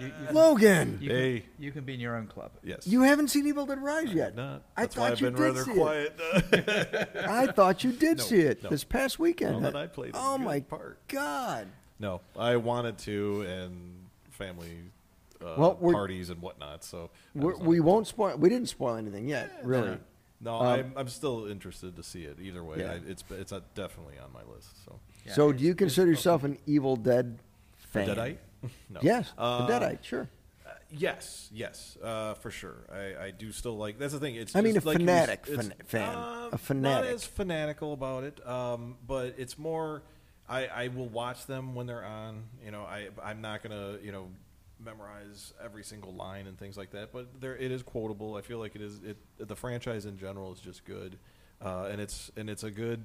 Speaker 2: you, you, can-
Speaker 1: Logan,
Speaker 2: you, can,
Speaker 3: Hey.
Speaker 2: you can be in your own club.
Speaker 3: Yes.
Speaker 1: you haven't seen Evil Dead Rise
Speaker 3: I have
Speaker 1: yet.
Speaker 3: not.
Speaker 1: I
Speaker 3: That's
Speaker 1: thought
Speaker 3: why I've
Speaker 1: you
Speaker 3: been
Speaker 1: did
Speaker 3: rather
Speaker 1: see
Speaker 3: quiet.
Speaker 1: It. I thought you did
Speaker 3: No,
Speaker 1: see it
Speaker 3: no.
Speaker 1: this past weekend.
Speaker 3: Well, then I played a
Speaker 1: oh
Speaker 3: good
Speaker 1: my
Speaker 3: part.
Speaker 1: god!
Speaker 3: no, I wanted to, and family uh,
Speaker 1: Well, we're-
Speaker 3: parties and whatnot. So I
Speaker 1: We're,
Speaker 3: was not
Speaker 1: we
Speaker 3: able
Speaker 1: will not spoil. We didn't spoil anything yet,
Speaker 3: to-
Speaker 1: really.
Speaker 3: Yeah. No,
Speaker 1: Um,
Speaker 3: I'm, I'm still interested to see it either way.
Speaker 1: Yeah.
Speaker 3: I, it's it's uh, definitely on my list. So
Speaker 2: Yeah,
Speaker 1: so,
Speaker 2: it's-
Speaker 1: do you
Speaker 2: it's
Speaker 1: consider
Speaker 2: awesome.
Speaker 1: yourself an Evil Dead
Speaker 3: A
Speaker 1: fan?
Speaker 3: Deadite? no.
Speaker 1: Yes,
Speaker 3: Uh,
Speaker 1: a Deadite. Sure.
Speaker 3: uh, yes, yes, uh, for sure. I, I do still like. That's the thing. It's
Speaker 1: I mean,
Speaker 3: just
Speaker 1: a
Speaker 3: like you
Speaker 1: fanatic
Speaker 3: s- it's-
Speaker 1: fan- fan.
Speaker 3: um,
Speaker 1: A fanatic.
Speaker 3: Not as fanatical about it, um, but it's more. I, I will watch them when they're on. You know, I I'm not gonna you know memorize every single line and things like that. But there, it is quotable. I feel like it is. It the franchise in general is just good, uh, and it's and it's a good.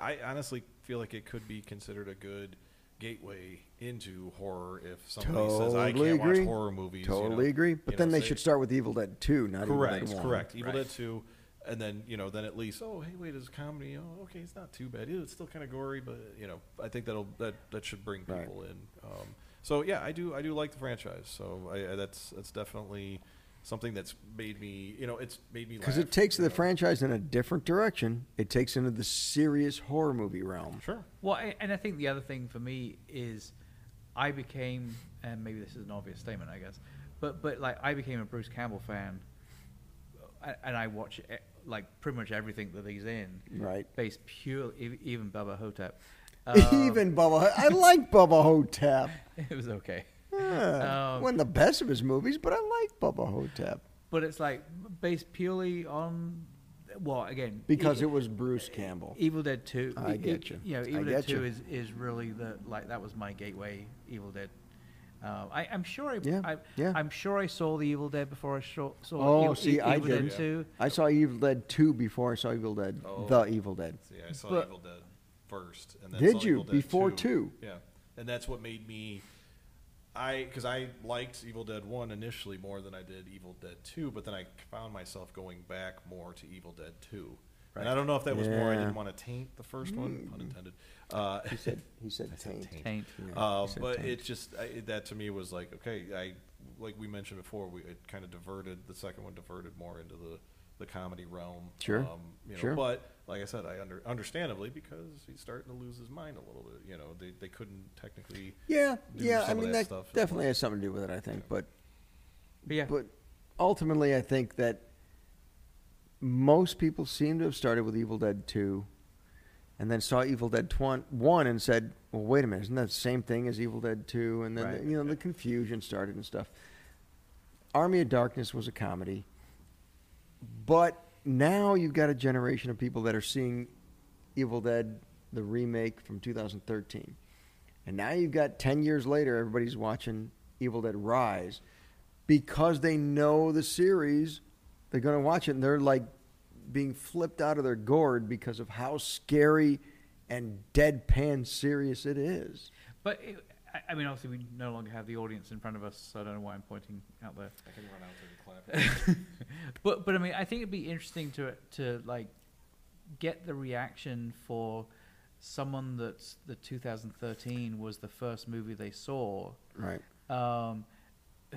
Speaker 3: I honestly feel like it could be considered a good gateway into horror if somebody says I
Speaker 1: Totally
Speaker 3: can't
Speaker 1: agree.
Speaker 3: watch horror movies. you know,
Speaker 1: Totally agree. But
Speaker 3: you
Speaker 1: then
Speaker 3: know,
Speaker 1: they
Speaker 3: say-
Speaker 1: should start with Evil Dead Two, not
Speaker 3: Correct,
Speaker 1: Evil Dead One.
Speaker 3: correct. Evil
Speaker 2: Right.
Speaker 3: Dead Two, and then you know, then at least oh hey wait, it's a comedy. Oh okay, it's not too bad. Ew, It's still kind of gory, but you know, I think that'll that that should bring
Speaker 1: Right.
Speaker 3: people in. Um, so yeah, I do I do like the franchise. So I, I, that's that's definitely something that's made me you know it's made me
Speaker 1: Because
Speaker 3: laugh,
Speaker 1: it takes
Speaker 3: you
Speaker 1: the
Speaker 3: know.
Speaker 1: franchise in a different direction. It takes into the serious horror movie realm.
Speaker 3: Sure.
Speaker 2: Well, I, and I think the other thing for me is I became, and maybe this is an obvious statement, I guess, but but like I became a Bruce Campbell fan, a- and I watch e- like pretty much everything that he's in,
Speaker 1: Right.
Speaker 2: Based purely, e- even Bubba Hotep. Um,
Speaker 3: Um,
Speaker 1: Even Bubba, I like Bubba Hotep.
Speaker 2: it was okay,
Speaker 1: Yeah.
Speaker 2: Um,
Speaker 1: Wasn't the best of his movies, but I like Bubba Hotep
Speaker 2: but it's like based purely on, well, again,
Speaker 1: because
Speaker 2: e-
Speaker 1: it was Bruce Campbell.
Speaker 2: Evil Dead Two.
Speaker 1: I
Speaker 2: e-
Speaker 1: get you.
Speaker 2: You know,
Speaker 1: I
Speaker 2: Evil
Speaker 1: get
Speaker 2: Dead Two
Speaker 1: you.
Speaker 2: is, is really the like that was my gateway. Evil Dead. Uh, I, I'm sure. I,
Speaker 1: Yeah,
Speaker 2: I,
Speaker 1: yeah.
Speaker 2: I'm sure I saw the Evil Dead before I saw, saw
Speaker 1: Oh,
Speaker 2: Evil,
Speaker 1: see,
Speaker 2: E-
Speaker 1: I
Speaker 2: Evil
Speaker 1: didn't.
Speaker 2: Dead Two.
Speaker 1: I saw Evil Dead 2 before I saw Evil Dead,
Speaker 3: Oh.
Speaker 1: The Evil Dead.
Speaker 3: See, I saw
Speaker 2: But-
Speaker 3: Evil Dead first, and then
Speaker 1: Did
Speaker 3: saw
Speaker 1: you?
Speaker 3: Evil Dead
Speaker 1: Before
Speaker 3: 2.
Speaker 1: two?
Speaker 3: Yeah, and that's what made me. I because I liked Evil Dead One initially more than I did Evil Dead Two, but then I found myself going back more to Evil Dead Two. And I don't know if that was more I
Speaker 1: Yeah.
Speaker 3: didn't want to taint the first one, pun intended. Uh,
Speaker 1: He said, he said taint.
Speaker 2: Taint.
Speaker 1: Yeah,
Speaker 3: uh,
Speaker 1: he said
Speaker 3: but
Speaker 1: taint.
Speaker 3: it just I, it- that to me was like okay, I like we mentioned before, we it kind of diverted the second one diverted more into the the comedy realm.
Speaker 1: Sure.
Speaker 3: Um, you know,
Speaker 1: Sure.
Speaker 3: But like I said, I under, understandably because he's starting to lose his mind a little bit. You know, they they couldn't technically.
Speaker 1: Yeah,
Speaker 3: do
Speaker 1: yeah.
Speaker 3: some
Speaker 1: I
Speaker 3: of
Speaker 1: mean,
Speaker 3: that
Speaker 1: that,
Speaker 3: stuff as
Speaker 1: definitely
Speaker 3: well.
Speaker 1: has something to do with it, I think. But
Speaker 2: But yeah,
Speaker 1: but ultimately, I think that most people seem to have started with Evil Dead Two, and then saw Evil Dead Twan- One and said, "Well, wait a minute, isn't that the same thing as Evil Dead 2? And then
Speaker 2: Right.
Speaker 1: you know the confusion started and stuff. Army of Darkness was a comedy, but now you've got a generation of people that are seeing Evil Dead the remake from 2013. And now you've got 10 years later, everybody's watching Evil Dead Rise because they know the series. They're going to watch it and they're like being flipped out of their gourd because of how scary and deadpan serious it is.
Speaker 2: but it, I, I mean, obviously, we no longer have the audience in front of us, so I don't know why I'm pointing out there.
Speaker 3: I can run out there and clap.
Speaker 2: but but I mean, I think it'd be interesting to to like get the reaction for someone that's the 2013 was the first movie they saw,
Speaker 1: Right.
Speaker 2: um,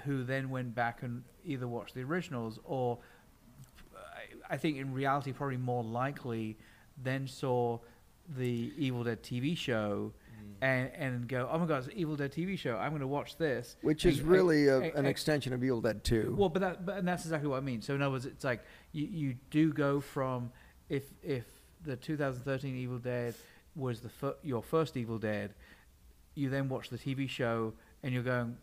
Speaker 2: who then went back and either watched the originals or I, I think in reality probably more likely then saw the Evil Dead TV show. And, and go oh my god it's an Evil Dead TV show I'm going to watch this
Speaker 1: Which
Speaker 2: And- e,
Speaker 1: is really a,
Speaker 2: and-
Speaker 1: an
Speaker 2: and-
Speaker 1: extension of Evil Dead 2.
Speaker 2: well, but that, but, and that's exactly what I mean. So in other words, it's like you, you do go from if if the 2013 Evil Dead was the fir- your first Evil Dead, you then watch the TV show and you're going,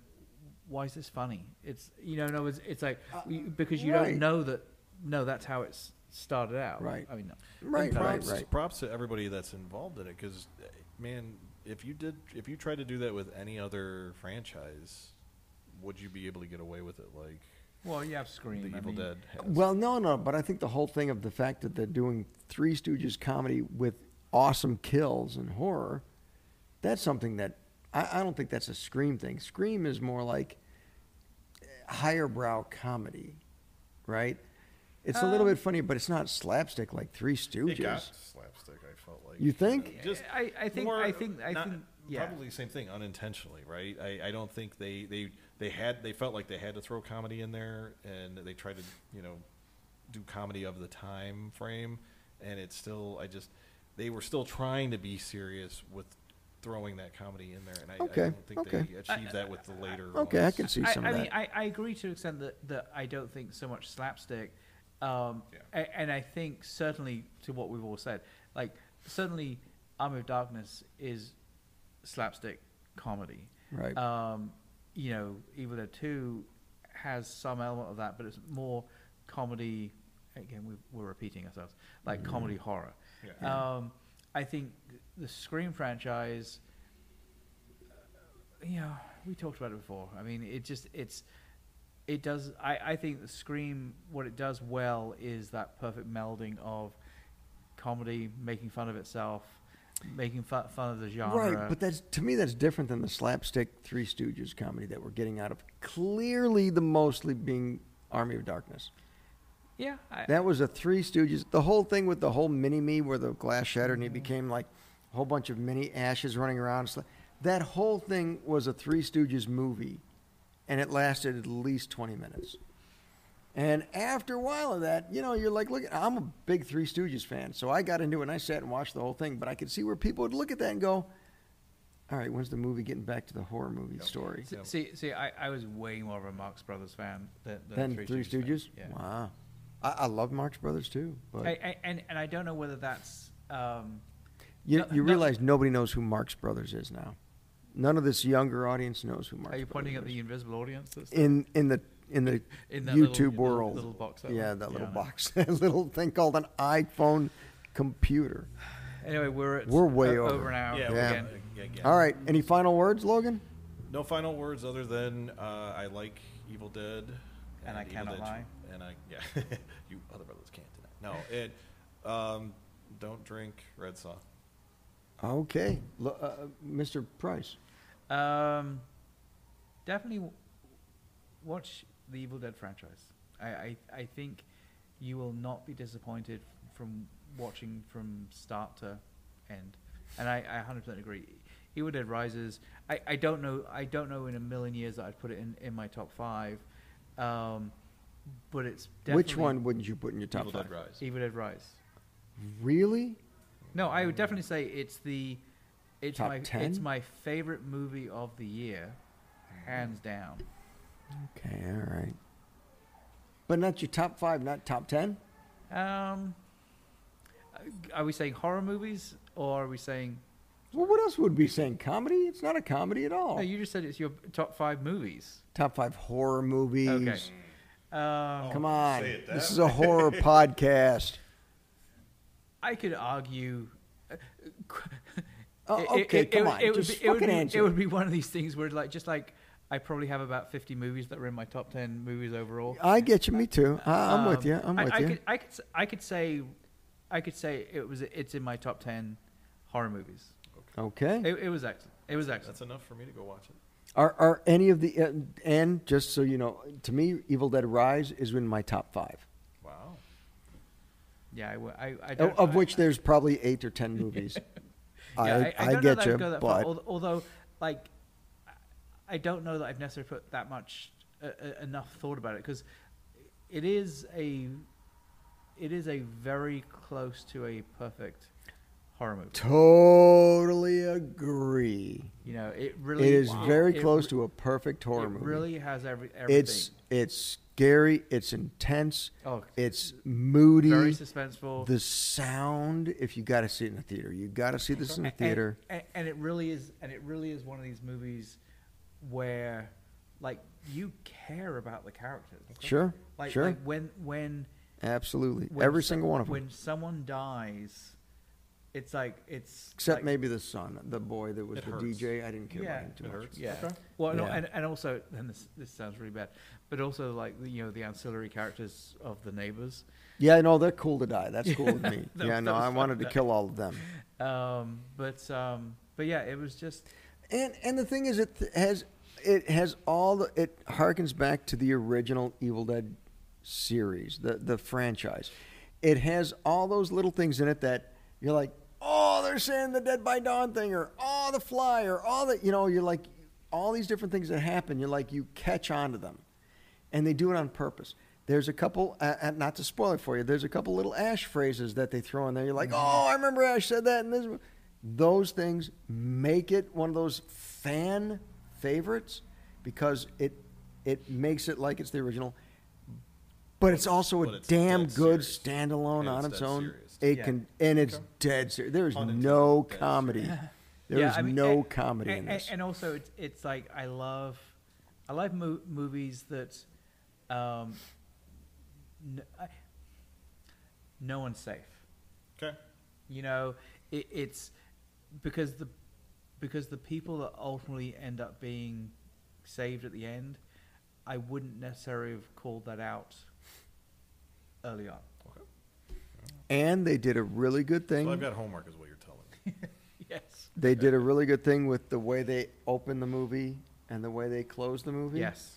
Speaker 2: why is this funny? It's you know, in other words, it's like you- because you
Speaker 1: Uh, right.
Speaker 2: don't know that no, that's how it's started out.
Speaker 1: Right.
Speaker 2: I mean, no.
Speaker 1: right, right,
Speaker 3: props,
Speaker 1: right.
Speaker 3: Props to everybody that's involved in it, because man, if you did, if you tried to do that with any other franchise, would you be able to get away with it like
Speaker 2: well, you have Scream,
Speaker 3: the
Speaker 2: I
Speaker 3: Evil
Speaker 2: mean,
Speaker 3: Dead? Has?
Speaker 1: Well, no, no, but I think the whole thing of the fact that they're doing Three Stooges comedy with awesome kills and horror, that's something that I, I don't think that's a Scream thing. Scream is more like higher brow comedy, right? It's a little bit funny, but it's not slapstick like Three Stooges.
Speaker 3: Um, it got slapstick. I felt like
Speaker 1: You think?
Speaker 3: know, just
Speaker 2: I- I think-
Speaker 3: more,
Speaker 2: I think- I
Speaker 3: not-
Speaker 2: think- yeah.
Speaker 3: probably the same thing unintentionally, right? I, I don't think they they they had they felt like they had to throw comedy in there, and they tried to you know do comedy of the time frame, and it's still I just they were still trying to be serious with throwing that comedy in there, and I,
Speaker 1: Okay,
Speaker 3: I don't think
Speaker 1: okay.
Speaker 3: they achieved that with the later.
Speaker 1: Okay, I
Speaker 3: ones.
Speaker 1: can see
Speaker 2: I,
Speaker 1: some
Speaker 2: I
Speaker 1: of that.
Speaker 2: mean, I, I agree to an extent that, that I don't think so much slapstick, um,
Speaker 3: Yeah.
Speaker 2: a- and I think certainly to what we've all said, like certainly Army of Darkness is slapstick comedy.
Speaker 1: Right.
Speaker 2: Um, you know, Evil Dead Two has some element of that, but it's more comedy. Again, we, we're repeating ourselves, like
Speaker 1: Mm-hmm.
Speaker 2: comedy horror.
Speaker 3: Yeah.
Speaker 2: Um, I think the Scream franchise yeah, we talked about it before. I mean, it just it's it does. I I think the Scream what it does well is that perfect melding of comedy, making fun of itself, making fu- fun of the genre.
Speaker 1: Right, but that's to me that's different than the slapstick Three Stooges comedy that we're getting out of clearly the mostly being Army of Darkness.
Speaker 2: yeah, I,
Speaker 1: That was a Three Stooges. The whole thing with the whole mini me where the glass shattered and he became like a whole bunch of mini ashes running around. It's like- That whole thing was a Three Stooges movie, and it lasted at least 20 minutes. And after a while of that, you know, you're like, look, I'm a big Three Stooges fan, so I got into it and I sat and watched the whole thing. But I could see where people would look at that and go, all right, when's the movie getting back to the horror movie story?
Speaker 2: see see, see, I, I was way more of a Marx Brothers fan than, than
Speaker 1: Then Three
Speaker 2: fan.
Speaker 1: Stooges?
Speaker 2: Yeah.
Speaker 1: Wow. I, I love Marx Brothers too. But
Speaker 2: I, I, and and I don't know whether that's um,
Speaker 1: You,
Speaker 2: No-
Speaker 1: you
Speaker 2: no-
Speaker 1: realize nobody knows who Marx Brothers is now. None of this younger audience knows who Marx.
Speaker 2: are you pointing at
Speaker 1: Brothers
Speaker 2: the invisible audience? That's
Speaker 1: is. in in the in the
Speaker 2: In that little-
Speaker 1: YouTube
Speaker 2: little-
Speaker 1: world?
Speaker 2: little box that
Speaker 1: yeah,
Speaker 2: one.
Speaker 1: that
Speaker 2: Yeah,
Speaker 1: little
Speaker 2: I know.
Speaker 1: box, that little thing called an iPhone computer.
Speaker 2: anyway, we're at
Speaker 1: We're way
Speaker 2: o-
Speaker 1: over.
Speaker 2: over an hour.
Speaker 3: Yeah,
Speaker 1: Yeah.
Speaker 2: again.
Speaker 3: we- again.
Speaker 1: All right. Any final words, Logan?
Speaker 3: No final words other than uh, I like Evil Dead.
Speaker 2: And I
Speaker 3: Evil
Speaker 2: cannot
Speaker 3: Dead
Speaker 2: lie.
Speaker 3: two. And I yeah, you other brothers can't deny. No, it. Um, don't drink red saw.
Speaker 1: Okay, Lo- uh, uh, Mr. Price.
Speaker 2: Um, definitely w- watch the Evil Dead franchise. I, I, I think you will not be disappointed from watching from start to end, and I, I 100% agree. Evil Dead Rises. I, I don't know. I don't know in a million years that I'd put it in, in my top five, um, but it's definitely
Speaker 1: Which one wouldn't you put in your top
Speaker 5: Evil
Speaker 1: five?
Speaker 5: Dead Rise.
Speaker 2: Evil Dead Rise.
Speaker 1: Really?
Speaker 2: No, I would definitely say it's the it's
Speaker 1: Top
Speaker 2: my
Speaker 1: 10?
Speaker 2: it's my favorite movie of the year, hands down.
Speaker 1: Okay, all right. But not your top five, not top ten.
Speaker 2: Um, are we saying horror movies or are we saying?
Speaker 1: Well, what else would we be saying? Comedy? It's not a comedy at all.
Speaker 2: No, you just said it's your top five movies.
Speaker 1: top five horror movies.
Speaker 2: Okay. Um,
Speaker 1: Come
Speaker 3: Oh,
Speaker 1: on,
Speaker 3: say it that
Speaker 1: this is a horror podcast.
Speaker 2: I could argue.
Speaker 1: Oh, okay, come on, just
Speaker 2: would
Speaker 1: fucking
Speaker 2: be,
Speaker 1: answer
Speaker 2: It
Speaker 1: it.
Speaker 2: would be one of these things where, like, just like I probably have about fifty movies that were in my top ten movies overall.
Speaker 1: I get you. Me too. I, I'm with
Speaker 2: Um,
Speaker 1: you. I'm
Speaker 2: I-
Speaker 1: with
Speaker 2: I
Speaker 1: you.
Speaker 2: Could, I could s- I could say, I could say it was it's in my top ten horror movies.
Speaker 1: okay.
Speaker 2: It, it was excellent. It was excellent.
Speaker 3: That's enough for me to go watch it.
Speaker 1: Are are any of the uh, and just so you know, to me, Evil Dead Rise is in my top five,
Speaker 3: Wow.
Speaker 2: Yeah, I, w- I- I
Speaker 1: o-
Speaker 2: don't,
Speaker 1: of
Speaker 2: I-
Speaker 1: which there's probably eight or ten movies. I,
Speaker 2: yeah,
Speaker 1: I,
Speaker 2: I, don't know
Speaker 1: get
Speaker 2: that
Speaker 1: you,
Speaker 2: I'd go that far,
Speaker 1: but
Speaker 2: al- although, like, I- I don't know that I've necessarily put that much uh, uh, enough thought about it because it is a it is a very close to a perfect horror movie.
Speaker 1: totally agree.
Speaker 2: You know, it really
Speaker 1: It is
Speaker 2: it-
Speaker 1: very
Speaker 2: it
Speaker 1: close
Speaker 2: re-
Speaker 1: to a perfect horror
Speaker 2: it
Speaker 1: movie.
Speaker 2: Really has every everything.
Speaker 1: it's it's scary. It's intense.
Speaker 2: Oh,
Speaker 1: It's moody.
Speaker 2: very suspenseful.
Speaker 1: the sound. If you got to see it in the theater, you got to see this in the
Speaker 2: And-
Speaker 1: theater.
Speaker 2: And, and it really is, and it really is one of these movies where, like, you care about the characters.
Speaker 1: Sure,
Speaker 2: Like,
Speaker 1: sure,
Speaker 2: like when when,
Speaker 1: absolutely.
Speaker 2: when
Speaker 1: Every
Speaker 2: so-
Speaker 1: single one of them,
Speaker 2: When someone dies, it's like it's
Speaker 1: except
Speaker 2: like-
Speaker 1: maybe the son, the boy that was
Speaker 3: It
Speaker 1: the
Speaker 3: hurts.
Speaker 1: DJ. I didn't care
Speaker 2: Yeah.
Speaker 1: about him too
Speaker 3: It
Speaker 1: much.
Speaker 3: hurts.
Speaker 2: Yeah.
Speaker 3: Okay.
Speaker 2: Well, no,
Speaker 1: Yeah.
Speaker 2: and and also, and this this sounds really bad, but also like the, you know the ancillary characters of the neighbors.
Speaker 1: Yeah, no, they're cool to die. That's cool with me.
Speaker 2: That-
Speaker 1: yeah,
Speaker 2: that
Speaker 1: no,
Speaker 2: was
Speaker 1: I
Speaker 2: fun.
Speaker 1: wanted to kill all of them.
Speaker 2: Um, but um, but yeah, it was just
Speaker 1: And and the thing is, it th- has it has all the it harkens back to the original Evil Dead series, the the franchise. It has all those little things in it that you're like, oh, they're saying the Dead by Dawn thing, or oh, the fly, or all that. You know, you're like all these different things that happen. You're like you catch on to them, and they do it on purpose. There's a couple, uh, uh, not to spoil it for you. There's a couple little Ash phrases that they throw in there. You're like,
Speaker 3: Mm-hmm.
Speaker 1: oh, I remember Ash said that, and this. Those things make it one of those fan favorites because it it makes it like it's the original, but it's also
Speaker 3: But
Speaker 1: a
Speaker 3: it's
Speaker 1: damn
Speaker 3: dead
Speaker 1: good
Speaker 3: serious.
Speaker 1: standalone
Speaker 3: And
Speaker 1: on
Speaker 3: it's
Speaker 1: its
Speaker 3: dead
Speaker 1: own.
Speaker 3: serious.
Speaker 1: It
Speaker 2: Yeah.
Speaker 1: can and it's
Speaker 3: Okay.
Speaker 1: dead serious. There is
Speaker 3: Unintended
Speaker 1: no
Speaker 3: dead serious.
Speaker 1: comedy. There is
Speaker 2: Yeah, I mean,
Speaker 1: no
Speaker 2: and-
Speaker 1: comedy
Speaker 2: and,
Speaker 1: in this.
Speaker 2: And, and also, it's it's like I love, I love mo- movies that, um, n I no one's safe.
Speaker 3: Okay.
Speaker 2: You know, it, it's because the because the people that ultimately end up being saved at the end, I wouldn't necessarily have called that out early on.
Speaker 1: and they did a really good thing.
Speaker 3: So I've got homework, is what you're telling me.
Speaker 2: Yes.
Speaker 1: They did a really good thing with the way they open the movie and the way they close the movie.
Speaker 2: Yes.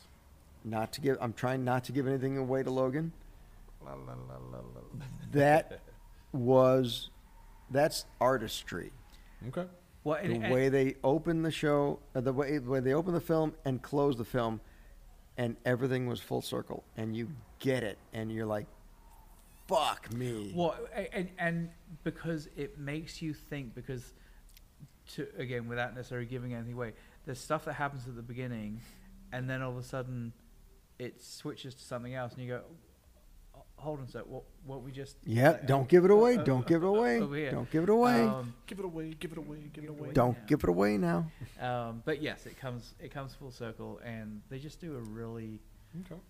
Speaker 1: Not to give I'm trying not to give anything away to Logan. That was that's artistry.
Speaker 3: Okay.
Speaker 2: Well,
Speaker 1: The
Speaker 2: and, and-
Speaker 1: way they open the show, uh, the way the way they open the film and close the film and everything was full circle and you get it and you're like fuck me.
Speaker 2: Well, a- and and because it makes you think because to again without necessarily giving anything away, there's stuff that happens at the beginning, and then all of a sudden, it switches to something else, and you go, "Oh, hold on a sec, what what we just
Speaker 1: yeah,
Speaker 2: like,
Speaker 1: don't give it away.
Speaker 2: uh,
Speaker 1: Don't give it away.
Speaker 2: over here.
Speaker 1: Don't give it away.
Speaker 2: Um,
Speaker 3: Give it away. Give it away. Give it away.
Speaker 1: don't
Speaker 2: yeah.
Speaker 1: give it away now.
Speaker 2: um, but yes, it comes it comes full circle, and they just do a really
Speaker 3: Okay.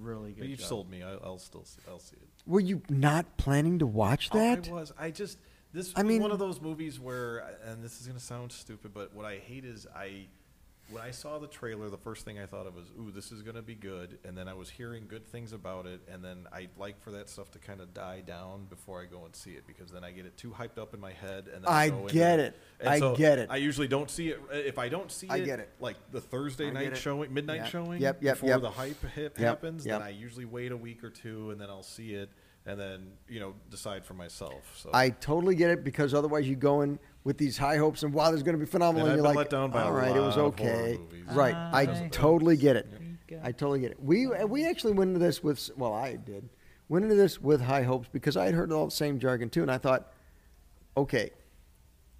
Speaker 2: really good.
Speaker 3: But you've
Speaker 2: job.
Speaker 3: sold me. I, I'll still. See, I'll see it.
Speaker 1: Were you not planning to watch
Speaker 3: Oh,
Speaker 1: that?
Speaker 3: I was. I just this.
Speaker 1: I
Speaker 3: I
Speaker 1: mean-
Speaker 3: one of those movies where, uh, and this is gonna sound stupid, but what I hate is I, when I saw the trailer, the first thing I thought of was, "Ooh, this is gonna be good," and then I was hearing good things about it, and then I like for that stuff to kind of die down before I go and see it because then I get it too hyped up in my head, and then
Speaker 1: I
Speaker 3: go in
Speaker 1: get
Speaker 3: there-
Speaker 1: it.
Speaker 3: And
Speaker 1: I
Speaker 3: so
Speaker 1: get it.
Speaker 3: I usually don't see it uh, if I don't see
Speaker 1: I
Speaker 3: it.
Speaker 1: get it.
Speaker 3: Like the Thursday
Speaker 1: I get
Speaker 3: night
Speaker 1: it.
Speaker 3: showing, midnight
Speaker 1: Yeah.
Speaker 3: showing.
Speaker 1: Yep, yep,
Speaker 3: before
Speaker 1: yep.
Speaker 3: the hype hip
Speaker 1: Yep,
Speaker 3: happens,
Speaker 1: yep.
Speaker 3: then I usually wait a week or two and then I'll see it and then you know decide for myself. So
Speaker 1: I totally get it because otherwise you go in with these high hopes and wow, there's going to be phenomenal.
Speaker 3: And
Speaker 1: And,
Speaker 3: I've
Speaker 1: you're
Speaker 3: been
Speaker 1: like,
Speaker 3: let down by a
Speaker 1: all right, it was
Speaker 3: lot of horror
Speaker 1: okay.
Speaker 3: movies.
Speaker 1: Right, I
Speaker 2: Ah,
Speaker 1: totally get it.
Speaker 4: God.
Speaker 1: I totally get it. We we actually went into this with well, I did went into this with high hopes because I had heard all the same jargon too, and I thought, okay,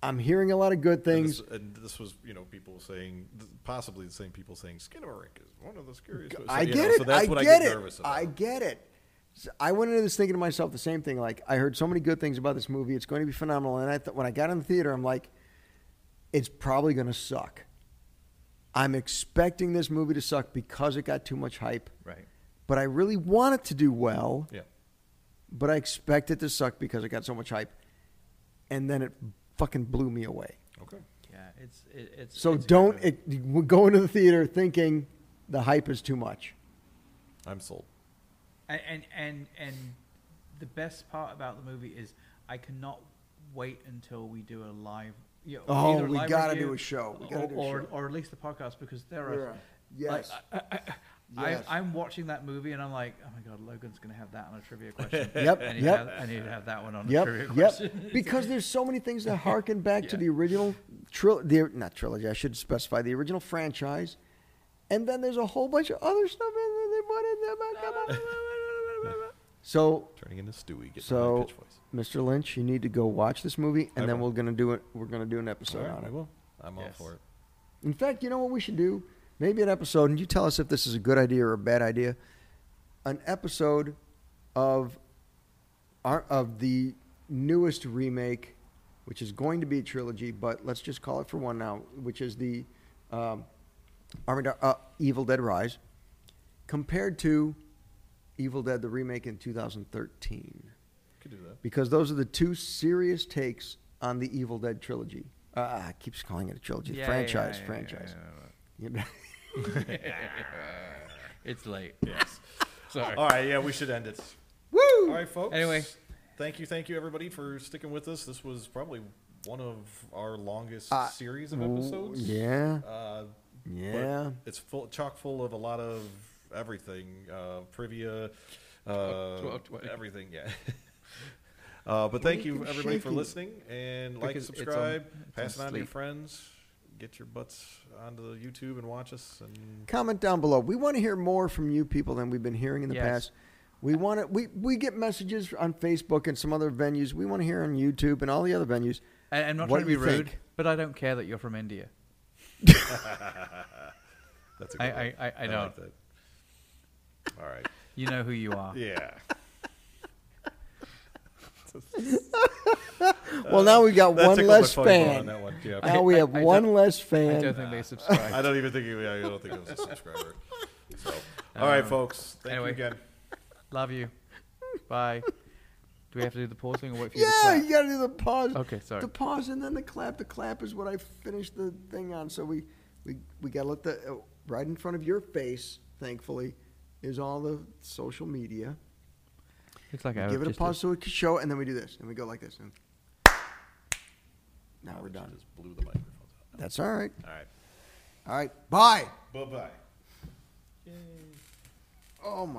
Speaker 1: I'm hearing a lot of good
Speaker 3: And
Speaker 1: things.
Speaker 3: this, and this was, you know, people saying, th- possibly the same people saying Skinnamarink is one of the scariest. movies." So,
Speaker 1: I
Speaker 3: you
Speaker 1: get
Speaker 3: know,
Speaker 1: it.
Speaker 3: So that's
Speaker 1: I
Speaker 3: what
Speaker 1: get
Speaker 3: I get
Speaker 1: it.
Speaker 3: nervous about.
Speaker 1: I get it. So I went into this thinking to myself the same thing. Like I heard so many good things about this movie. It's going to be phenomenal. And I thought when I got in the theater, I'm like, it's probably going to suck. I'm expecting this movie to suck because it got too much hype.
Speaker 2: Right.
Speaker 1: But I really want it to do well.
Speaker 3: yeah.
Speaker 1: But I expect it to suck because it got so much hype. And then it fucking blew me away.
Speaker 3: Okay.
Speaker 2: Yeah, it's it, it's
Speaker 1: So
Speaker 2: it's-
Speaker 1: don't it, go into the theater thinking the hype is too much.
Speaker 3: I'm sold.
Speaker 2: and and and, and the best part about the movie is I cannot wait until we do a live. You know,
Speaker 1: Oh,
Speaker 2: either a
Speaker 1: we
Speaker 2: live
Speaker 1: gotta
Speaker 2: review
Speaker 1: do a show. We gotta
Speaker 2: or,
Speaker 1: do a
Speaker 2: or,
Speaker 1: show.
Speaker 2: or at least the podcast because there are.
Speaker 1: Yeah.
Speaker 2: like,
Speaker 1: Yes.
Speaker 2: I, I, I,
Speaker 1: Yes.
Speaker 2: I, am watching that movie and I'm like, oh my god, Logan's gonna have that on a trivia question.
Speaker 1: Yep,
Speaker 2: I need,
Speaker 1: yep.
Speaker 2: to, have, I need to have that one on a trivia
Speaker 1: Yep,
Speaker 2: question.
Speaker 1: yep. Because there's so many things that harken back to
Speaker 2: Yeah.
Speaker 1: the original trilogy, not trilogy. I should specify the original franchise, and then there's a whole bunch of other stuff in there they put in there. but come on. so,
Speaker 3: Turning into Stewie, getting so,
Speaker 1: so,
Speaker 3: pitch voice.
Speaker 1: Mr. Lynch, you need to go watch this movie, and
Speaker 3: I
Speaker 1: then
Speaker 3: will.
Speaker 1: we're gonna do it. We're gonna do an
Speaker 3: So
Speaker 1: episode on
Speaker 3: I
Speaker 1: it.
Speaker 3: will. I'm
Speaker 2: Yes.
Speaker 3: all for it.
Speaker 1: In fact, you know what we should do? Maybe an episode, and you tell us if this is a good idea or a bad idea. An episode of our, of the newest remake, which is going to be a trilogy, but let's just call it for one now, which is the um, Army, uh, Evil Dead Rise, compared to Evil Dead the remake in 2013
Speaker 3: Could do that.
Speaker 1: because those are the two serious takes on the Evil Dead trilogy. Uh, I keeps calling it a trilogy,
Speaker 2: Yeah, yeah,
Speaker 1: franchise,
Speaker 2: yeah, yeah,
Speaker 1: franchise.
Speaker 2: yeah, yeah, yeah.
Speaker 1: You know?
Speaker 2: It's late. Uh,
Speaker 3: Yes.
Speaker 2: Sorry.
Speaker 3: all right. Yeah, we should end it.
Speaker 1: Woo!
Speaker 3: All right, folks.
Speaker 2: Anyway.
Speaker 3: thank you, thank you, everybody, for sticking with us. This was probably one of our longest
Speaker 1: Uh,
Speaker 3: series of episodes.
Speaker 1: Yeah,
Speaker 3: Uh, but
Speaker 1: yeah.
Speaker 3: It's full, chock full of a lot of everything, uh, trivia, uh,
Speaker 2: Twelve- twelve twenty.
Speaker 3: everything. Yeah. uh, but thank
Speaker 1: you
Speaker 3: you,
Speaker 1: keep
Speaker 3: everybody, for
Speaker 1: shaking?
Speaker 3: listening and like,
Speaker 2: Because it's on-
Speaker 3: subscribe,
Speaker 2: it's
Speaker 3: pass it
Speaker 2: on
Speaker 3: on to your
Speaker 2: sleep.
Speaker 3: friends. Get your butts onto the YouTube and watch us. And
Speaker 1: Comment down below. We want to hear more from you people than we've been hearing in the
Speaker 2: Yes.
Speaker 1: past. We want to. We we get messages on Facebook and some other venues. We want to hear on YouTube and all the other venues.
Speaker 2: I, I'm not
Speaker 1: What
Speaker 2: trying to
Speaker 1: do
Speaker 2: be
Speaker 1: you
Speaker 2: rude,
Speaker 1: think?
Speaker 2: but I don't care that you're from India.
Speaker 3: that's a
Speaker 2: I-
Speaker 3: good one.
Speaker 2: I- I- I
Speaker 3: like
Speaker 2: don't.
Speaker 3: that. All right.
Speaker 2: You know who you are.
Speaker 3: Yeah.
Speaker 1: well, now we got
Speaker 3: Uh, That
Speaker 1: one
Speaker 3: tickled my
Speaker 1: less
Speaker 3: funny bone on
Speaker 1: fan.
Speaker 3: that one, yeah.
Speaker 1: Now we
Speaker 2: I-
Speaker 1: have
Speaker 2: I
Speaker 1: one
Speaker 2: don't-
Speaker 1: less
Speaker 2: I don't
Speaker 1: fan.
Speaker 2: think they subscribe.
Speaker 3: I don't even think it, I don't think it was a subscriber. So, all right, folks. Thank
Speaker 2: Um, anyway.
Speaker 3: you again.
Speaker 2: Love you. Bye. Do we have to do the pausing or wait for you
Speaker 1: Yeah,
Speaker 2: to
Speaker 1: you got to do the pause.
Speaker 2: clap? Okay, sorry.
Speaker 1: The pause and then the clap. The clap is what I finished the thing on. So we we we got to let the oh, right in front of your face. Thankfully, is all the social media.
Speaker 2: Looks like
Speaker 1: We
Speaker 2: I
Speaker 1: give it a
Speaker 2: just
Speaker 1: pause so it can show, and then we do this, and we go like this. And now we're
Speaker 3: She
Speaker 1: done.
Speaker 3: Just blew the microphones
Speaker 1: That's all right.
Speaker 3: out. All right.
Speaker 1: All right. Bye.
Speaker 3: Bye bye.
Speaker 1: Oh my.